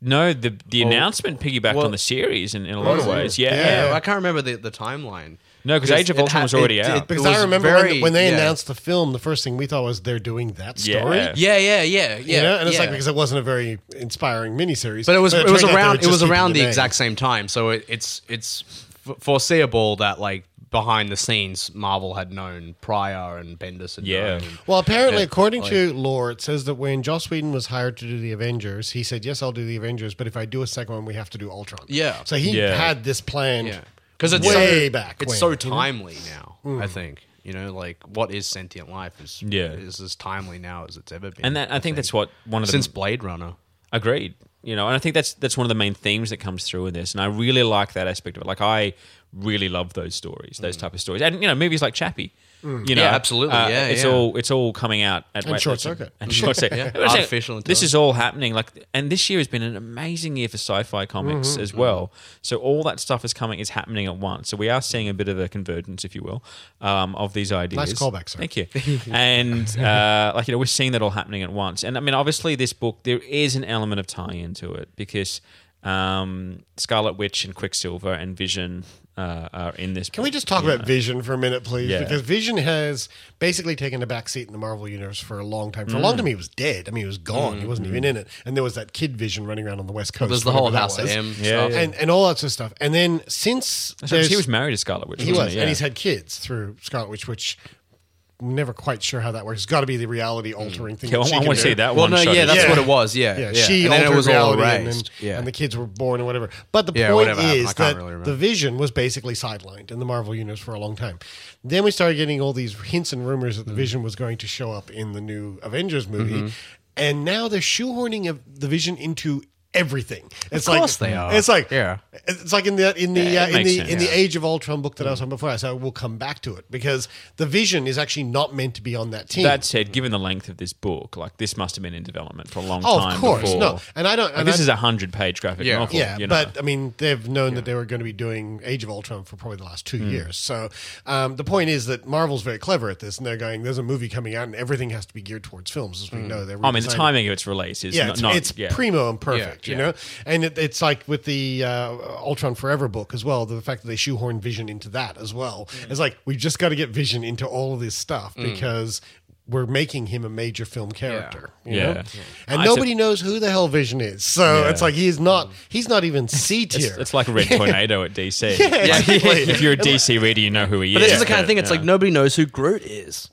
S6: No, the the
S8: Well-
S6: announcement piggybacked
S8: well-
S6: on the series in, in a lot of ways. Yeah.
S8: I can't remember the, the timeline.
S6: No, 'cause Age of
S8: it
S6: Ultron was already out.
S8: it
S7: Because
S8: was
S7: I remember when-
S8: very-
S7: when, they
S8: yeah.
S7: announced the film, the first thing we thought was they're doing that
S8: Yeah.
S7: story.
S8: Yeah, yeah, yeah,
S7: You
S8: yeah,
S7: know? And it's like
S8: yeah.
S7: because it wasn't a very inspiring miniseries.
S8: But it was it, was
S7: turned out they
S8: around
S7: were
S8: it was
S7: just keeping
S8: around the
S7: name.
S8: exact same time, so it, it's it's f- foreseeable that like behind the scenes Marvel had known prior and Bendis had
S6: Yeah.
S8: known.
S7: Well, apparently,
S8: Yeah,
S7: according
S8: like-
S7: to lore, it says that when Joss Whedon was hired to do the Avengers, he said, "Yes, I'll do the Avengers, but if I do a second one, we have to do Ultron."
S8: Yeah.
S7: So he
S8: Yeah.
S7: had this planned
S8: (laughs) because it's
S7: way
S8: so,
S7: back.
S8: It's
S7: when,
S8: so
S6: Mm-hmm.
S7: you know?
S8: timely now. I
S7: Mm.
S8: think you know, like what is sentient life is
S6: Yeah.
S8: is as timely now as it's ever been.
S6: And that I think that's what one of the
S8: since Blade Runner.
S6: Agreed. You know, and I think that's that's one of the main themes that comes through in this. And I really like that aspect of it. Like I really love those stories, those type of stories, and you know, movies like Chappie.
S8: Mm.
S6: You know, uh,
S8: Yeah, absolutely. Yeah,
S6: it's
S8: yeah.
S6: all it's all coming out at
S8: And
S6: wa-
S8: Short
S6: it's a-
S8: Circuit.
S6: and
S8: (laughs)
S6: short circuit.
S8: Yeah.
S6: I'm saying,
S8: Artificial
S6: This is all happening. Like, and this year has been an amazing year for sci-fi comics
S8: Mhm.
S6: as well. So all that stuff is coming is happening at once. So we are seeing a bit of a convergence, if you will, um, of these ideas.
S7: callback, sir.
S6: Thank you. and uh, like you know, we're seeing that all happening at once. And I mean, obviously, this book there is an element of tie-in to it because um, Scarlet Witch and Quicksilver and Vision uh, are in this.
S7: Can we just talk about Vision for a minute, please?
S6: Yeah.
S7: Because Vision has basically taken a back seat in the Marvel universe for a long time. For a
S6: Mm.
S7: long time, he was dead. I mean, he was gone. He wasn't
S8: Mm.
S7: even in it. And there was that kid Vision running around on the West Coast.
S8: There's the whole
S7: whatever
S8: House
S7: that
S8: of
S7: was.
S8: M Yeah, stuff. yeah.
S7: and and all that sort of stuff. And then since
S6: That's right, 'cause
S7: there's-
S6: he was married to Scarlet Witch,
S7: he
S6: wasn't
S7: was,
S6: he? Yeah.
S7: and he's had kids through Scarlet Witch, which. I'm Never quite sure how that works. It's got to be the reality altering thing.
S6: Okay,
S7: that
S6: Mm. I wanna- I
S7: she can
S6: wanna
S7: do.
S6: see that Well, one, no, Shudder. yeah, that's what it was, yeah, yeah.
S7: she
S6: And then it
S7: altered
S6: was all
S7: reality, and,
S6: erased,
S7: then-
S6: yeah.
S7: and the kids were born or whatever. But the
S8: Yeah,
S7: point
S8: whatever happened, I
S7: is
S8: can't
S7: that
S8: really remember.
S7: the Vision was basically sidelined in the Marvel universe for a long time. Then we started getting all these hints and rumors
S8: Mm-hmm.
S7: that the Vision was going to show up in the new Avengers movie,
S8: Mhm.
S7: and now they're shoehorning of the Vision into everything. It's
S8: course
S7: like
S8: they are.
S7: It's like
S8: Yeah.
S7: It's like in the in the
S8: Yeah, it
S7: uh, in
S8: makes
S7: the
S8: sense.
S7: in the
S8: Yeah. Mm.
S7: Age of Ultron book that I was on before. I said we'll come back to it because the Vision is actually not meant to be on that team.
S6: That said, given the length of this book, like this must have been in development for a long
S7: Oh, of
S6: time.
S7: course,
S6: before.
S7: no, and I don't-
S6: Like,
S7: and
S6: this
S7: I-
S6: is a hundred-page graphic novel.
S7: Yeah,
S6: you know.
S7: but I mean, they've known that they were going to be doing Age of Ultron for probably the last two
S6: Mm.
S7: years. So um, the point is that Marvel's very clever at this, and they're going, "There's a movie coming out, and everything has to be geared towards films." As we know, they're
S6: Hmm. I mean, the
S7: redesigning-
S6: timing of its release is
S7: yeah,
S6: not,
S7: it's,
S6: not-
S7: it's
S6: yeah.
S7: primo and perfect,
S6: Yeah,
S7: you
S6: yeah.
S7: know. And it, it's like with the uh, Ultron Forever book as well. The fact that they shoehorn Vision into that as well.
S6: Mm.
S7: It's like we've just got to get Vision into all of this stuff
S8: Mm.
S7: because we're making him a major film character.
S8: Yeah.
S7: you
S8: Yeah.
S7: know?
S8: Yeah.
S7: and
S8: I
S7: nobody knows who the hell Vision is. So
S6: Yeah. Mm.
S7: it's like he's not. He's not even C tier.
S6: It's, it's like a
S7: (laughs)
S6: red tornado at DC.
S7: Yeah, exactly.
S6: if you're a DC reader, you know who he
S8: But
S6: is.
S8: this is the kind of thing. It's
S6: Yeah.
S8: like nobody knows who Groot is.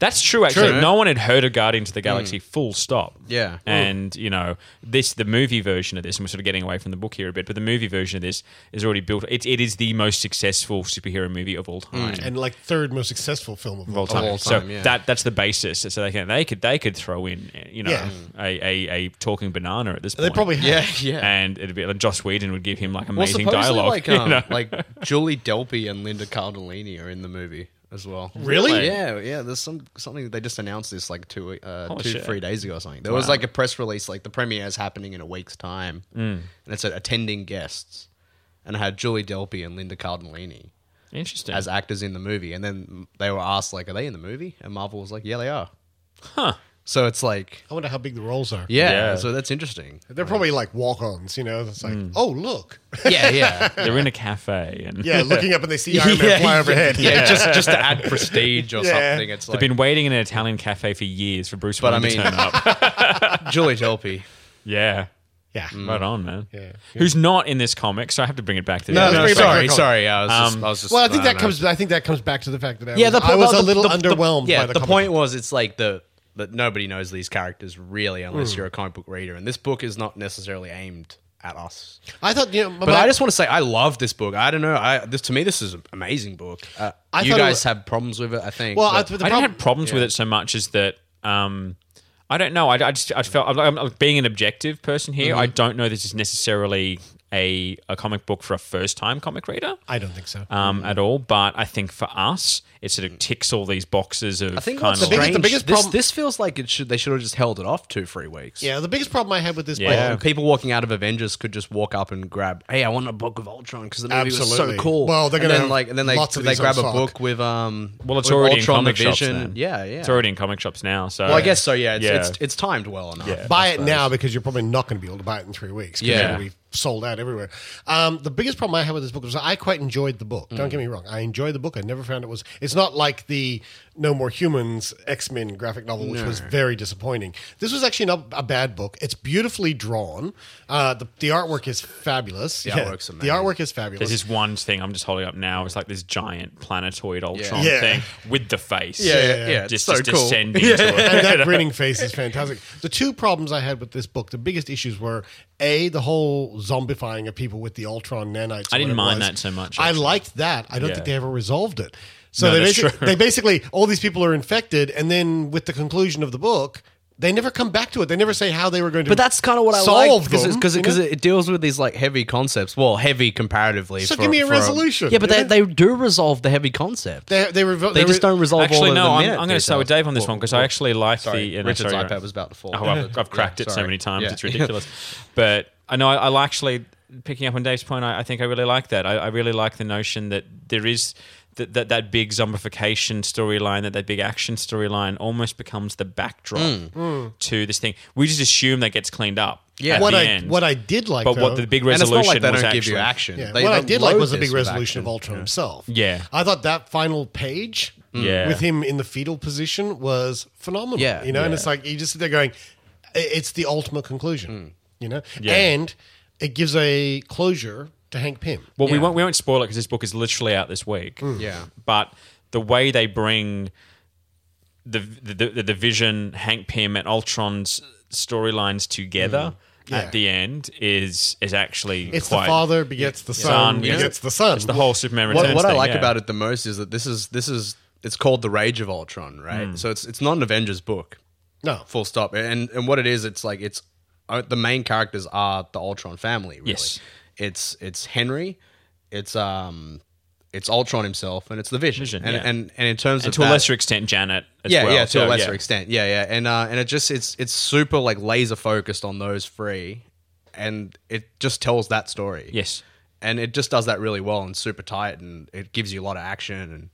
S6: That's true. Actually,
S8: True.
S6: no one had heard of Guardians of the
S7: Mm.
S6: Galaxy. Full stop.
S8: Yeah.
S6: and you know this the movie version of this. And we're sort of getting away from the book here a bit, but the movie version of this is already built. It, it is the most successful superhero movie of all time.
S7: Mm. and like third most successful film of,
S6: of all time. so that that's the basis. So they can they could they could throw in you know
S7: Yeah.
S6: a, a, a talking banana at this
S7: They
S6: point.
S7: probably
S8: have. (laughs) Yeah, yeah.
S6: And it'd be like Joss Whedon would give him like
S8: Well,
S6: amazing
S8: supposedly,
S6: dialogue. (laughs)
S8: Like,
S6: you
S8: um,
S6: know?
S8: like Julie Delpy and Linda Cardellini are in the movie as well.
S6: Really? Really?
S8: Yeah, yeah. There's some something they just announced this like two, uh,
S6: Holy
S8: two,
S6: shit.
S8: three days ago or something. There was
S6: Wow.
S8: like a press release, like the premiere is happening in a week's time,
S6: Mm.
S8: and it said attending guests, and it had Julie Delpy and Linda Cardellini.
S6: Interesting.
S8: As actors in the movie, and then they were asked like, "Are they in the movie?" And Marvel was like, "Yeah, they are."
S6: Huh.
S8: So it's like,
S7: I wonder how big the roles are.
S8: yeah. So
S6: (laughs)
S8: that's interesting.
S7: They're probably like walk-ons, you know. It's like,
S6: Mm.
S7: oh look,
S8: Yeah, yeah.
S6: They're in a cafe and (laughs)
S7: Yeah, looking up and they see Iron Man fly overhead.
S8: (laughs) Yeah, just just to add prestige (laughs) or
S7: Yeah.
S8: something. It's
S6: They've
S8: like
S6: been waiting in an Italian cafe for years for Bruce
S8: But I
S6: Wayne to
S8: mean-
S6: turn
S8: (laughs)
S6: up.
S8: Julie Delpy.
S6: Yeah.
S7: Yeah.
S6: Right on, man.
S7: Yeah.
S6: Who's not in this comic, so I have to bring it back to
S8: No,
S6: the
S8: no,
S6: other
S8: sorry,
S6: comic.
S8: sorry, I was just- I was
S7: well, I think that comes. I think that comes back to the fact that I was, I
S8: po-
S7: was
S8: well,
S7: a little
S8: the-
S7: underwhelmed.
S8: yeah,
S7: by the,
S8: the
S7: comic.
S8: point was it's like the that nobody knows these characters really unless
S7: Mm.
S8: you're a comic book reader, and this book is not necessarily aimed at us.
S7: I thought, you know, my-
S8: But I just want to say I love this book. I don't know. I this to me this is an amazing book. Uh,
S7: I
S8: you
S7: thought it
S8: guys
S7: was-
S8: have problems with it, I think.
S7: Well,
S8: but-
S7: I th- the
S6: I didn't have problems with it so much as that. Um, I don't know. I, I just I felt I'm, like- I'm like being an objective person here.
S8: Mhm.
S6: I don't know this is necessarily a a comic book for a first time comic reader.
S7: I don't think so.
S8: Uh.
S6: um, at all. But I think for us, it sort of ticks all these boxes of.
S8: Mm. I think
S6: kind
S8: what's
S6: of
S8: strange,
S6: like-
S8: this- this, feels like it should they should have just held it off two three weeks.
S7: yeah, the biggest problem I had with this
S8: Yeah,
S7: book.
S8: people walking out of Avengers could just walk up and grab. Hey, I want a book of Ultron because the movie was
S7: Absolutely.
S8: so cool.
S7: Well, they're
S8: And
S7: gonna
S8: then,
S7: have
S8: like, and then they
S7: lots of
S8: they
S7: these on
S8: grab a
S7: stock.
S8: book with um.
S6: well, it's
S8: with
S6: already
S8: Ultron,
S6: in comic
S8: the
S6: shops.
S8: Vision.
S6: Then.
S8: Yeah, yeah.
S6: It's already uh, in comic shops now. So
S8: well, I guess so. Yeah, it's It's, it's timed well enough.
S7: buy it now because you're probably not going to be able to buy it in three weeks. 'cause
S8: Yeah.
S7: it'll be sold out everywhere. Um, the biggest problem I had with this book was I quite enjoyed the book. Don't
S8: Mm.
S7: get me wrong, I enjoyed the book. I never found it was. It's not like the No More Humans X Men graphic novel, which
S8: No.
S7: was very disappointing. This was actually not a bad book. It's beautifully drawn. Uh, the, the artwork is fabulous.
S6: The
S7: Yeah,
S6: artwork's
S7: The
S6: amazing.
S7: artwork is fabulous.
S6: There's this one thing I'm just holding up now. It's like this giant planetoid Ultron
S7: Yeah.
S6: thing with the face.
S7: Yeah, yeah, yeah.
S6: Just,
S7: It's so
S6: just
S7: cool.
S6: descending to it.
S7: (laughs) and that grinning face is fantastic. The two problems I had with this book, the biggest issues were a the whole zombifying of people with the Ultron nanites.
S6: I
S7: or
S6: didn't
S7: whatever it
S6: mind
S7: was.
S6: that so much,
S7: I liked that. I don't
S6: Yeah.
S7: think they ever resolved it. So
S6: No,
S7: they,
S6: that's (laughs)
S7: basi-
S6: true.
S7: they basically all these people are infected, and then with the conclusion of the book. They never come back to it. They never say how they were going to.
S8: But that's kind of what I
S7: solve
S8: like because
S7: them,
S8: because
S6: Mm-hmm.
S7: you know?
S8: it deals with these like heavy concepts. Well, heavy comparatively.
S7: So
S8: for-
S7: give me a
S8: for um,
S7: resolution,
S8: yeah, but
S7: yeah.
S8: they, they do resolve the heavy concept.
S7: They, they, revo-
S8: They just don't resolve
S6: Actually,
S8: all of
S6: no,
S8: them
S6: I'm,
S8: yet,
S6: I'm going to
S8: they
S6: start with
S8: tell us.
S6: Dave on this one because I actually like
S8: Oh, Sorry,
S6: the.
S8: Richard's
S6: you're
S8: iPad was about to fall.
S6: Oh, I've, I've cracked
S8: Yeah,
S6: it so
S8: sorry.
S6: many times;
S8: Yeah.
S6: it's ridiculous. but I know I, I like actually picking up on Dave's point. I, I think I really like that. I, I really like the notion that there is. That, that, that big zombification storyline, that that big action storyline, almost becomes the backdrop
S7: Mm. Mm.
S6: to this thing. We just assume that gets cleaned up. at
S7: what
S6: the
S7: I
S6: end.
S7: what I did like, uh,
S6: but what
S7: though-
S6: the big resolution was actually,
S7: Yeah, what I did like was the big resolution of Ultron himself.
S6: Yeah.
S7: I thought that final page
S6: Mm. Yeah.
S7: with him in the fetal position was phenomenal.
S6: Yeah.
S7: You know, and
S6: Yeah.
S7: it's like you just sit there going, "I- it's the ultimate
S6: Mm.
S7: conclusion. You know?
S6: Yeah.
S7: And it gives a closure to Hank Pym.
S6: Well, we won't we won't spoil it because this book is literally out this week.
S7: Mm. Yeah.
S6: but the way they bring the the the, the Vision, Hank Pym, and Ultron's storylines together.
S7: Mm. Yeah.
S6: At the end is is actually
S7: It's the
S6: quite,
S7: father begets the son
S6: yeah.
S7: begets the son.
S6: It's the whole Superman
S8: What,
S6: Returns.
S8: what I
S6: thing,
S8: like
S6: yeah.
S8: about it the most is that this is this is it's called the Rage of Ultron,
S6: Hmm.
S8: right?
S7: Mm.
S8: So it's it's not an Avengers book.
S7: No,
S8: full stop. And and what it is, it's like it's uh, the main characters are the Ultron family. Really.
S6: Yes.
S8: it's it's Henry, it's um, it's Ultron himself, and it's the Vision. and,
S6: yeah.
S8: and and in terms
S6: and
S8: of
S6: to a
S8: that-
S6: lesser extent Janet. As
S8: yeah,
S6: well,
S8: yeah, to a
S6: so,
S8: lesser extent, yeah, yeah, and uh, and it just it's it's super like laser focused on those three, and it just tells that story.
S6: Yes,
S8: and it just does that really well and super tight, and it gives you a lot of action. And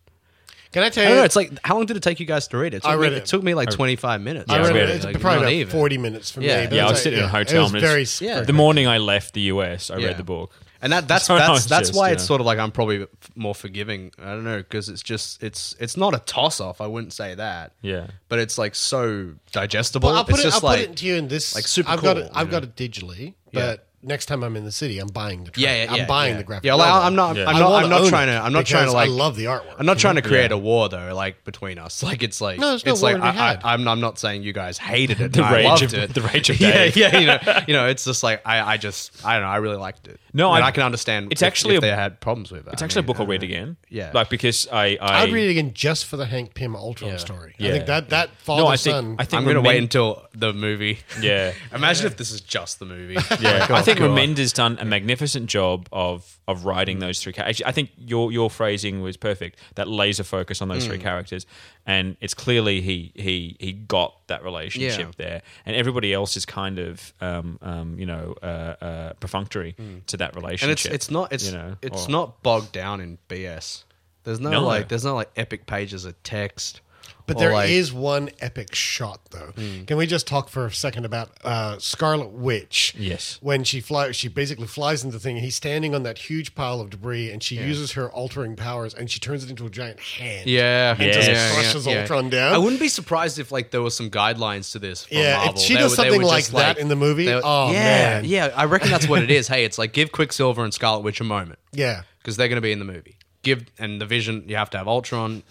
S7: Can I tell
S8: I don't
S7: you?
S8: know, it's like how long did it take you guys to read it?
S7: I
S8: took
S7: read
S8: me,
S7: it.
S8: took me like
S7: I-
S8: twenty five minutes.
S7: I read
S8: read
S7: it. It's probably about 40 minutes for me,
S8: yeah.
S7: but
S6: Yeah, I was
S7: like-
S6: sitting in a
S7: yeah,
S6: hotel.
S7: it was
S6: and it's-
S7: very super
S6: the
S7: quick.
S6: morning I left the US, I
S8: Yeah.
S6: read the book,
S8: And that that's
S6: So I
S8: that's
S6: was
S8: that's
S6: just,
S8: why
S6: you
S8: it's
S6: know.
S8: sort of like I'm probably f- more forgiving. I don't know because it's just it's it's not a toss off. I wouldn't say that.
S6: Yeah.
S8: but it's like so digestible.
S7: Well, I'll put
S8: it's
S7: it.
S8: just
S7: I'll
S8: like
S7: put it to you in this.
S8: like super
S7: I've
S8: cool.
S7: got it. I've
S8: you know?
S7: got it digitally, but next time I'm in the city, I'm buying the. Tra-
S8: Yeah, yeah,
S7: I'm
S8: yeah,
S7: buying
S8: yeah.
S7: the graphic.
S8: Yeah, like,
S7: novel.
S8: I'm not.
S7: Yeah.
S8: I'm
S7: I
S8: not.
S7: wanna
S8: I'm not
S7: own
S8: trying
S7: it
S8: to. I'm not trying to
S7: because
S8: like.
S7: I love the artwork.
S8: I'm not trying to
S7: Mhm.
S8: create
S7: Yeah.
S8: a war though. Like between us, (laughs) like it's like
S7: No, there's no
S8: it's
S7: war
S8: like
S7: to be
S8: I,
S7: had.
S8: I, am I'm not saying you guys
S6: (laughs)
S8: hated it.
S6: The
S8: I
S6: rage
S8: loved
S6: of-
S8: it.
S6: the rage of
S8: (laughs) yeah,
S6: Dave.
S8: yeah. You know,
S6: (laughs)
S8: you know, it's just like I, I just I don't know. I really liked it.
S6: No,
S8: and
S6: I-
S8: I, can understand.
S6: it's
S8: if-
S6: actually
S8: if
S6: a-
S8: they had problems with it.
S6: It's
S8: I
S6: actually
S8: mean,
S6: a book I'll read again.
S8: Yeah.
S6: like because I I
S7: uh, I'd read it again just for the Hank Pym Ultron story. I think that that father
S6: No, I think-
S7: son.
S6: I think
S8: I'm gonna
S6: remem-
S8: wait until the movie.
S6: (laughs) Yeah.
S8: (laughs) Imagine if this is just the movie.
S6: Yeah,
S8: (laughs) Like,
S6: I
S8: oh,
S6: think
S8: God. Mm.
S6: Remender's done a magnificent job of of writing those three. characters. I think your your phrasing was perfect. That laser focus on those three
S8: Mm.
S6: characters, and it's clearly he he he got that relationship there, and everybody else is kind of um, um, you know uh, uh, perfunctory to that
S8: Mm. and it's
S6: relationship.
S8: it's not it's
S6: you know,
S8: it's
S6: or-
S8: not bogged down in BS. There's no,
S6: No.
S8: like there's no like epic pages of text.
S7: But
S8: or,
S7: there is
S8: like-
S7: one epic shot, though.
S8: Mm.
S7: Can we just talk for a second about uh, Scarlet Witch?
S6: Yes.
S7: When she flies, she basically flies into the thing. And he's standing on that huge pile of debris, and she
S8: Yeah.
S7: uses her altering powers, and she turns it into a giant hand.
S8: Yeah,
S7: and
S8: yeah,
S7: just
S8: yeah,
S7: crushes
S8: yeah.
S7: Ultron down.
S8: I wouldn't be surprised if like there was some guidelines to this. From
S7: Yeah, if
S8: Marvel.
S7: she
S8: They
S7: does
S8: would- they
S7: something
S8: would
S7: like
S8: just,
S7: that in the movie,
S8: they would-
S7: oh,
S8: yeah,
S7: man.
S8: yeah. I reckon that's what it
S7: (laughs)
S8: is. Hey, it's like give Quicksilver and Scarlet Witch a moment.
S7: Yeah.
S8: because they're going to be in the movie. Give and the Vision, you have to have Ultron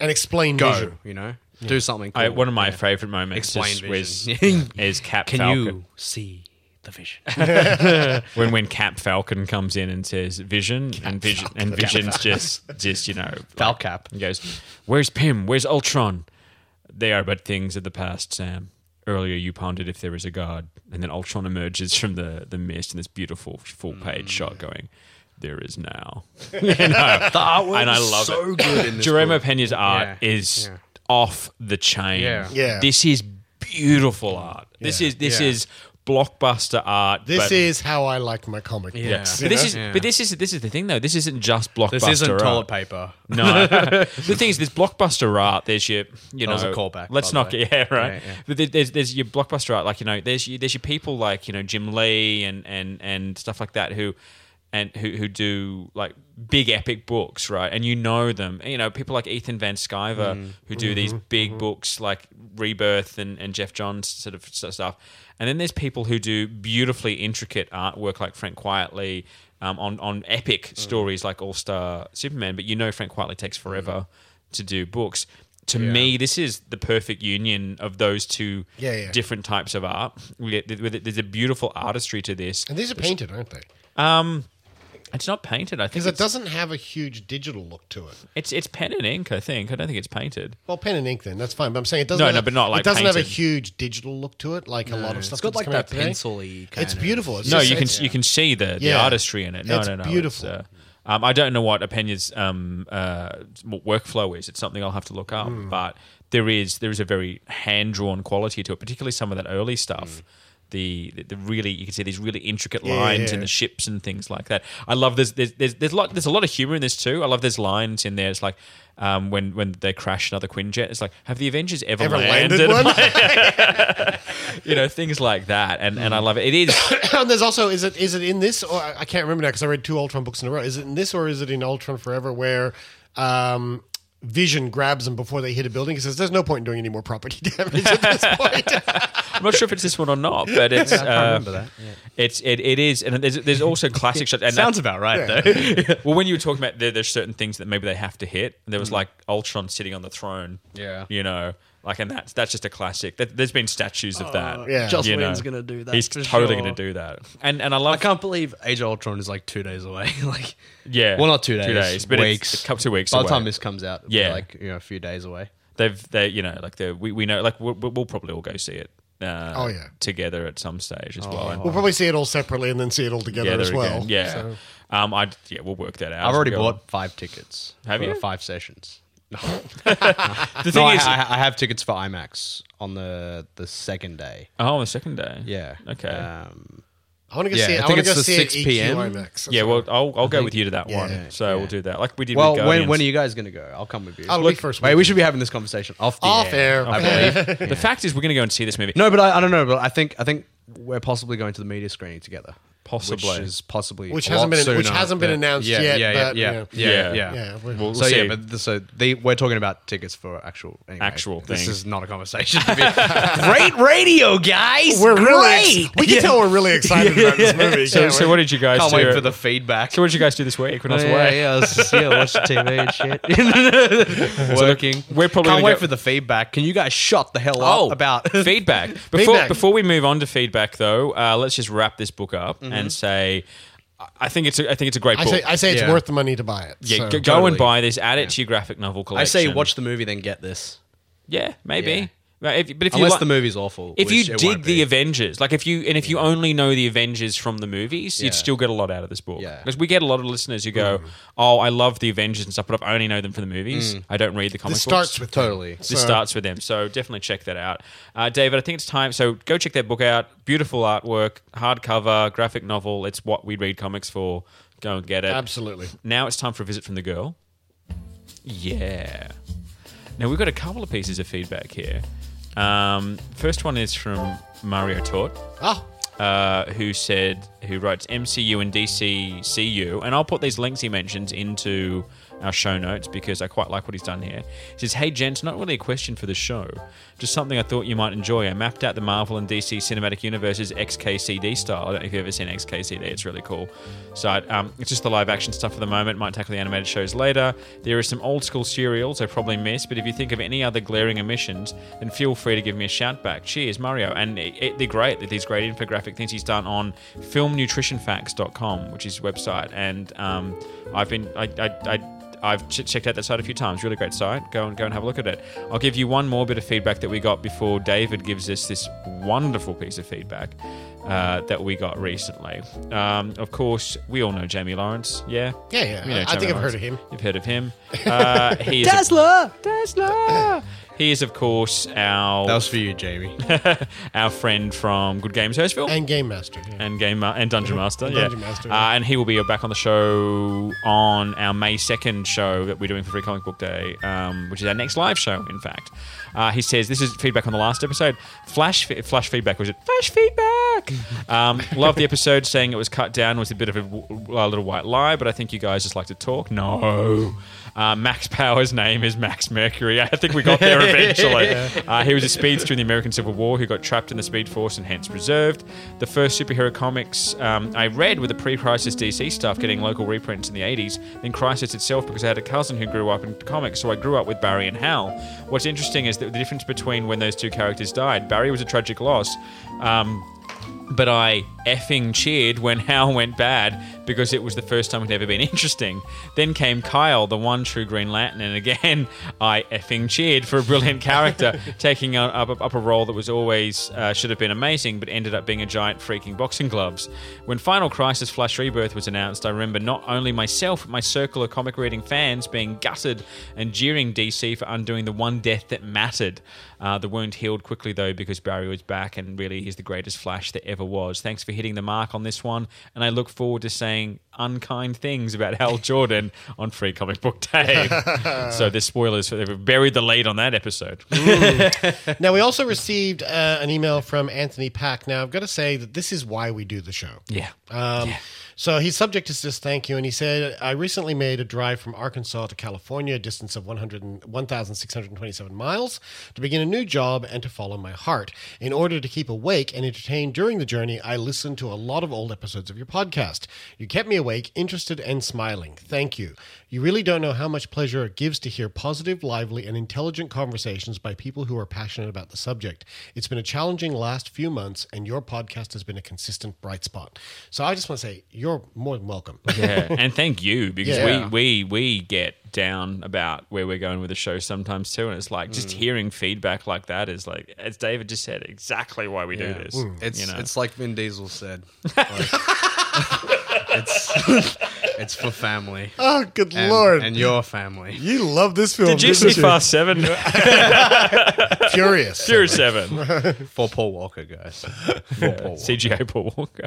S7: and explain
S8: Go,
S7: Vision.
S8: you know,
S7: Yeah.
S8: do something.
S6: I,
S8: cool.
S6: one of my favorite moments
S8: Explain
S6: is, was, (laughs)
S8: Vision.
S6: is Cap
S8: Can
S6: Falcon.
S8: you see
S6: (laughs)
S8: the Vision?
S6: when when Cap Falcon comes in and says Vision and Vision and
S8: Falcon.
S6: Vision's
S8: Cap
S6: just just you
S8: (laughs)
S6: know
S8: Falcap
S6: and goes, "Where's Pym? Where's Ultron? They are but things of the past, Sam." Earlier, you pondered if there is a god, and then Ultron emerges from the, the mist in this beautiful full page
S8: Mm.
S6: shot going, There is
S8: (laughs)
S6: now. (laughs) You know?
S8: The artwork
S6: and I
S8: is
S6: love
S8: so
S6: it.
S8: good
S7: (laughs)
S8: in this
S6: Jerome
S8: book.
S6: Pena's art
S8: Yeah.
S6: is
S8: Yeah.
S6: off the chain.
S8: Yeah.
S7: Yeah.
S6: This is beautiful art. This
S7: Yeah.
S6: is this
S7: Yeah.
S6: is blockbuster art.
S7: This
S6: but-
S7: is how I like my comic
S6: yeah.
S7: books.
S6: But
S7: you
S6: this
S7: know?
S6: is but this is this is the thing though. This isn't just blockbuster.
S8: isn't
S6: art.
S8: toilet paper.
S6: No.
S8: (laughs)
S6: the thing is, there's blockbuster art. There's your you
S8: That
S6: know
S8: was a callback,
S6: Let's
S8: by
S6: not
S8: the
S6: get
S8: way.
S6: yeah right.
S8: Yeah, yeah.
S6: But there- there's there's your blockbuster art. Like you know there's your, there's your people like you know Jim Lee and and and stuff like that who. And who, who do like big epic books, right? And you know them. You know people like Ethan Van Sciver
S8: Mm.
S6: who do these
S8: Mhm.
S6: big books like Rebirth and, and Jeff Johns sort of s- stuff. And then there's people who do beautifully intricate artwork like Frank Quietly um, on, on epic
S8: Mm.
S6: stories like All Star Superman. But you know, Frank Quietly takes forever
S8: Mm-hmm.
S6: to do books. To me, this is the perfect union of those two
S7: Yeah, yeah.
S6: different types of art. We get- with it- There's a beautiful artistry to this.
S7: and these are
S6: There's-
S7: painted, aren't they?
S6: um, It's not painted. I think
S7: Because it
S6: it's,
S7: doesn't have a huge digital look to it.
S6: It's it's pen and ink. I think. I don't think it's painted.
S7: Well, pen and ink, then that's fine. But I'm saying it doesn't.
S6: No,
S7: have,
S6: no, but not like
S7: it doesn't have a
S6: painted.
S7: huge digital look to it, like a lot
S6: No,
S7: of stuff.
S6: it's got
S7: that's
S6: like
S7: coming out
S6: that
S7: today.
S6: pencil-y
S11: kind
S7: It's
S11: of-
S7: beautiful. It's
S6: no,
S7: just-
S6: you can
S7: it's-
S6: you can see the, the
S7: Yeah.
S6: artistry in it. No,
S7: It's
S6: no, no. it's,
S7: beautiful.
S6: uh, um, I don't know what Apena's um, uh, what workflow is. It's something I'll have to look up.
S7: Mm.
S6: But there is there is a very hand drawn quality to it, particularly some of that early stuff. The, the the really you can see these really intricate
S11: Yeah,
S6: lines
S11: yeah.
S6: in the ships and things like that. I love there's there's there's there's, lot, there's a lot of humor in this too. I love there's lines in there. It's like um, when when they crash another Quinjet. It's like have the Avengers ever,
S7: Ever
S6: (laughs)
S7: landed
S6: landed,
S7: one? (laughs)
S6: you know things like that. And and I love it. It is
S7: and there's also is it is it in this or I I can't remember now because I read two Ultron books in a row. Is it in this or is it in Ultron Forever where um, Vision grabs them before they hit a building? He says, "There's no point in doing any more property (laughs) damage at this point." (laughs)
S6: I'm not sure if it's this one or not, but it's.
S7: Yeah, I can't
S6: uh,
S7: remember that.
S6: It's it, it is, and there's there's also classic shots. And
S11: Sounds
S6: (laughs)
S11: about right,
S6: though. well, when you were talking about there, there's certain things that maybe they have to hit. There was like Ultron sitting on the throne.
S11: Mm. Yeah.
S6: you know. Like and that's that's just a classic. That, there's been statues of that.
S11: Oh, yeah. Joss
S6: you
S11: Whedon's gonna do that
S6: He's
S11: for
S6: totally
S11: sure.
S6: gonna do that. And and I love.
S11: I can't believe Age of Ultron is like two days
S8: (laughs)
S11: away. like,
S6: Yeah,
S11: well, not two days,
S6: two days, but it's-
S11: weeks.
S6: it's come two weeks
S11: By the
S6: away.
S11: time this comes out, it'll be,
S6: Yeah.
S11: like you know, a few days away.
S6: They've they you know like the we, we know like we'll, we'll probably all go see it. Uh,
S7: Oh, yeah.
S6: together at some stage
S11: Oh,
S6: as well. And-
S7: We'll probably see it all separately and then see it all together
S6: Yeah,
S7: as
S6: there
S7: well.
S6: again. Yeah.
S7: So-
S6: Um, I yeah, we'll work that out.
S11: I've
S6: as
S11: already
S6: we go
S11: bought
S6: on.
S11: five tickets.
S6: Have
S11: for
S6: you?
S11: Five sessions. No.
S6: The
S11: the
S6: thing
S11: thing
S6: is-
S11: I, I have tickets for IMAX on the the second day.
S6: Oh, on the second day.
S11: Yeah.
S6: Okay.
S11: Um,
S7: I wanna go
S11: yeah,
S7: see- I
S11: think
S7: wanna
S11: it's
S7: go
S11: the
S7: see it
S11: 6
S7: EQ
S11: p.m.
S7: IMAX.
S6: Yeah, well, I'll, I'll go
S11: think-
S6: with you to that
S11: yeah.
S6: one. So we'll do that, like we did.
S11: well,
S6: with
S11: when,
S6: Guardians.
S11: when are you guys going to go? I'll come with you.
S6: I'll be first
S11: Wait,
S6: one.
S11: we should be having this conversation off the
S6: Off
S11: air.
S6: air.
S11: I
S6: (laughs) Okay.
S11: believe.
S6: The fact is, we're going to go and see this movie.
S11: No, but I, I don't know. But I think I think we're possibly going to the media screening together.
S6: Possibly.
S11: which is possibly
S7: Which
S11: a
S7: hasn't
S11: lot
S7: been- which
S11: sooner
S7: hasn't been
S11: than-
S7: announced
S11: yeah,
S7: yet,
S11: Yeah, yeah,
S7: but,
S11: yeah,
S7: you know.
S11: yeah,
S6: Yeah.
S11: yeah.
S6: Yeah, we'll- we'll
S11: so
S6: see.
S11: yeah, but th- so they we're talking about tickets for actual anyway,
S6: Actual
S11: This
S6: thing.
S11: is not a conversation. To be. Great radio, guys.
S7: We're really
S11: Great.
S7: ex-
S6: (laughs)
S7: we can tell we're really excited about this movie.
S6: So,
S7: can't
S6: so
S7: we?
S6: what did you guys
S11: Can't
S6: do?
S11: wait for the feedback.
S6: So what did you guys do this week? When I was
S11: Oh, yeah,
S6: away?
S11: yeah, I was just- yeah, watch the TV and
S6: (laughs)
S11: shit. (laughs) Working.
S6: we're probably
S11: Can't
S6: gonna
S11: wait
S6: go-
S11: for the feedback. Can you guys shut the hell
S6: Oh,
S11: up about (laughs)
S6: feedback? Before
S11: Feedback.
S6: before we move on to feedback, though, uh, let's just wrap this book up
S11: Mm-hmm.
S6: and
S7: Mhm.
S6: say, I- I think it's a, I think it's a great
S7: I
S6: book.
S7: say, I say it's worth the money to buy it.
S6: Yeah,
S7: so.
S6: go, go and buy this. Add it to your graphic novel
S11: I
S6: collection.
S11: say watch the movie, then get this.
S6: Yeah, maybe.
S11: Yeah.
S6: But if, but if you
S11: Unless
S6: like-
S11: the movie's awful,
S6: if you
S11: which it won't
S6: dig the Avengers, like if you and if you only know the Avengers from the movies,
S11: Yeah.
S6: you'd still get a lot out of this book. Because we get a lot of listeners who go, "Oh, I love the Avengers and stuff, but I only know them from the movies.
S11: Mm.
S6: I don't read the comic
S11: This
S6: books."
S11: starts with them. Totally.
S6: This
S11: So-
S6: starts with them. So definitely check that out, uh, David. I think it's time. So go check that book out. Beautiful artwork, hardcover, graphic novel. It's what we read comics for. Go and get it.
S7: Absolutely.
S6: Now it's time for a visit from the girl. Yeah. Now we've got a couple of pieces of feedback here. Um, first one is from Mario Tort.
S7: Ah.
S6: Uh, who said who writes MCU and DCCU, and I'll put these links he mentions into our show notes because I quite like what he's done here. He says, "Hey gents, not really a question for the show, just something I thought you might enjoy. I mapped out the Marvel and DC cinematic universes XKCD style. I don't know if you've ever seen XKCD; it's really cool. So I- um, it's just the live action stuff for the moment. Might tackle the animated shows later. There are some old school serials I probably missed, but if you think of any other glaring omissions, then feel free to give me a shout back. Cheers, Mario. And it, it, they're great. These great infographic things he's done on filmnutritionfacts.com, which is his website. And um, I've been, I, I, I I've ch- checked out that site a few times. Really great site. Go and go and have a look at it. I'll give you one more bit of feedback that we got before David gives us this wonderful piece of feedback uh, that we got recently. Um, of course, we all know Jamie Lawrence. Yeah,
S7: Yeah, yeah.
S6: You
S7: I- I
S6: Jamie
S7: think I've heard of him.
S6: You've heard of
S7: (laughs)
S6: him. Uh, he is a-
S11: Tesla.
S6: Tesla. he is, of course, our. That
S11: was for you, Jamie.
S6: (laughs) our friend from Good Games Hurstville.
S7: And Game Master. yeah.
S6: And game ma- and dungeon master,
S7: And
S6: yeah.
S7: Dungeon Master,
S6: Uh, and he will be back on the show on our May second show that we're doing for Free Comic Book Day, um, which is our next live show. In fact, uh, he says this is feedback on the last episode. Flash fe- flash feedback was it? Flash feedback. um, love the episode. Saying it was cut down was a bit of a, w- a little white lie, but I think you guys just like to talk. No. Uh, Max Power's name is Max Mercury. I think we got there eventually. Uh, he was a speedster in the American Civil War who got trapped in the Speed Force and hence preserved. The first superhero comics um, I read were the pre crisis DC stuff, getting local reprints in the 80s, then Crisis itself because I had a cousin who grew up in comics, so I grew up with Barry and Hal. What's interesting is that the difference between when those two characters died, Barry was a tragic loss. Um, but I effing cheered when (laughs) Hal went bad because it was the first time it had ever been (laughs) interesting. Then came Kyle, the one true Green Lantern, and again, (laughs) I effing cheered for a brilliant character taking on- up, up, up a role that was always, uh, should have been amazing, but ended up being a giant freaking boxing gloves. When Final Crisis Flash Rebirth was announced, I remember not only myself, but my circle of comic reading fans being gutted and jeering DC for undoing the one death that mattered. Uh, the wound healed quickly, though, because Barry was back, and really he's the greatest Flash that ever was. Thanks for hitting the mark on this one, and I look forward to saying unkind things about Hal Jordan on Free Comic Book Day. so there's spoilers. So they've buried the lead on that episode.
S7: now, we also received uh, an email from Anthony Pack. Now, I've got to say that this is why we do the show.
S6: Yeah.
S7: Um, So his subject is just thank you. And he said, I recently made a drive from Arkansas to California, a distance of 100 and- 1,627 miles, to begin a new job and to follow my heart. In order to keep awake and entertained during the journey, I listened to a lot of old episodes of your podcast. You kept me awake, interested, and smiling. Thank you. You really don't know how much pleasure it gives to hear positive, lively, and intelligent conversations by people who are passionate about the subject. It's been a challenging last few months, and your podcast has been a consistent bright spot. So I just want to say you're more than welcome. (laughs)
S6: Yeah, (laughs) and thank you because
S7: Yeah.
S6: we, we we get down about where we're going with the show sometimes too, and it's like just
S11: Mm.
S6: hearing feedback like that is like, as David just said, exactly why we
S11: Yeah.
S6: do this.
S11: It's
S6: you know?
S11: it's like Vin Diesel
S6: (laughs)
S11: said. Like, it's (laughs) it's for family.
S7: Oh, good
S11: And-
S7: lord.
S11: And your family.
S7: You love this film.
S6: Did you see
S7: didn't
S6: Fast Seven? (laughs)
S7: Furious.
S6: Furious Seven.
S11: (laughs) for Paul Walker, guys. For
S6: Yeah, CGI Paul Walker.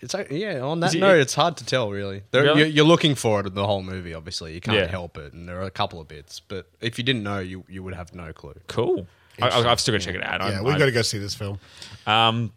S11: It's like- yeah. On
S6: Is
S11: that
S6: it-
S11: note, it's hard to tell really. There,
S6: Really?
S11: You're, you're looking for it in the whole movie. Obviously, you can't
S6: Yeah.
S11: help it, and there are a couple of bits. But if you didn't know, you you would have no clue.
S6: Cool. I, I- I've still got to check it out.
S7: Yeah, we've got to go see this film.
S6: Um,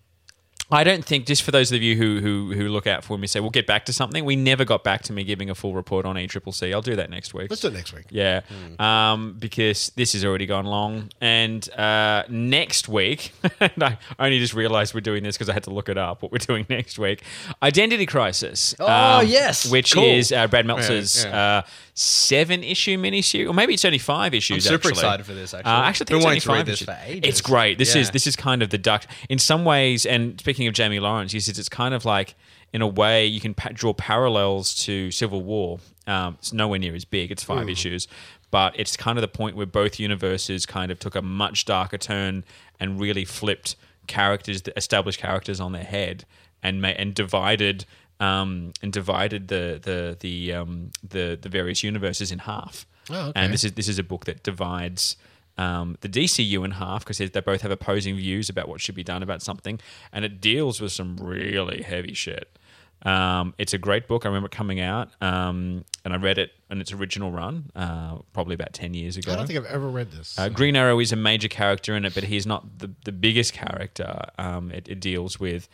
S6: I don't think just for those of you who who, who look out for me say we'll get back to something. We never got back to me giving a full report on ACCC. I'll do that next week.
S7: Let's do it next week.
S6: Yeah,
S11: hmm.
S6: um, because this has already gone long, and uh, next week, (laughs) and I only just realised we're doing this because I had to look it up. What we're doing (laughs) next week, Identity Crisis. Um,
S11: Oh, yes.
S6: which
S11: Cool.
S6: is uh, Brad
S11: Yeah,
S6: Meltzer's
S11: yeah.
S6: Uh, seven issue miniseries, or maybe it's only five issues.
S11: super
S6: actually.
S11: excited for this, actually.
S6: uh, actually, I think
S11: Been
S6: it's only
S11: wanting to read
S6: five
S11: this
S6: issues.
S11: for ages.
S6: It's great. This is
S11: Yeah.
S6: this is kind of the duck in some ways. And speaking of Jamie Lawrence, he says it's kind of like in a way you can pa- draw parallels to Civil War. Um, it's nowhere near as big. It's five
S11: Mm.
S6: issues, but it's kind of the point where both universes kind of took a much darker turn and really flipped characters, established characters, on their head and ma- and divided. Um, and divided the the the um, the the various universes in half.
S11: Oh, okay.
S6: And this is this is a book that divides um, the DCU in half because they both have opposing views about what should be done about something, and it deals with some really heavy shit. Um, it's a great book. I remember it coming out, um, and I read it in its original run, uh, probably about ten years ago.
S7: I don't think I've ever read this.
S6: Uh, Green Arrow is a major character in it, but he's not the, the biggest character. Um, it, it deals with,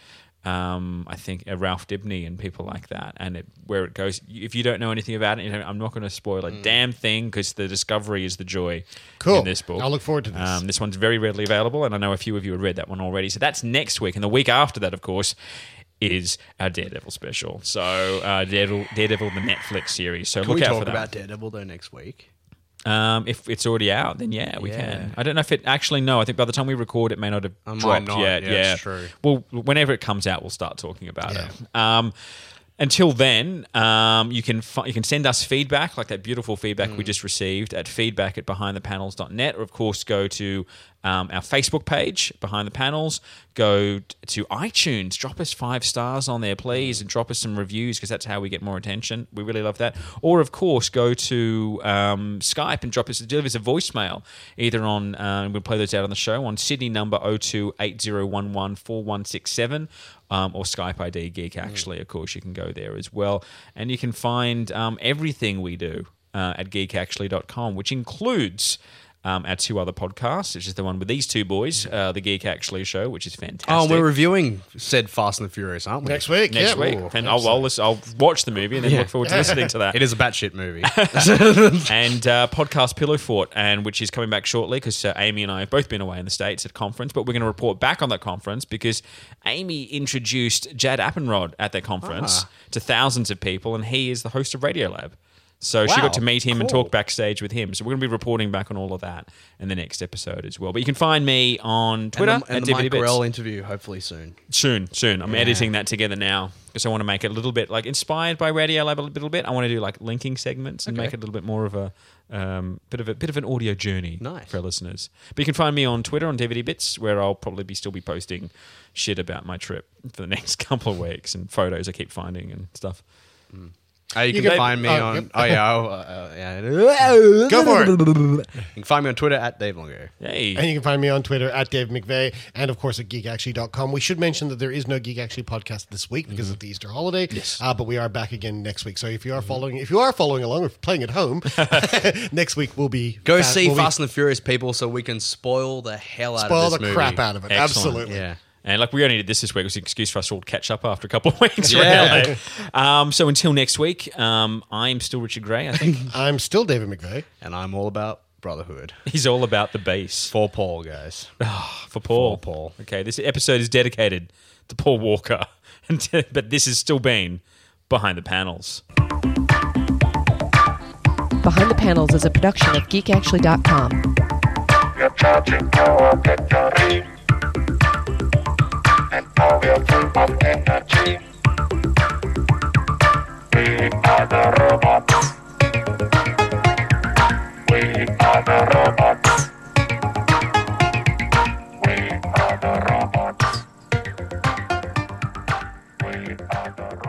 S6: um, I think, uh, Ralph Dibney and people like that, and it, where it goes. If you don't know anything about it, you know, I'm not going to spoil
S11: Hmm.
S6: a damn thing because the discovery is the joy
S7: Cool.
S6: in this book.
S7: I'll look forward to this.
S6: Um, this one's very readily available, and I know a few of you have read that one already. So that's next week, and the week after that, of course. Is our Daredevil special? So uh, Daredevil, Daredevil, the Netflix series. So
S11: Can
S6: look
S11: we
S6: out
S11: talk
S6: for that.
S11: about Daredevil though next week?
S6: Um, if it's already out, then yeah, we
S11: Yeah.
S6: can. I don't know if it actually. No, I think by the time we record, it may not have
S11: might
S6: dropped
S11: not.
S6: yet.
S11: Yeah,
S6: Yeah,
S11: it's true.
S6: Well, whenever it comes out, we'll start talking about it. Um, until then, um, you can fi- you can send us feedback, like that beautiful feedback
S11: Mm.
S6: we just received at feedback at behindthepanels.net, or of course go to um, our Facebook page, Behind the Panels. Go t- to iTunes, drop us five stars on there, please, and drop us some reviews because that's how we get more attention. We really love that. Or of course, go to um, Skype and drop us deliver us a voicemail either on uh, we'll play those out on the show on Sydney number 0280114167 um, or Skype ID Geek.
S11: Mm.
S6: Actually, of course, you can go there as well, and you can find um, everything we do uh, at geekactually.com, which includes. Um, our two other podcasts, which is the one with these two boys, uh, the Geek Actually show, which is fantastic.
S11: Mm. Oh, we're reviewing said Fast and the Furious, aren't we?
S7: Next week,
S6: next week, and I'll, I'll, listen, I'll watch the movie and then
S11: Yeah.
S6: look forward to listening to that.
S11: (laughs) It is a batshit
S6: (laughs)
S11: movie.
S8: (laughs)
S6: and uh, podcast Pillow Fort, and which is coming back shortly because uh, Amy and I have both been away in the states at conference, but we're going to report back on that conference because Amy introduced Jad Appenrod at that conference
S11: Ah.
S6: to thousands of people, and he is the host of Radiolab. So she
S8: Wow,
S6: got to meet him and
S8: cool.
S6: talk backstage with him. So we're going to be reporting back on all of that in the next episode as well. But you can find me on Twitter
S8: and the, and the
S6: at
S8: Mike
S6: DVD Bits.
S8: Grell interview hopefully soon.
S6: Soon, soon. I'm
S8: Yeah.
S6: editing that together now because I want to make it a little bit like inspired by Radio Lab a little bit. I want to do like linking segments and
S8: Okay.
S6: make it a little bit more of a um, bit of a bit of an audio journey
S8: Nice.
S6: for our listeners. But you can find me on Twitter on DVD Bits, where I'll probably be still be posting shit about my trip (laughs) for the next couple of weeks and photos I keep finding and stuff.
S8: Uh, you,
S6: You
S8: can,
S6: can-
S8: find me
S6: oh,
S8: on.
S6: yep.
S8: Oh yeah, I'll, uh, uh, yeah.
S7: Go for it.
S8: You can find me on Twitter at Dave Longo.
S7: And you can find me on Twitter at Dave McVeigh and, of course, at geekactually.com. We should mention that there is no Geek Actually podcast this week because
S8: Mm-hmm.
S7: of the Easter holiday. Yes. Uh, but we are back again next week. So if you are following if you are following along or playing
S8: (laughs)
S7: at home, (laughs) next week will be.
S8: Go
S7: fa-
S8: see
S7: will be-
S8: Fast and the Furious people so we can spoil the hell out
S7: Spoil
S8: of this
S7: the
S8: movie.
S7: crap out of it.
S6: Excellent.
S7: Absolutely.
S8: Yeah.
S6: And like we only did this this week, it was an excuse for us all to catch up after a couple of (laughs) weeks.
S8: Yeah.
S6: Really. Um, so until next week, um, I'm still Richard Gray. I think
S8: (laughs)
S7: I'm still David McVeigh,
S8: and I'm all about brotherhood.
S6: He's all about the base
S8: for Paul, guys.
S6: for Paul.
S8: For Paul.
S6: Okay, this episode is dedicated to Paul Walker, (laughs) And to- but this has still been behind the panels.
S16: Behind the Panels is a production of GeekActually.com.
S17: You're charging your victory and powerful of energy. We are the robots. We are the robots. We are the robots. We are the robots.